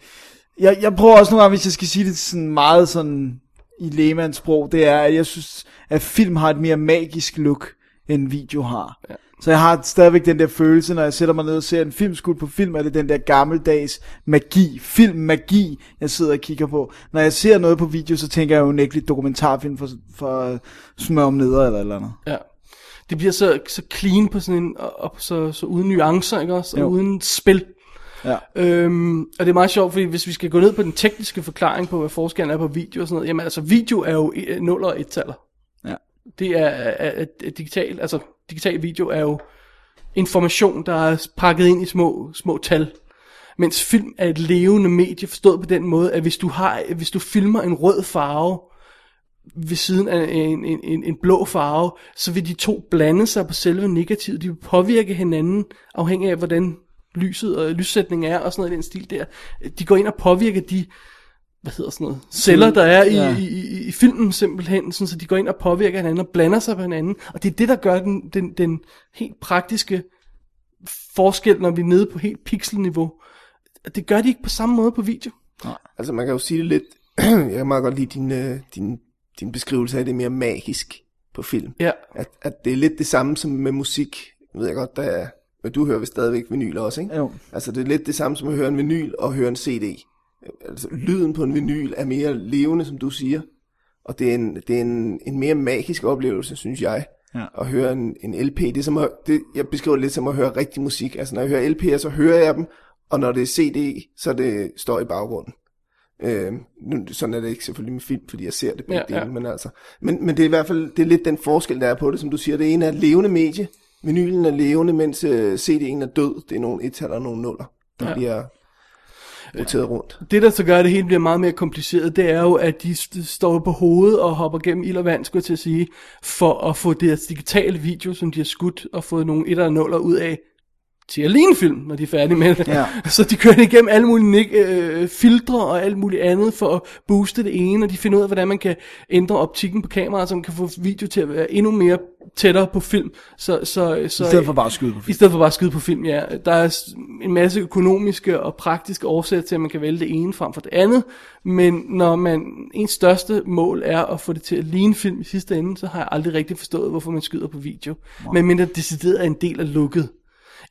Jeg, jeg prøver også nogle gange, hvis jeg skal sige det sådan meget sådan i lægemands sprog, det er, at jeg synes, at film har et mere magisk look, end video har. Ja. Så jeg har stadigvæk den der følelse, når jeg sætter mig ned og ser en film skudt på film, er det den der gammeldags magi, filmmagi, jeg sidder og kigger på. Når jeg ser noget på video, så tænker jeg jo unægteligt dokumentarfilm for, for smør om neder eller et eller andet. Ja. Det bliver så, så clean på sådan en, og, og så, så uden nuancer, ikke også? Og Jo. uden spil. Ja. Øhm, og det er meget sjovt, fordi hvis vi skal gå ned på den tekniske forklaring på, hvad forskellen er på video og sådan noget, jamen altså video er jo 0 og 1 taller. Ja. Det er, er, er, er digital, altså digital video er jo information, der er pakket ind i små, små tal. Mens film er et levende medie, forstået på den måde, at hvis du, har, hvis du filmer en rød farve, ved siden af en, en, en, en blå farve, så vil de to blande sig på selve negativet. De vil påvirke hinanden, afhængig af hvordan lyset og lyssætningen er, og sådan noget i den stil der. De går ind og påvirker de, hvad hedder sådan noget, celler, der er i, Ja. ja. i, i, i filmen simpelthen, sådan, så de går ind og påvirker hinanden og blander sig på hinanden. Og det er det, der gør den, den, den helt praktiske forskel, når vi er nede på helt pixelniveau. Det gør de ikke på samme måde på video. Altså man kan jo sige det lidt, jeg kan meget godt lide din, øh, din, din beskrivelse af det mere magisk på film. Ja, At, at det er lidt det samme som med musik. Nu ved jeg godt, der er, men du hører vel stadigvæk vinyl også, ikke? Jo. Altså det er lidt det samme som at høre en vinyl og høre en CD. Altså lyden på en vinyl er mere levende, som du siger. Og det er en, det er en, en mere magisk oplevelse, synes jeg. Ja. At høre en, en LP, det er som at, det, jeg beskriver det lidt som at høre rigtig musik. Altså når jeg hører LP'er, så hører jeg dem, og når det er CD, så er det står i baggrunden. Øh, nu, sådan er det ikke selvfølgelig med film, fordi jeg ser det begge Ja, ja, ja. dele, men altså. Men, men det er i hvert fald det er lidt den forskel, der er på det, som du siger. Det ene er et levende medie, vinylen er levende, mens øh, CD'en er død. Det er nogle ettaler og nogle nuller, der ja. Ja. bliver roteret rundt. det der så gør, at det hele bliver meget mere kompliceret, det er jo, at de st- står på hovedet og hopper gennem ild og vand, skulle jeg til at sige, for at få deres digitale video, som de har skudt og fået nogle etter og nuller ud af, til at ligne film, når de er færdige med det. Ja. Så de kører det igennem alle mulige nik- øh, filtre og alt muligt andet for at booste det ene, og de finder ud af, hvordan man kan ændre optikken på kameraet, så man kan få video til at være endnu mere tættere på film. Så, så, så, I stedet for bare at skyde på film. I stedet for bare at skyde på film, ja. Der er s- en masse økonomiske og praktiske årsager til, at man kan vælge det ene frem for det andet, men når man ens største mål er at få det til at ligne film i sidste ende, så har jeg aldrig rigtig forstået, hvorfor man skyder på video. Wow. Men mindre decideret er en del af lukket,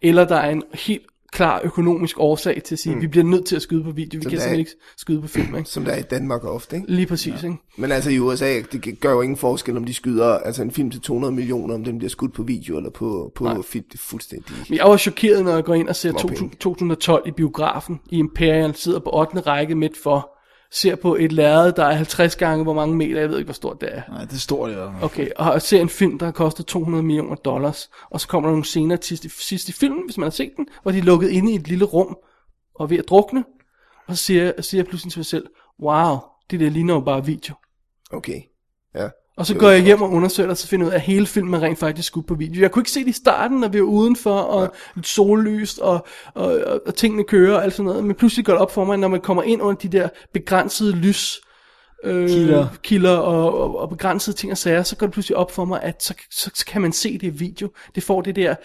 eller der er en helt klar økonomisk årsag til at sige, mm. vi bliver nødt til at skyde på video, vi så kan der er- simpelthen ikke skyde på film, ikke? Som der er i Danmark ofte, ikke? Lige præcis, ja. ikke? Men altså i USA, det gør jo ingen forskel, om de skyder altså en film til 200 millioner, om den bliver skudt på video eller på, på film. Det er fuldstændig Men jeg var chokeret, når jeg går ind og ser Småpenge. 2000- 2012 i biografen i Imperial, sidder på 8. række midt for, ser på et lærred, der er 50 gange hvor mange meter, jeg ved ikke, hvor stort det er. Nej, det står det jo. Okay, og ser en film, der har kostet 200 millioner dollars, og så kommer der nogle scener til sidst i- sidst i filmen, hvis man har set den, hvor de er lukket inde i et lille rum og er ved at drukne, og så siger, siger jeg pludselig til mig selv, wow, det der ligner jo bare video. Okay. Ja. Og så Det går er jeg hjem og undersøger det, og så finder jeg ud af, at hele filmen er rent faktisk skudt på video. Jeg kunne ikke se det i starten, når vi var udenfor, og lidt sollyst, og, og, og, og tingene kører og alt sådan noget. Men pludselig går det op for mig, når man kommer ind under de der begrænsede lys, øh, Kilder. kilder og, og, og begrænsede ting og sager, så går det pludselig op for mig, at så, så, så kan man se det i video. Det får det der,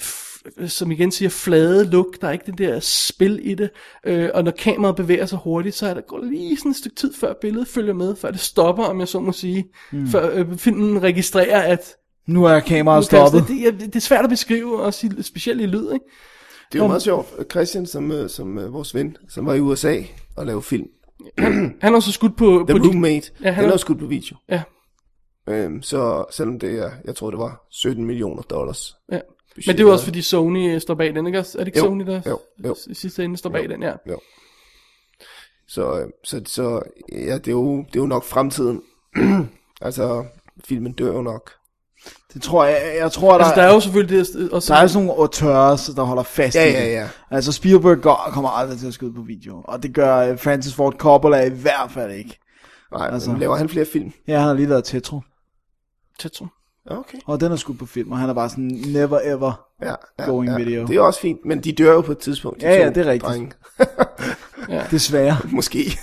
f- som igen siger, flade look, der er ikke det der spil i det, øh, og når kameraet bevæger sig hurtigt, så er der går der lige sådan et stykke tid, før billedet følger med, før det stopper, om jeg så må sige, Hmm. mm. før øh, filmen registrerer, at Nu er kameraet nu kan jeg- stoppet. Det, ja, det, det er svært at beskrive, også i, specielt i lyd, ikke? Det er jo meget sjovt. Christian, som, øh, som øh, vores ven, som var i USA og lavede film. Han har så skudt på... på The de- Roommate, Ja, ja, han han den er har- jo skudt på video. Ja, Øhm, så selvom det er, jeg tror det var 17 millioner dollars. ja. Men det er jo også fordi Sony øh, står bag den, ikke? også? Er det ikke Jo, Sony, der jo, jo. i sidste ende står bag den, ja? Jo. Så, øh, så, så ja, det er, jo, det er jo nok fremtiden. altså, filmen dør jo nok. Det tror jeg, jeg tror, der, Altså, der er jo selvfølgelig det, også, der er sådan nogle auteurs, der holder fast Ja, i ja, det. ja. Altså Spielberg går, kommer aldrig til at skyde på video, og det gør øh, Francis Ford Coppola i hvert fald ikke. Nej, Altså. altså. laver han flere film? Jeg har lige lavet Tetro, altså- Tetsu. Okay. og den er skudt på film, og han er bare sådan, never ever. Ja, ja, Going ja. video. Det er også fint, men de dør jo på et tidspunkt. de Ja, ja, to det er rigtigt. Drenge. Desværre. Måske.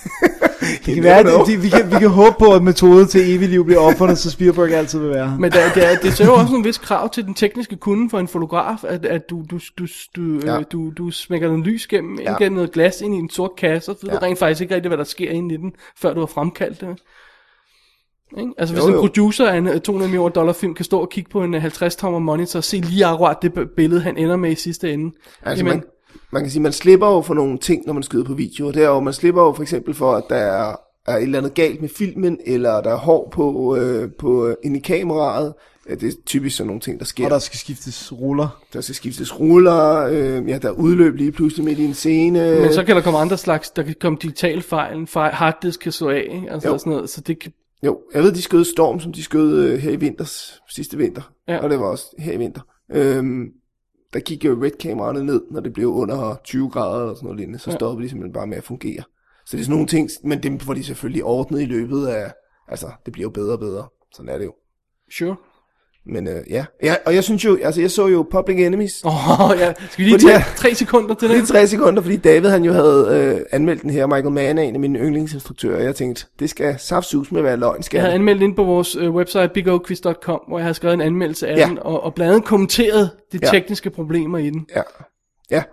Det kan være, at de, vi, kan, vi kan håbe på, at metoden til evigt liv bliver opfundet, så Spielberg altid vil være her. Men der, der, det sætter jo også en vis krav til den tekniske kunde for en fotograf, at, at du, du, du, du, Ja. ja. du, du smækker noget lys gennem, ja. Ja. ind gennem noget glas ind i en sort kasse, og så ved ja. Ja. du rent faktisk ikke rigtig, hvad der sker inde i den, før du har fremkaldt det. Ikke? Altså hvis Jo, jo, jo. jo. en producer af en øh, 200 millioner dollar film kan stå og kigge på en 50-tommer monitor og se lige akkurat det b- billede, han ender med i sidste ende. Altså, man, man kan sige, man slipper jo for nogle ting, når man skyder på video. Og det er jo, man slipper jo for eksempel for, at der er, er et eller andet galt med filmen, eller der er hår på, øh, på øh, inde i kameraet. Ja, det er typisk sådan nogle ting, der sker. Og der skal skiftes ruller. Der skal skiftes ruller, øh, ja, der er udløb lige pludselig midt i en scene. Men så kan der komme andre slags, der kan komme digitale fejl, en fejl, harddisk kan slå af, ikke? altså Jo. og sådan noget, så det kan, Jo, jeg ved, de skød Storm, som de skød øh, her i vinters, sidste vinter. Ja. Ja. Og det var også her i vinter. Øhm, der gik jo red-kameraerne ned, når det blev under 20 grader eller sådan noget lignende. Så Ja. stoppede de simpelthen bare med at fungere. Så det er sådan nogle ting, men dem får de selvfølgelig ordnet i løbet af, Altså, det bliver jo bedre og bedre. Sådan er det jo. Sure. Men øh, ja. ja, og jeg synes jo, altså jeg så jo Public Enemies. Åh, oh, ja. Skal vi lige Fordi tage jeg- tre sekunder til Det er det? tre sekunder, fordi David han jo havde øh, anmeldt den her. Michael Mann er en af mine yndlingsinstruktører, og jeg tænkte, det skal saftsus med at være løgn, skal Jeg havde det? anmeldt ind på vores øh, website bigoquiz.com, hvor jeg har skrevet en anmeldelse af Ja. ja. den, og, og blandt andet kommenteret de Ja. ja. tekniske problemer i den. Ja. ja.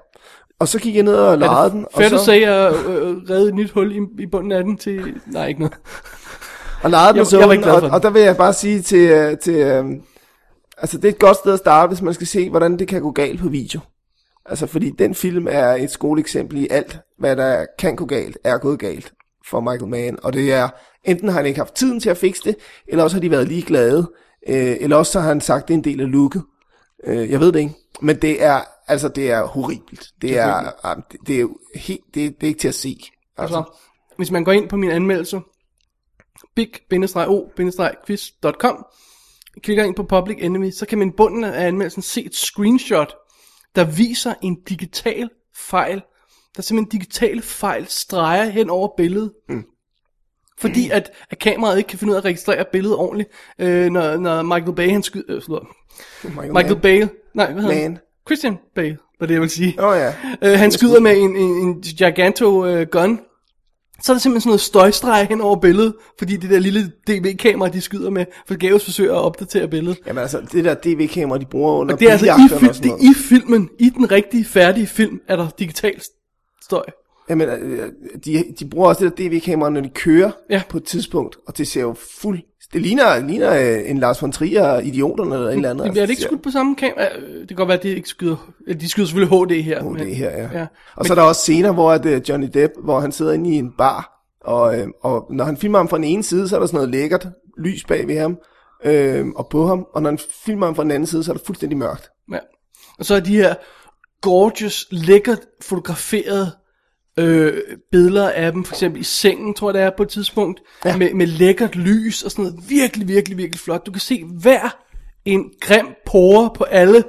Og så gik jeg ned og lejede den. Og Fair så, du sagde, at jeg øh, redde et nyt hul i, i bunden af den til... Nej, ikke noget. Og lejede den, Jeg- og, så jeg var den, ikke glad for og, den. og der vil jeg bare sige til... øh, til øh, altså, det er et godt sted at starte, hvis man skal se, hvordan det kan gå galt på video. Altså, fordi den film er et skoleeksempel i alt, hvad der kan gå galt, er gået galt for Michael Mann. Og det er, enten har han ikke haft tiden til at fikse det, eller også har de været ligeglade, øh, eller også så har han sagt, det er en del af looket. Øh, jeg ved det ikke. Men det er, altså, det er horribelt. Det er, ah, det, det er jo helt, det, det er ikke til at se. Altså, Så, hvis man går ind på min anmeldelse, big-o-quiz.com, klikker ind på Public Enemy, så kan man i bunden af anmeldelsen se et screenshot, der viser en digital fejl. Der er simpelthen digitale fejl streger hen over billedet. Mm. Fordi at, at kameraet ikke kan finde ud af at registrere billedet ordentligt, øh, når, når Michael Bay han skyder... Øh, forlåt. Michael, Michael Mann. Bale. Nej, hvad hedder han? Man. Christian Bale, var det, jeg vil sige. Åh oh, ja. Øh, han skyder med en, en, en Giganto øh, gun. Så er der simpelthen sådan noget støjstreg hen over billedet, fordi det der lille DB-kamera, de skyder med, forgæves forsøger at opdatere billedet. Jamen altså, det der DV-kamera, de bruger under Og det er altså i, biljagterne og fil- sådan det, noget. i filmen, i den rigtige, færdige film, er der digital støj. Jamen, øh, de, de bruger også det der DV-kamera, når de kører Ja. på et tidspunkt, og det ser jo fuld... Det ligner, ligner øh, en Lars von Trier og idioterne eller et eller andet. Det bliver det ikke Altså, skudt på samme kamera? Øh, Det kan godt være, at de ikke skyder... øh, De skyder selvfølgelig HD her. ser- men- Oh, det her, ja. ja. ja. Og så er der også scener, hvor at, øh, Johnny Depp, hvor han sidder inde i en bar, og, øh, og når han filmer ham fra den ene side, så er der sådan noget lækkert lys bag ved ham øh, og på ham, og når han filmer ham fra den anden side, så er det fuldstændig mørkt. Ja. Og så er de her gorgeous, lækkert fotograferede øh, billeder af dem, for eksempel i sengen, tror jeg det er på et tidspunkt, ja. med, med lækkert lys og sådan noget. Virkelig, virkelig, virkelig flot. Du kan se hver en grim pore på alle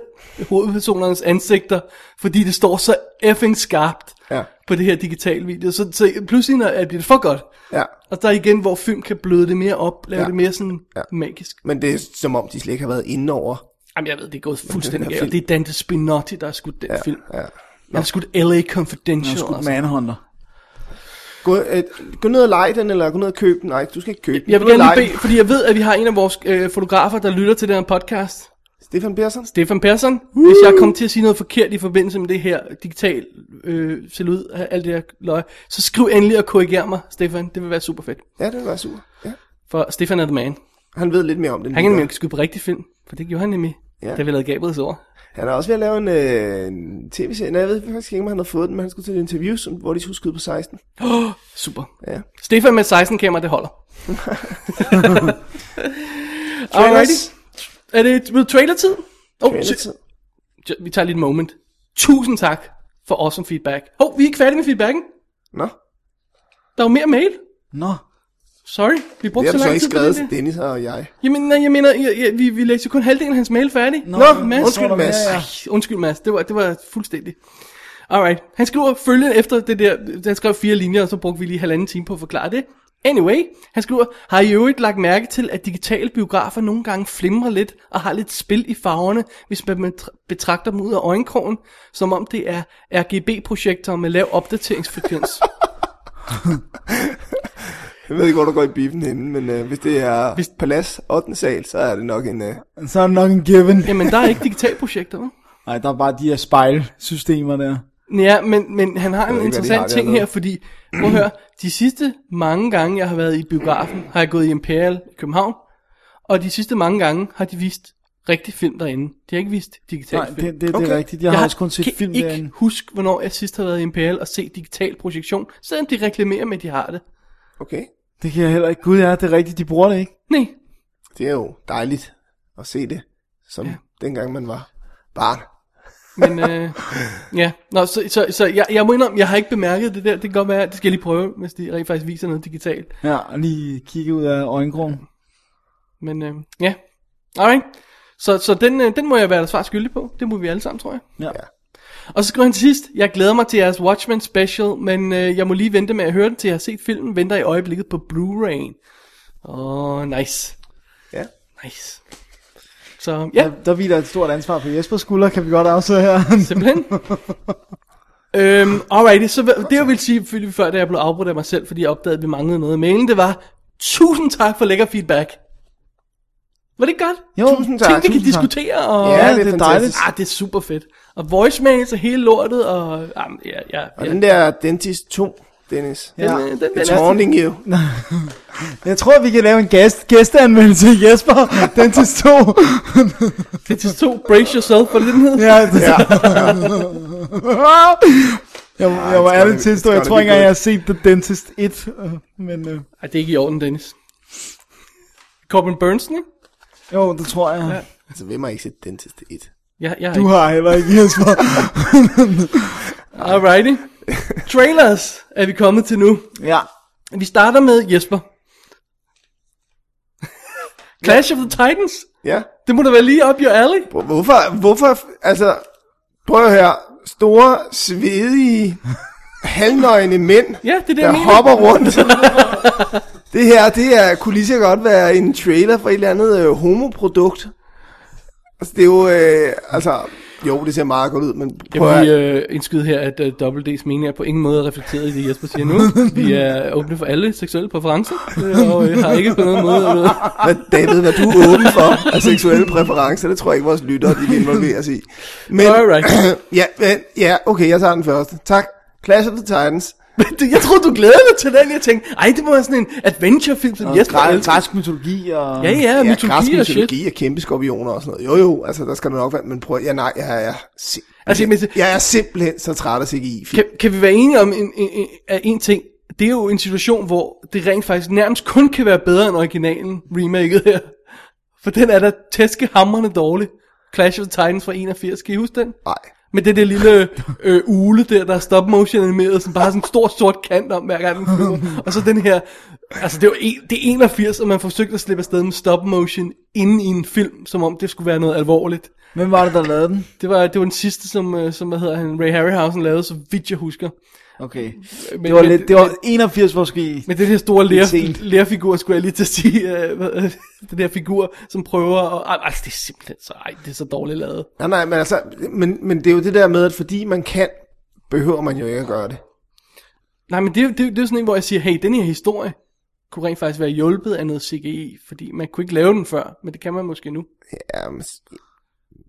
hovedpersonernes ansigter, fordi det står så effing skarpt Ja. på det her digitale video. Så, så pludselig når, at bliver det for godt. Ja. Og der er igen, hvor film kan bløde det mere op, lave Ja. ja. det mere sådan Ja. ja. magisk. Men det er som om, de slet ikke har været inde over Jamen, jeg ved, det er gået Den fuldstændig her galt. og Det er Dante Spinotti, der har skudt den ja, film. ja. Han har skudt L.A. Confidential. Skud og sådan. Manhunter. Gå, øh, gå ned og lege den, eller gå ned og køb den. Nej, du skal ikke købe den. Jeg vil Gå ned gerne og lige lege bede, fordi jeg ved, at vi har en af vores øh, fotografer, der lytter til den her podcast. den. Stefan Persson? Stefan Persson. Hvis jeg kom til at sige noget forkert i forbindelse med det her digital øh, ud af alt det her løg, så skriv endelig og korriger mig, Stefan. Det vil være super fedt. Ja, det var super. Ja. For Stefan er the man. Han ved lidt mere om den. Han kan nemlig skyde på rigtig film, for det gjorde han nemlig, Ja. ja. da vi lavede Gabels ord. han er også ved at lave en, øh, en tv-serie. Nej, jeg ved faktisk ikke, om han har fået den, men han skulle til et interview, som, hvor de skulle skyde på 16. Super. Ja. Stefan med 16 kamera, det holder. Alrighty. Trailers. Er det ved trailer-tid? Oh, Trailertid. t- vi tager lige et moment. Tusind tak for awesome feedback. Hov, oh, vi er ikke færdige med feedbacken. Nå, Der er jo mere mail. Nå. Sorry, vi det brugte har så du så lang ikke tid på skrevet det. til der. Dennis og jeg. Jamen, nej, jeg mener, jeg, jeg, vi, vi læste jo kun halvdelen af hans mail færdig. Nå, Mads. undskyld, Mads. Ja, ja. Ej, undskyld Mads, det var, det var fuldstændig. Alright, han skriver følgende efter det der, han skrev fire linjer, og så brugte vi lige halvanden time på at forklare det. Anyway, han skriver, har I i øvrigt lagt mærke til, at digitale biografer nogle gange flimrer lidt og har lidt spil i farverne, hvis man betr- betragter dem ud af øjenkrogen, som om det er RGB-projektorer med lav opdateringsfrekvens. Jeg ved ikke, hvor du går i biffen henne, men øh, hvis det er hvis... Hvis- Palads 8. sal, så er det nok en... Øh... Så er det nok en given. Jamen, der er ikke digitalprojekter, hva'? Nej, der er bare de her spejlsystemer der. Ja, men, men han har en ikke, hvad de har interessant ting dernede. her, fordi, prøv at høre, de sidste mange gange, jeg har været i biografen, har jeg gået i Imperial i København, og de sidste mange gange har de vist rigtig film derinde. De har ikke vist digital Nej, film. det, det, det Okay. er rigtigt. Jeg har også kun set kan film ikke derinde. huske, hvornår jeg sidst har været i Imperial og set digital projektion, selvom de reklamerer med, at de har det. Okay, Det kan jeg heller ikke. Gud, ja, det er rigtigt. De bruger det ikke. Nej, det er jo dejligt at se det, som ja. dengang man var barn. men øh, ja, Nå, så, så, så jeg, jeg må indrømme, jeg har ikke bemærket det der. Det kan godt være, det skal jeg lige prøve, hvis de rent faktisk viser noget digitalt. Ja, og lige kigge ud af øjenkrogen. Men øh, ja, alright. Så, så den, øh, den må jeg være svar skyldig på. Det må vi alle sammen, tror jeg. Ja. Og så skriver han til sidst, jeg glæder mig til jeres Watchmen special, men øh, jeg må lige vente med at høre den, til jeg har set filmen, venter i øjeblikket på Blu-rayen. Åh, oh, nice. Ja. Nice. Så ja, Der, der hviler et stort ansvar på Jespers skulder, kan vi godt afsløre her. Simpelthen. øhm, alrighty, så hva- det jeg ville sige, fordi før da jeg blev afbrudt af mig selv, fordi jeg opdagede, at vi manglede noget i mailen, det var, tusind tak for lækker feedback. Var det ikke godt? Jo, Tusind tak. Ting, vi kan tusind tak. diskutere, og... Ja, Ja, det det er er fantastisk. dejligt. Ah, det er super fedt. Og voicemails og hele lortet, og... Ah, ja, ja, Og ja. den der Dentist 2, Dennis. Den, øh, den, den, It's er- haunting you. Jeg tror, vi kan lave en gæst, gæsteanmeldelse i Jesper. Den til stå. det er til to brace yourself, for det den hed. ja, det... ja. jeg, jeg må skal ærligt det- tilstå, skal jeg det tror ikke blive engang, jeg har set The Dentist 1. øh, Men øh, Ej, det er ikke i orden, Dennis. Corbin Burns, ikke? jo, det tror jeg. Altså, hvem har ikke set Dentist 1? Ja, jeg har Du ikke. har heller ikke, Jesper. Alrighty. Trailers er vi kommet til nu. ja. Vi starter med Jesper. Clash of the Titans. Ja. Det må da være lige op your alley. Hvor- Hvorfor, hvorfor, altså, prøv at høre, store, svedige, halvnøgne mænd, Ja, det er det, der jeg mener. hopper rundt. det her, det er, kunne lige så godt være en trailer for et eller andet øh, homoprodukt. Altså, det er jo, øh, altså, jo, det ser meget godt ud, men Jeg prøv at vil høre, lige øh, indskyde her, at øh, WD's mening er på ingen måde reflekteret i det, Jesper siger nu. Vi er åbne for alle seksuelle præferencer, øh, og øh, har ikke på nogen måde... Øh, hvad, David, hvad du er åben for af seksuelle præferencer, det tror jeg ikke, vores lyttere, de vil involveres i. Men, Alright. ja, men, ja, okay, jeg tager den første. Tak. Clash of the Titans. jeg troede, du glæder dig til den. Jeg tænkte, ej, det må være sådan en adventure-film, som Jesper Græ- elsker. Græsk mytologi og... Ja, ja, ja, græsk mytologi og shit. mytologi og kæmpe skorpioner og sådan noget. Jo, jo, altså der skal der nok være, men prøv, ja nej, jeg er, simpelthen, Altså, men- jeg er simpelthen så træt af CGI. Kan, kan vi være enige om en, en, en, af en ting? Det er jo en situation, hvor det rent faktisk nærmest kun kan være bedre end originalen, remaket her. For den er da tæskehammerende dårlig. Clash of the Titans fra 81, kan I huske den? Nej. Med det der lille øh, ule der, der er stop motion animeret, som bare har sådan en stor sort kant om hver gang den flyver. Og så den her, altså det er jo en, det er 81, og man forsøgte at slippe afsted med stop motion inde i en film, som om det skulle være noget alvorligt. Hvem var det, der lavede den? Det var, det var den sidste, som, øh, som hvad hedder han, Ray Harryhausen lavede, så vidt jeg husker. Okay. Men, Det var, men- lidt, det var 81 måske. Men den her store Lidt lær, sent. lærfigur, skulle jeg lige til at sige, øh, hvad- øh, den her figur, som prøver at... Ej, altså, det er simpelthen så... Ej, det er så dårligt lavet. Nej, nej, men altså, men, men det er jo det der med, at fordi man kan, behøver man jo ikke at gøre det. Nej, men det, er- det, er- det er sådan en, hvor jeg siger, hey, den her historie kunne rent faktisk være hjulpet af noget CGI, fordi man kunne ikke lave den før, men det kan man måske nu. Ja, men, s-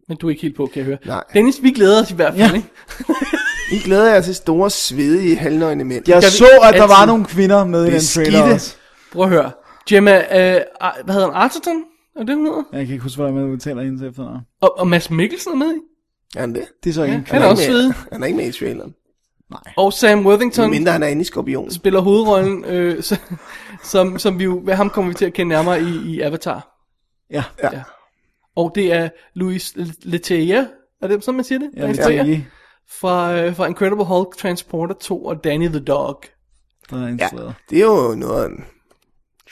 Men du er ikke helt på, kan jeg høre. Nej. Dennis, vi glæder os i hvert fald, ja. Ja. ikke? I glæder jer til store, svedige, halvnøgne mænd. Jeg Skal vi så, at der var altid- nogle kvinder med i den Beskidte. trailer også. Prøv at høre. Gemma, øh, Ar- hvad hedder han? Arterton? Er det, hun hedder? Jeg kan ikke huske, hvordan man udtaler hendes efternavn. Og, og Mads Mikkelsen er med i? Er han det? Det er så ikke en Han kvinde. er også med, fed. han er ikke med i traileren. Og Sam Worthington. Mindre han er inde i skorpion. spiller hovedrollen, øh, så, som, som vi jo, ham kommer vi til at kende nærmere i, i Avatar. Ja, Og det er Louis Leterrier, er det sådan, man siger det? jeg vil sige. Fra, øh, fra Incredible Hulk, Transporter 2 og Danny the Dog. Der er en Ja, slader. det er jo noget af en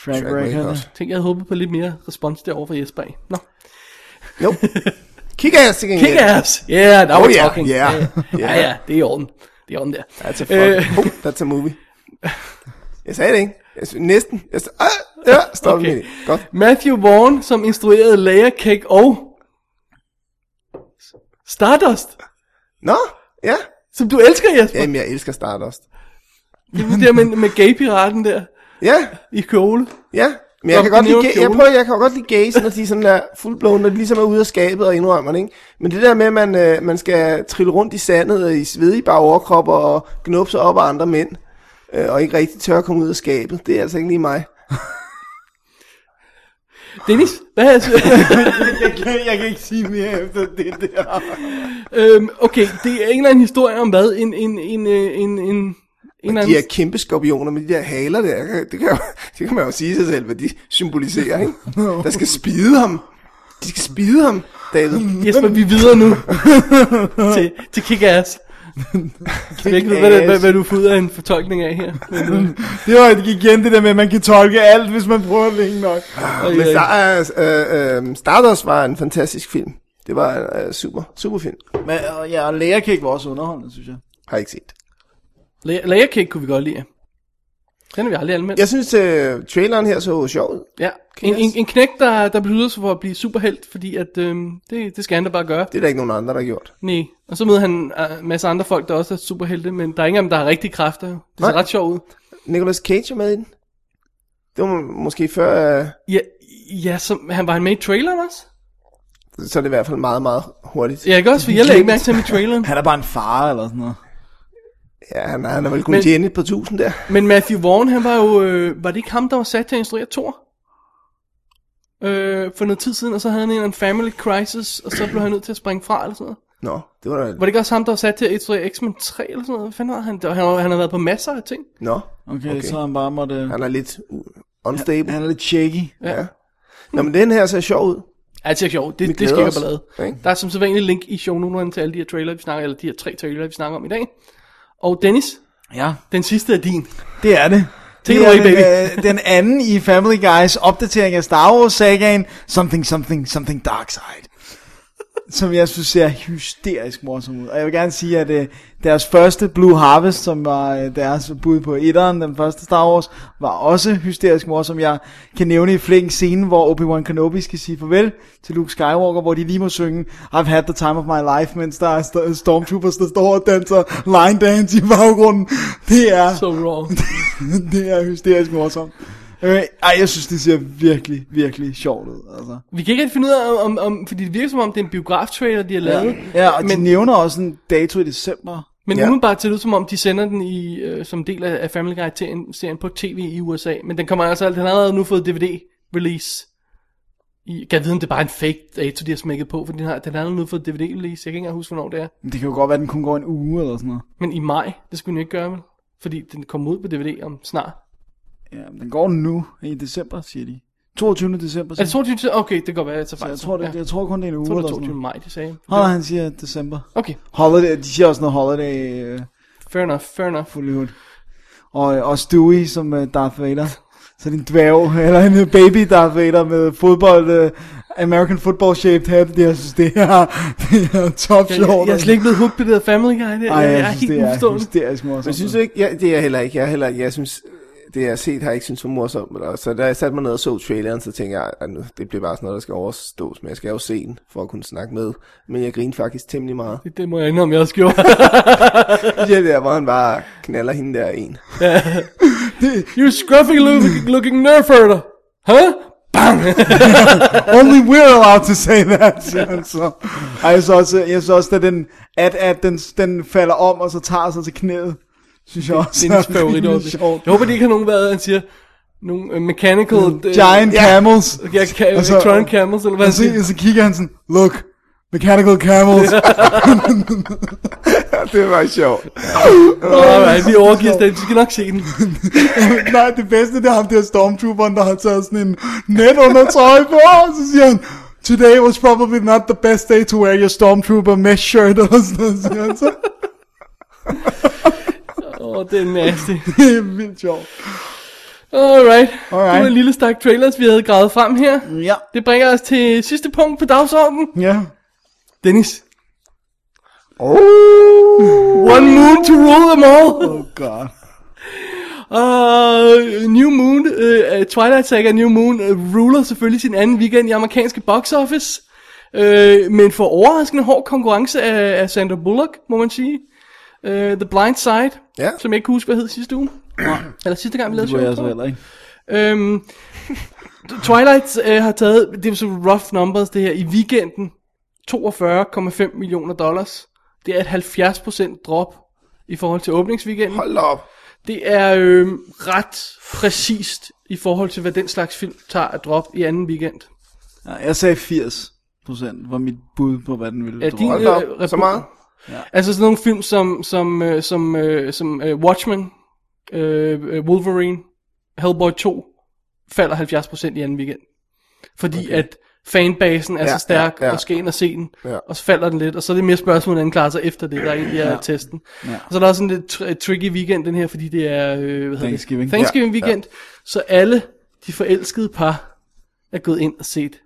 Track track record. record. Tænk, jeg havde håbet på lidt mere respons derovre fra Jesper. af. Nå, Jo. Kick-ass til gengæld. kick ass! Yeah, now Oh we're yeah, talking. yeah, Ja, yeah. ja, det er i orden. Det er i orden der. That's a fuck. oh, that's a movie. Jeg sagde det ikke. Jeg synes, næsten. Jeg sagde, ah, ja, stop okay. med det. Godt. Matthew Vaughn, som instruerede Layer Cake og Stardust, Nå, ja. som du elsker, Jesper. Jamen, jeg elsker Stardust. Det der med, med gay-piraten der Ja, i kjole. ja. Men jeg Nå, kan, godt den lide, nævnte ga- jeg, kjole. prøver, jeg kan godt lide gays, når de sådan er fuldblående, når de ligesom er ude af skabet og indrømmer det, ikke? Men det der med, at man, øh, man skal trille rundt i sandet øh, i svedige bare overkropper og gnubbe sig op af andre mænd, øh, og ikke rigtig tør at komme ud af skabet, det er altså ikke lige mig. Dennis, hvad har jeg s- Jeg kan, jeg kan ikke sige mere efter det der. øhm, Okay, det er en eller anden historie om hvad? En, en, en, øh, en, en, en De eller anden... er kæmpe skorpioner med de der haler der. Det kan, jo- det kan man jo sige sig selv, hvad de symboliserer, ikke? Der skal spide ham. De skal spide ham, David. Jesper, vi er videre nu til, til Kick-Ass. Jeg ved ikke, hvad, det- hvad, hvad du får ud af en fortolkning af her. Men, øh, Det var igen det der med, at man kan tolke alt, hvis man prøver længe nok. Men der er, øh, øh, Stardust var en fantastisk film. Det var øh, super, super film. Men, og, ja, og lægerkæk var også underholdende, synes jeg. Har jeg ikke set. Layer- Layer Cake kunne vi godt lide. Den har vi aldrig anmeldt. Jeg synes, uh, traileren her så sjov ud. Ja. En, en, en knæk, der, der beslutter sig for at blive superhelt, fordi at, øhm, det, det skal han da bare gøre. Det er der ikke nogen andre, der har gjort. Nej. Og så møder han øh, en masse andre folk, der også er superhelte, men der er ingen af dem, der har rigtige kræfter. Det ser Nej. ret sjovt ud. Nicolas Cage er med i den. Det var må- måske før, uh, Ja, ja så, han var han med i traileren også? så er det i hvert fald meget, meget hurtigt. Ja, ikke også? For jeg lagde ikke mærke til ham i traileren. Han er bare en far eller sådan noget. Ja, han, han er vel kun Men- tjene et par tusind der. Men Matthew Vaughn, han var jo... Øh, var det ikke ham, der var sat til at instruere Thor? Øh, for noget tid siden, og så havde han en eller anden family crisis, og så blev han nødt til at springe fra, eller sådan noget. Nå, det var da... Var det ikke også ham, der var sat til at instruere X-Men 3, eller sådan noget? Hvad fanden var han? Der- Han, var- han har været på masser af ting. Nå, Okay, okay. så han bare måtte... han er lidt u- unstable. Han er lidt shaky. Nå, men den her ser sjov ud. Ja, det er sjovt. Det, det glæder sker os, ballade. ikke? Der er som sædvanligt link i shownoterne til alle de her trailer, vi snakker, eller de her tre trailer, vi snakker om i dag. Og Dennis, Ja, den sidste er din. det er det. Take det it away, er den, øh, den anden i Family Guys opdatering af Star Wars sagaen, Something Something Something Dark Side. Som jeg synes ser hysterisk morsom ud. Og jeg vil gerne sige, at øh, deres første Blue Harvest, som var øh, deres bud på etteren, den første Star Wars, var også hysterisk morsom. Jeg kan nævne i flink scene, hvor Obi-Wan Kenobi skal sige farvel til Luke Skywalker, hvor de lige må synge I've had the time of my life, mens der er st- stormtroopers, der står og danser line dance i baggrunden. Det er So raw. det er hysterisk morsomt. Øh, ej, jeg synes, det ser virkelig, virkelig sjovt ud. Altså. Vi kan ikke rigtig finde ud af, om, om, fordi det virker som om, det er en biograf-trailer, de har lavet. Ja, og men, de men, nævner også en dato i december. men Ja. umiddelbart ser det ud som om, de sender den i, øh, som del af af Family Guy-serien på tv i USA. Men den kommer altså, den har allerede nu fået DVD-release. I, kan jeg vide, om det er bare en fake dato, de har smækket på, for den har, den har allerede nu fået DVD-release. Jeg kan ikke engang huske, hvornår det er. Men det kan jo godt være, at den kun går en uge eller sådan noget. Men i maj, det skulle den jo ikke gøre, vel? Fordi den kommer ud på DVD om snart. Ja, men den går nu i december, siger de. 22. december, Er siger det de. 22? til- Okay, det kan godt være, jeg tager Så fejl. jeg tror, det, ja. jeg tror kun, det er en uge Jeg tror, det eller sådan var noget. 22. maj, de sagde. Holder han siger december. Okay, Holiday, de siger også noget holiday øh, fair enough, fair enough. Hollywood. Og, øh, og Stewie som øh, Darth Vader. Så det er en dværg, eller en øh, baby Darth Vader med fodbold, øh, American football shaped hat. Det, jeg synes, det er, det er top Jeg, sjovt. jeg, jeg er slet ikke blevet hooked på det der Family Guy. Det, Ej, jeg, jeg, er synes, helt det er uforstående. hysterisk morsomt. Men synes du ikke, ja, det er jeg heller ikke. Jeg, er heller ikke. jeg synes, det jeg har set, har jeg ikke synes var morsomt. Og Så da jeg satte mig ned og så traileren, så tænkte jeg, at nu, det bliver bare sådan noget, der skal overstås. Men jeg skal jo se den, for at kunne snakke med. Men jeg grinede faktisk temmelig meget. Det, det må jeg indrømme, jeg også gjorde. Ja, der, hvor han bare knaller hende der en. you scruffy looking, looking nerf herder. Huh? Altså- Only we're allowed to say that, siger han så. Ej, jeg så også, jeg så også, da den, at, at den, den falder om, og så tager sig til knæet. Synes jeg også. Det er hendes favorit rimelig også. sjovt. Jeg håber, de ikke har nogen været, han siger, nogle uh, mechanical... øh, Giant ja, camels. Ja, ca- Og så- electronic camels, eller hvad Og han siger. så, så kigger han sådan, look, mechanical camels. Det var sjovt. Åh, nej, vi overgiver os den. Vi skal nok se den. Nej, det bedste, det er ham der stormtrooperen, der har taget sådan en net under tøj på, og så siger han, Today was probably not the best day to wear your stormtrooper mesh shirt, eller sådan noget, siger han så. Åh, det er nasty. Det er vildt sjovt. Alright. Alright. Det var en lille stak trailers, vi havde gravet frem her. Ja. Det bringer os til sidste punkt på dagsordenen. Ja. Dennis. Oh, One moon to rule them all. oh god. Uh, New Moon, uh, Twilight Saga New Moon uh, ruler selvfølgelig sin anden weekend i amerikanske box office. Uh, men for overraskende hård konkurrence af, af Sandra Bullock, må man sige. Uh, The Blind Side, Ja. som jeg ikke kan huske, hvad hed sidste uge. Eller sidste gang, vi lavede showet på. ikke. Øhm, Twilight øh, har taget, det er jo så rough numbers det her, i weekenden 42,5 millioner dollars. Det er et 70% drop i forhold til åbningsweekenden. Hold da op. Det er øh, ret præcist i forhold til, hvad den slags film tager at drop i anden weekend. Ja, jeg sagde 80 var mit bud på, hvad den ville Ja, drømme. din, Hold da op. Så meget? øh, Ja. Altså sådan nogle film som, som, øh, som, øh, som øh, Watchmen, øh, øh, Wolverine, Hellboy 2, falder 70% i anden weekend. Fordi okay. at fanbasen er ja, Ja, så stærk, ja, ja, ja. ja. og skal ind og se den, ja. Ja. og så falder den lidt, og så er det mere spørgsmål, hvordan den klarer sig efter det, der egentlig er ja. testen. Ja. Og så er der også sådan lidt tr- tricky weekend, den her, fordi det er øh, hvad hedder det? Thanksgiving. Thanksgiving weekend. Ja. Så alle de forelskede par er gået ind og set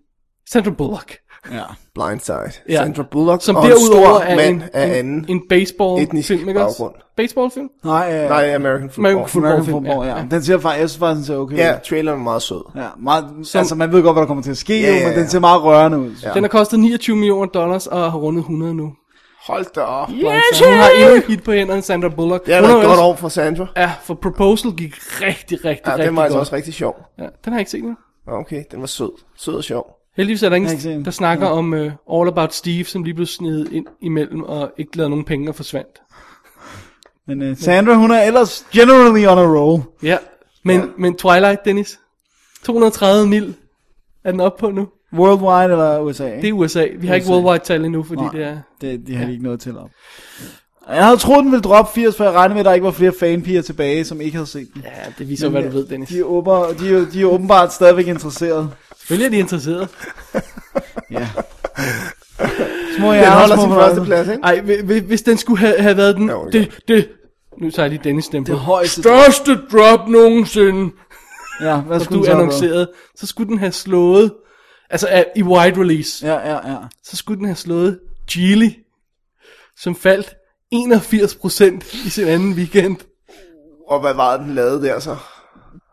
Sandra Bullock. Ja. Blindside. Ja. Ja. Sandra Bullock Som og en derudover stor er mand en, af en, anden. en, baseball etnisk film, ikke også? baggrund. Baseballfilm? Nej, øh, Nej, American Football. American Football. American Football, Football, ja, ja. ja. Den ser faktisk, jeg synes faktisk, den ser okay ud. Ja, traileren er meget sød. Ja, meget, Som, altså man ved godt, hvad der kommer til at ske, Ja, yeah, ja, jo, men ja. den ser meget rørende ud. Ja. Den har kostet 29 millioner dollars og har rundet 100 nu. Hold da op. Yes, hun har endnu et hit på hænderne, Sandra Bullock. Det er hun da har et jo godt ellers- år for Sandra. Ja, for Proposal gik rigtig, rigtig, Ja, rigtig den var altså godt. også rigtig sjov. Ja, den har jeg ikke set endnu. Okay, den var sød. Sød og sjov. Heldigvis er der Jeg har ikke set ingen, den. der snakker om uh, All About Steve, som lige blev snedet ind imellem og ikke lavede nogen penge og forsvandt. Men øh, Sandra, hun er ellers generally on a roll. Ja, men, ja. men Twilight, Dennis. 230 mil er den oppe på nu. Worldwide eller USA, Det er ikke? USA. Vi har ikke USA. worldwide-tal endnu, fordi Nej. Nej. det er... Det, de har de ikke noget til op. Jeg havde troet, den ville droppe 80, for jeg regnede med, at der ikke var flere fanpiger tilbage, som ikke havde set den. Ja, det viser jo, hvad du ved, Dennis. De er, åber, de, er, de er åbenbart stadigvæk interesserede. Selvfølgelig er de interesserede. Ja. Små Den hjerner, holder små sin første fornøjelser. plads, ikke? Ej, hvi- hvi- hvis den skulle have, have været den... Ja, okay. Det, det, nu tager jeg lige Dennis stemme på. Det højeste- Største drop nogensinde, Ja, hvad som skulle den du så have annoncerede. Så skulle den have slået... Altså af- i wide release. været? Ja, ja, ja. så skulle den have slået Geely, som faldt 81% i sin anden weekend. Og hvad var det, den lavede der så?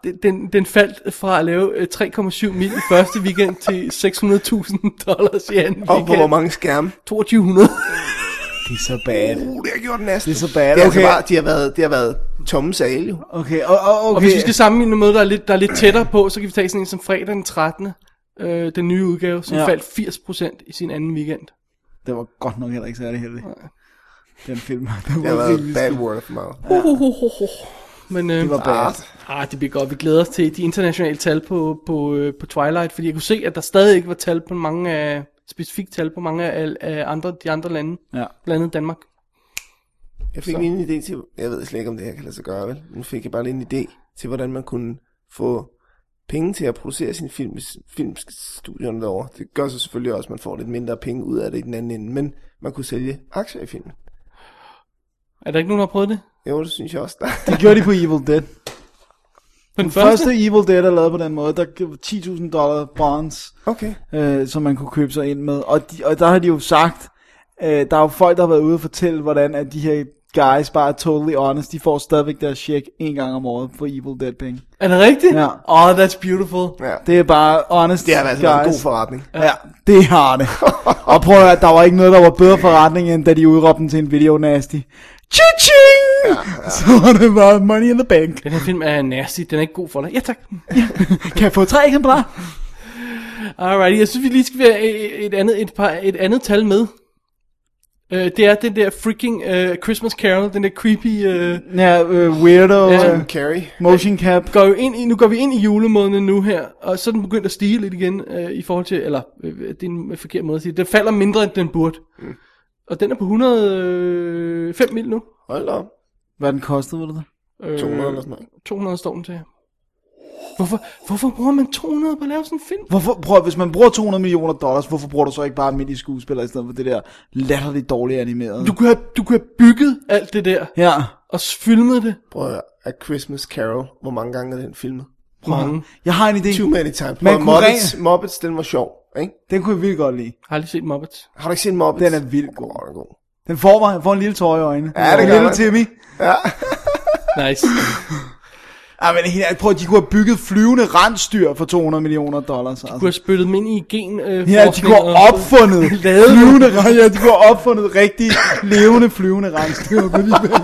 Den, den, den faldt fra at lave øh, 3,7 mil i første weekend til 600.000 dollars i anden Og på weekend. hvor mange skærme? 2200. Det er så bad. Uh, det har gjort næsten. Det er så bad. Det er altså Okay, bare, de har været, de har været tomme sale jo. okay, og, og, okay. Og hvis vi skal sammenligne med, der er, lidt, der er lidt tættere på, så kan vi tage sådan en som fredag den 13. Øh, den nye udgave, som ja. Ja. faldt 80% i sin anden weekend. Det var godt nok heller ikke særlig heldig. Den film, den Det har var været virkelig bad skidt. word of mouth. Ja. Ho, ho, ho, ho. Men øh, Det var bad. Ah, Ah, det bliver godt. Vi glæder os til de internationale tal på, på, øh, på Twilight, fordi jeg kunne se, at der stadig ikke var tal på mange af, specifikt tal på mange af, af andre, de andre lande, Ja. blandt andet Danmark. Jeg fik lige en idé til, jeg ved slet ikke, om det her kan lade sig gøre, vel? Nu fik jeg bare lige en idé til, hvordan man kunne få penge til at producere sin film, filmstudierne derovre. Det gør så selvfølgelig også, at man får lidt mindre penge ud af det i den anden ende, men man kunne sælge aktier i filmen. Er der ikke nogen, der har prøvet det? Jo, det synes jeg også. Der. Det gjorde de på Evil Dead. På den, Den første Evil Dead er lavet på den måde, der gav 10.000 dollar bonds, Okay. øh, som man kunne købe sig ind med. Og, de, og der har de jo sagt, øh, der er jo folk, der har været ude og fortælle, hvordan at de her guys bare er totally honest. De får stadigvæk deres check en gang om året for Evil Dead penge. Er det rigtigt? Ja. Oh, that's beautiful. Ja. Det er bare honest Det har altså været en god forretning. Ja, det har det. og prøv at høre, der var ikke noget, der var bedre forretning, end da de udråbte den til en video nasty. Cha-ching! Ja, ja. Så var det bare money in the bank. Den her film er nasty. Den er ikke god for dig. Ja, tak. Kan jeg få tre eksemplarer? Alright, jeg synes, vi lige skal være et, et, andet, et, par, et andet tal med. Uh, det er den der freaking uh, Christmas Carol, den der creepy... Uh, Ja, øh, weirdo, Ja. øh, Carrie. motion cap. går jo ind i, nu går vi ind i julemåneden nu her, og så er den begyndt at stige lidt igen øh, i forhold til, eller øh, det er en forkert måde at sige det. den falder mindre end den burde. Mm. Og den er på 105 mil nu. Hold da op. Hvad den kostede, ved du det? Øh, 200 eller sådan noget. 200 står den til. Hvorfor, hvorfor bruger man 200 på at lave sådan en film? Hvorfor, prøv, at- hvis man bruger 200 millioner dollars, hvorfor bruger du så ikke bare almindelige skuespillere, i stedet for det der latterligt dårligt animerede? Du kunne, have, du kunne have bygget alt det der, Ja. og s- filmet det. Prøv at høre. A Christmas Carol. Hvor mange gange er den filmet? Mange. Jeg har en idé. Too many times. Man Man kunne Muppets, Muppets, den var sjov, ikke? Den kunne jeg virkelig godt lide. Har aldrig set Muppets. Har du ikke set Muppets? Den er vildt god. Åh, den er god. Den får mig, jeg får en lille tår i øjnene. Ja, det en gør lille man. Timmy. Nice. Ja, Ah, men helt- prøv, at- de kunne have bygget flyvende rensdyr for 200 millioner dollars. Altså. Du har spyttet dem ind i gen øh, Ja, de kunne have opfundet flyvende ren- ja, de kunne have opfundet rigtig levende flyvende rensdyr. på lige ved.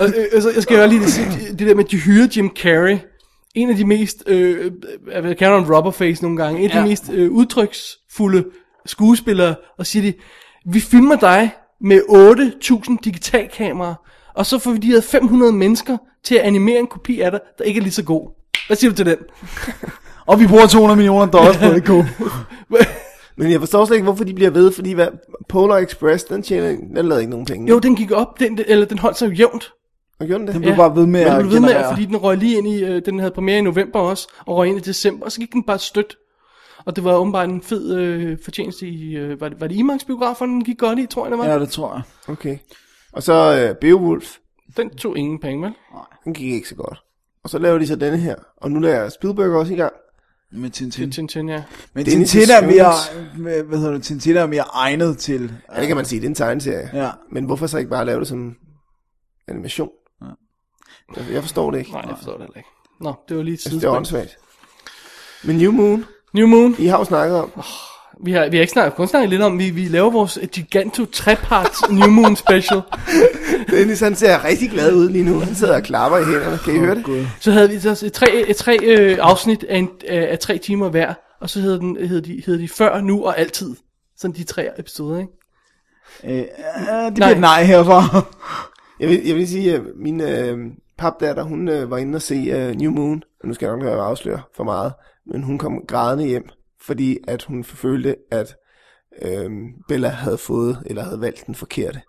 Og, øh, altså, jeg skal jo lige sige, det- det der med, at de hyrer Jim Carrey. En af de mest, øh, øh, hvad kalder han rubberface nogle gange, en af de Ja. mest øh, udtryksfulde skuespillere, og siger de, vi filmer dig med 8.000 digitalkameraer, og så får vi de her 500 mennesker til at animere en kopi af dig, der ikke er lige så god. Hvad siger du til den? Og vi bruger 200 millioner dollars på det, Ko. Men jeg forstår slet ikke, hvorfor de bliver ved, fordi hvad, Polar Express, den tjener, den lavede ikke nogen penge. jo, den gik op, den, eller den holdt sig jo jævnt. Og gjorde den det? Den blev bare ved med at Men den blev ved med, generere. fordi den røg lige ind i, øh, den havde premiere i november også, og røg ind i december, og så gik den bare stødt. Og det var åbenbart en fed øh, fortjeneste i, øh, var det, var det Imax-biograferne, den gik godt i, tror jeg det var? Ja, Ja. det tror jeg. Okay. Og så øh, Beowulf, Den tog ingen penge, vel? den gik ikke så godt. Og så laver de så denne her, og nu laver Spielberg også i gang. Med Tintin. Tintin, ja. Men Det er en Tintin er mere, beskrivelse. hvad- hvad hedder det, Tintin er mere egnet til... Ja, det kan man sige, det er en tegneserie. Ja. Men hvorfor så ikke bare lave det som animation? Ja. Jeg forstår det ikke. Nej, jeg forstår det heller ikke. Nå, det var lige et Altså, Jeg synes, det er sidespring. åndssvagt. Men New Moon, New Moon. I har jo snakket om. Vi har, vi har ikke snakket, kun snakket lidt om, vi, vi laver vores øh, giganto treparts New Moon special. Dennis, han ser rigtig glad ud lige nu. Han sidder og klapper i hænderne. Kan I høre det? Så havde vi så tre, tre øh, afsnit af, en, øh, af, af, tre timer hver, og så hed, den, hed, de, hed de før, nu og altid. Sådan de tre episoder, ikke? Øh, øh, det Nej. bliver et nej herfra. Jeg vil, jeg vil lige sige, at min øh, papdatter, hun øh, var inde og se øh, New Moon. Og nu skal jeg nok lade være afsløre for meget. Men hun kom grædende hjem, fordi at hun følte, at øh, Bella havde fået, eller havde valgt den forkerte.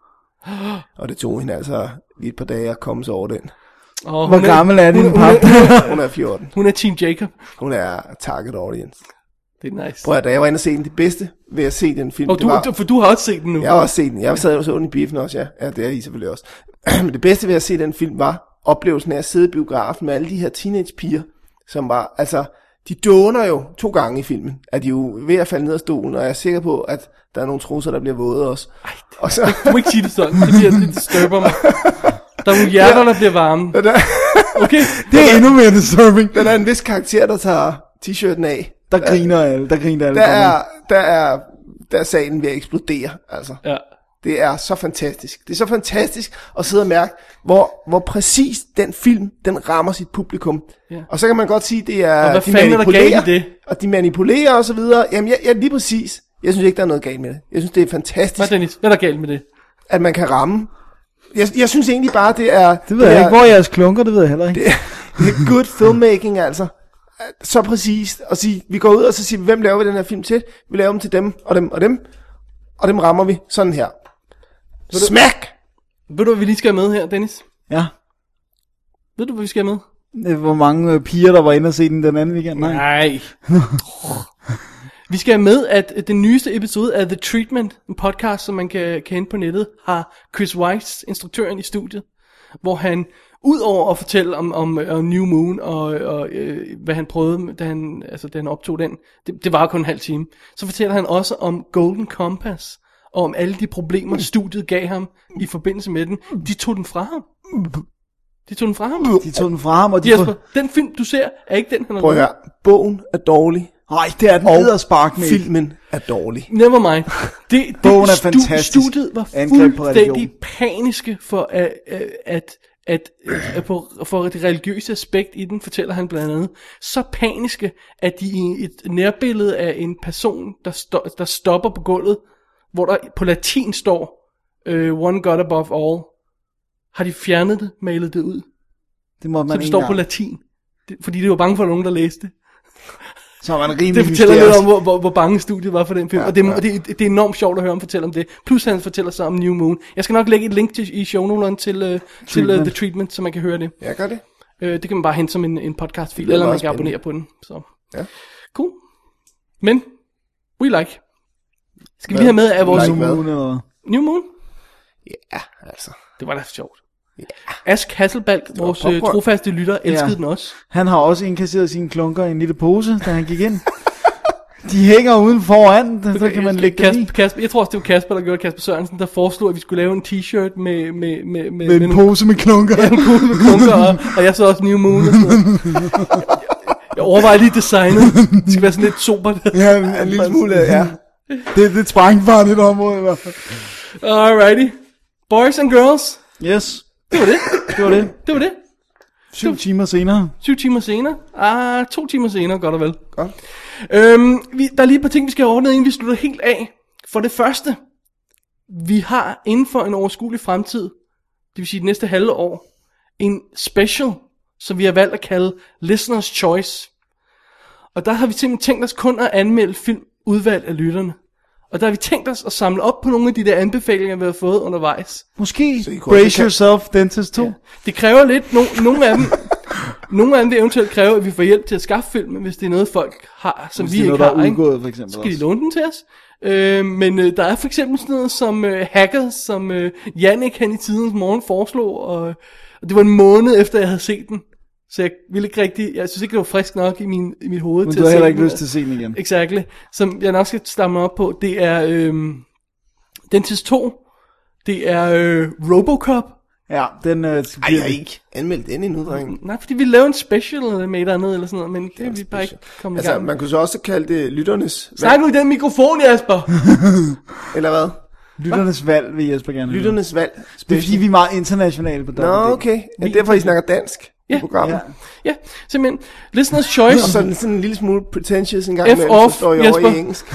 Og det tog hende altså lige et par dage at komme sig over den. Og hun Hvor gammel er din pap? Hun er 14. Hun er Team Jacob. Hun er target audience. Det er nice. Prøv at da jeg var inde og se den, det bedste ved at se den film, Og det du, var... du, for du har også set den nu. Jeg har også set den. Jeg sad og så den i biffen også, ja. Ja, det er I selvfølgelig også. Men det bedste ved at se den film var oplevelsen af at sidde i biografen med alle de her teenagepiger, som var, altså, de dåner jo to gange i filmen. Er de jo ved at falde ned af stolen, og jeg er sikker på, at der er nogle trusser, der bliver våde også. Ej, og så, Du må ikke sige det sådan. Det, bliver, det disturber mig. Der er nogle hjerter, der bliver varme. der, Okay? Det er endnu mere disturbing. der er en vis karakter, der tager t-shirten af. Der griner alle, der griner alle. Der kommer. er, der er, der er salen ved at eksplodere, altså. Ja. Det er så fantastisk. Det er så fantastisk at sidde og mærke, hvor, hvor præcis den film, den rammer sit publikum. Ja. Og så kan man godt sige, det er, Og hvad fanden er der galt i det? og de manipulerer og så videre. Jamen, jeg, jeg, lige præcis. Jeg synes ikke, der er noget galt med det. Jeg synes, det er fantastisk, Hvad, Dennis? Hvad er der galt med det? at man kan ramme. Jeg, jeg synes egentlig bare, det er... Det ved jeg er, ikke, hvor er jeres klunker, det ved jeg heller ikke. det, det er good filmmaking, altså. Så præcist. Og sige, vi går ud og så siger, vi, hvem laver vi den her film til? Vi laver dem til dem og dem og dem. Og dem rammer vi sådan her. Smack! Ved du, hvad vi lige skal have med her, Dennis? Ja. Ved du, hvad vi skal have med? Øh, Hvor mange øh, piger, der var inde og se den den anden weekend? Nej. Nej. Vi skal have med, at øh, den nyeste episode af The Treatment, en podcast, som man kan kende på nettet, har Chris Weiss, instruktøren i studiet, hvor han, ud over at fortælle om, om, øh, om New Moon, og, og øh, hvad han prøvede, med- da han, altså, da han optog den, det, det var kun en halv time, så fortæller han også om Golden Compass, og om alle de problemer, studiet gav ham i forbindelse med den. De tog den fra ham. De tog den fra ham. De tog den fra ham, og de... Jesper, den film, du ser, er ikke den, han har Prøv at høre. Bogen er dårlig. Nej, det er den edderspark med. filmen er dårlig. Never mind. Det, det Bogen er stu- fantastisk. Studiet var Angreb på fuldstændig religion. paniske for at, at, at, at, øh, at på, for det religiøse aspekt i den, fortæller han blandt andet. Så paniske, at de i et nærbillede af en person, der, sto- der stopper på gulvet, hvor der på latin står, øh, one God above all, har de fjernet det, malet det ud, Det må man så det ikke står på engang. latin. Det, fordi det var bange for, at der var nogen, der læste det. Så er man rimelig Det fortæller hysterisk. lidt om, hvor, hvor, hvor bange studiet var for den film, ja, og, det, ja. og det, det er enormt sjovt at høre ham fortælle om det. Plus han fortæller så om New Moon. Jeg skal nok lægge et link til, i shownoteren til, uh, til uh, The Treatment, så man kan høre det. Jeg gør det. Uh, det kan man bare hente som en, en podcastfil, lyder eller man meget kan spændende. abonnere på den. Så. Ja. Cool. Men, we like. Skal vi lige have med af vores like hvad? Ugen, eller hvad? New Moon? Ja, altså. Det var da sjovt. Ask Hasselbalg, vores øh, popcorn. trofaste lytter, elskede Ja. den også. Han har også indkasseret sine klunker i en lille pose, da han gik ind. De hænger uden foran, så kan man lægge dem i. Kasper, Kasper, jeg tror også, det var Kasper, der gjorde Kasper Sørensen, der foreslog, at vi skulle lave en t-shirt med, med, med, med, Med en nogle- pose med klunker. Ja, en kugle med klunker, og, og jeg så også New Moon og sådan noget. Jeg overvejer lige designet. Det skal være sådan lidt sobert. Ja, en lille smule, ja. Det, det trængte bare lidt område i hvert fald. Alrighty. Boys and girls. Yes, Det var det. det var det. Det var det. Syv timer senere. 20 timer senere. Ah, to timer senere, godt og vel. Godt. Øhm, vi, der er lige et par ting, vi skal have ordnet, inden vi slutter helt af. For det første, vi har inden for en overskuelig fremtid, det vil sige det næste halve år, en special, som vi har valgt at kalde Listener's Choice. Og der har vi simpelthen tænkt os kun at anmelde film udvalgt af lytterne. Og der har vi tænkt os at samle op på nogle af de der anbefalinger, vi har fået undervejs. Måske I kunne Brace også- Yourself Dentist 2. Det kræver lidt, no, nogle af dem, nogle af dem vil eventuelt kræve, at vi får hjælp til at skaffe filmen, hvis det er noget, folk har, som Hvis vi det er ikke noget, der har. er ikke? udgået, for eksempel. Så skal de også. låne den til os. Øh, men øh, der er for eksempel sådan noget som øh, Hacker, som øh, Jannik han i tidens morgen foreslog, og, og det var en måned efter, jeg havde set den. Så jeg ville ikke rigtig, jeg synes ikke, det var frisk nok i, min, i mit hoved Men til du har at se heller ikke den. lyst til at se den igen. Exactly. Som jeg nok skal stamme op på, det er øhm, Dentist 2, det er øh, Robocop. Ja, den øh, Ej, bliver jeg har ikke anmeldt den endnu, dreng. Nej, fordi Mm. vi lavede en special med et eller andet, eller sådan noget, men det er vi bare ikke kommet altså, Altså, i gang med. man kunne så også kalde det lytternes valg, Snak nu i den mikrofon, Jasper! eller hvad? lytternes valg, vil Jesper gerne høre. Lytternes valg. Det er fordi, vi er meget internationale på Nå, Double D. okay. Ja, derfor I snakker dansk Ja. i programmet. Ja. ja, simpelthen. Listener's Og Choice. sådan, sådan en lille smule pretentious en gang F imellem, off, så står jeg over Jesper. i engelsk.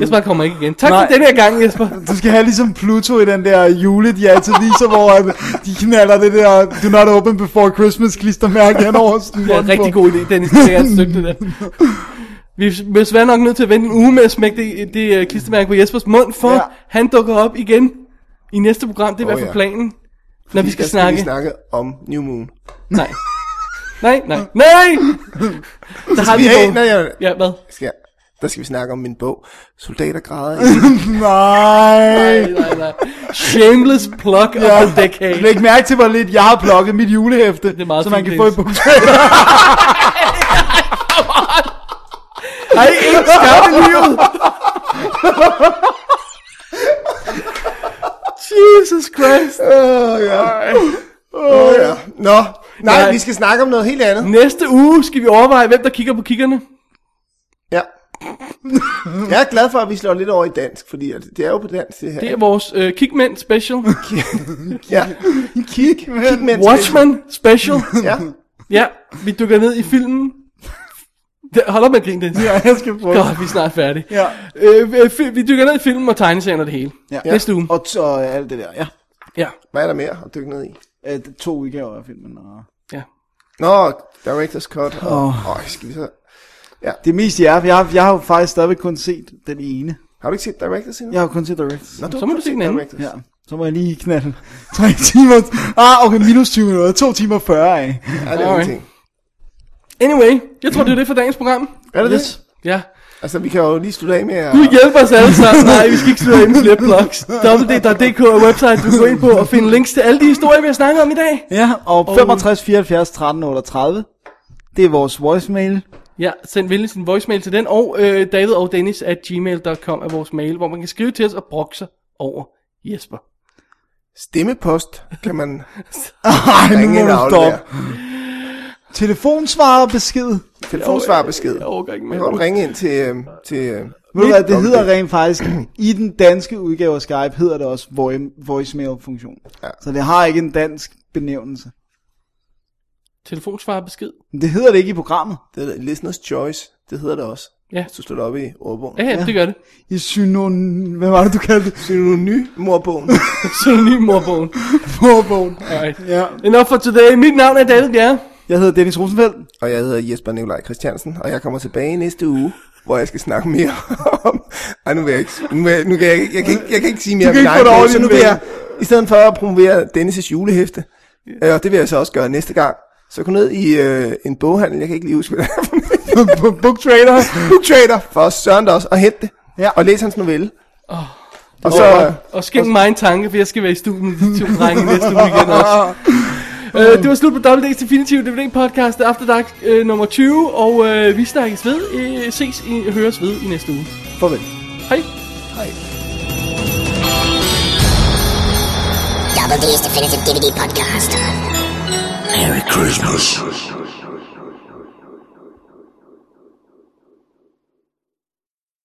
Jesper kommer ikke igen. Tak Nej. for den her gang, Jesper. Du skal have ligesom Pluto i den der julet, de altid viser, hvor at de knaller det der Do not open before Christmas klistermærke hen over Det er en rigtig god idé, Dennis. Det er et stykke, det der. Vi er desværre nok nødt til at vente en uge med at smække det, det øh, klistermærke på Jespers mund, for Ja. ja. han dukker op igen i næste program. Det Åh, er i hvert fald ja. planen, når vi skal Der skal snakke. vi snakke om New Moon. Nej. Nej, nej, nej! Der har vi Hey, på. nej, jeg, Ja, hvad? skal, der skal vi snakke om min bog, Soldatergrader. Nej. Nej, nej, nej. Shameless plug of Ja. the decade. Læg mærke til, hvor lidt jeg har plukket mit julehæfte, er meget så man fint, kan få et Dennis. bukset. Ej, ikke skabt i livet. Jesus Christ. Åh, ja. Åh, ja. Nå, nej, Nej. vi skal snakke om noget helt andet. Næste uge skal vi overveje, hvem der kigger på kiggerne. Ja. Jeg er glad for, at vi slår lidt over i dansk, fordi at det er jo på dansk, det her. Det er vores øh, Kigmænd special. Ja. Kig, men... Kig mens Watchmen special. Ja. Ja, vi dykker ned i filmen. Det- Hold op med at grine, Dennis. Ja, jeg skal få det. Godt, vi er snart færdige. Ja. Øh, vi- fi- vi dykker ned i filmen og tegneserien og det hele. Ja. Næste uge. Og, t- og alt det der, ja. Ja, Hvad er der mere at dykke ned i? Øh, det er to udgaver af filmen. Og... ja. Nå, Director's Cut. Og, Åh. oh. Øj, skal vi så... Det er mest jer, for jeg har, jeg har jo faktisk stadigvæk kun set den ene. Har du ikke set Director's endnu? Jeg har jo kun set Direct. Nå, du har Så må kun du se set den anden. Directors. Ja, så må jeg lige knalde 3 timer. Ah, okay, minus 20 minutter. 2 timer 40 Ja, af. det er Alright. ingenting. Anyway, jeg tror, det er det for dagens program. Er det yes. det? Ja. Altså, vi kan jo lige slutte af med at... Gud hjælp os alle sammen. Nej, vi skal ikke slutte ind med flere blogs. www.dk er website, du kan gå ind på og finde links til alle de historier, vi har snakket om i dag. Ja, og 65 74 13 38. Det er vores voicemail. Ja, send venligst sin voicemail til den, og øh, david og dennis at gmail.com er vores mail, hvor man kan skrive til os og brokke sig over Jesper. Stemmepost kan man... Ej, nu Ringe må ind og du aflevere. stoppe. Telefonsvarer besked. Telefonsvarbesked. Jeg overgår ikke Man med. kan godt ringe ind til... Øh, til øh, Ved du hvad, det hedder rent faktisk, i den danske udgave af Skype hedder det også voi- voicemail-funktion. Ja. Så det har ikke en dansk benævnelse. Telefonsvarer besked. Men det hedder det ikke i programmet. det hedder Listener's Choice. Det hedder det også. Ja. Hvis du slår det op i ordbogen. Ja, ja, det gør det. I synon... Hvad var det, du kaldte det? Synonym. Morbogen. Synonym morbogen. Forbogen. Alright. Ja. Enough for today. Mit navn er David Bjerre. Jeg hedder Dennis Rosenfeldt. og jeg hedder Jesper Nikolaj Christiansen, og jeg kommer tilbage næste uge, hvor jeg skal snakke mere om... Ej, nu vil jeg ikke... Nu, vil jeg, nu kan jeg, ikke- jeg, kan ikke, jeg kan ikke sige mere Du kan ikke om få det over så dine nu vil jeg... vejer. I stedet for at promovere Dennis' julehæfte, øh, og det vil jeg så også gøre næste gang, så gå ned i øh, en boghandel, jeg kan ikke lige huske, hvad det er for en. Book trader. Booktrader for Søren også, og hente det. Ja. Ja. Og læse hans novelle. Oh. Og så... Så, og skænk mig en tanke, for jeg skal være i studiet med de to drenge næste weekend også. Uh, det var slut på Double D's Definitive DVD podcast After Dark uh, nummer 20, og uh, vi snakkes ved, uh, ses, i, høres ved i næste uge. Farvel. Hej. Double D's Definitive DVD Podcast. Merry Christmas.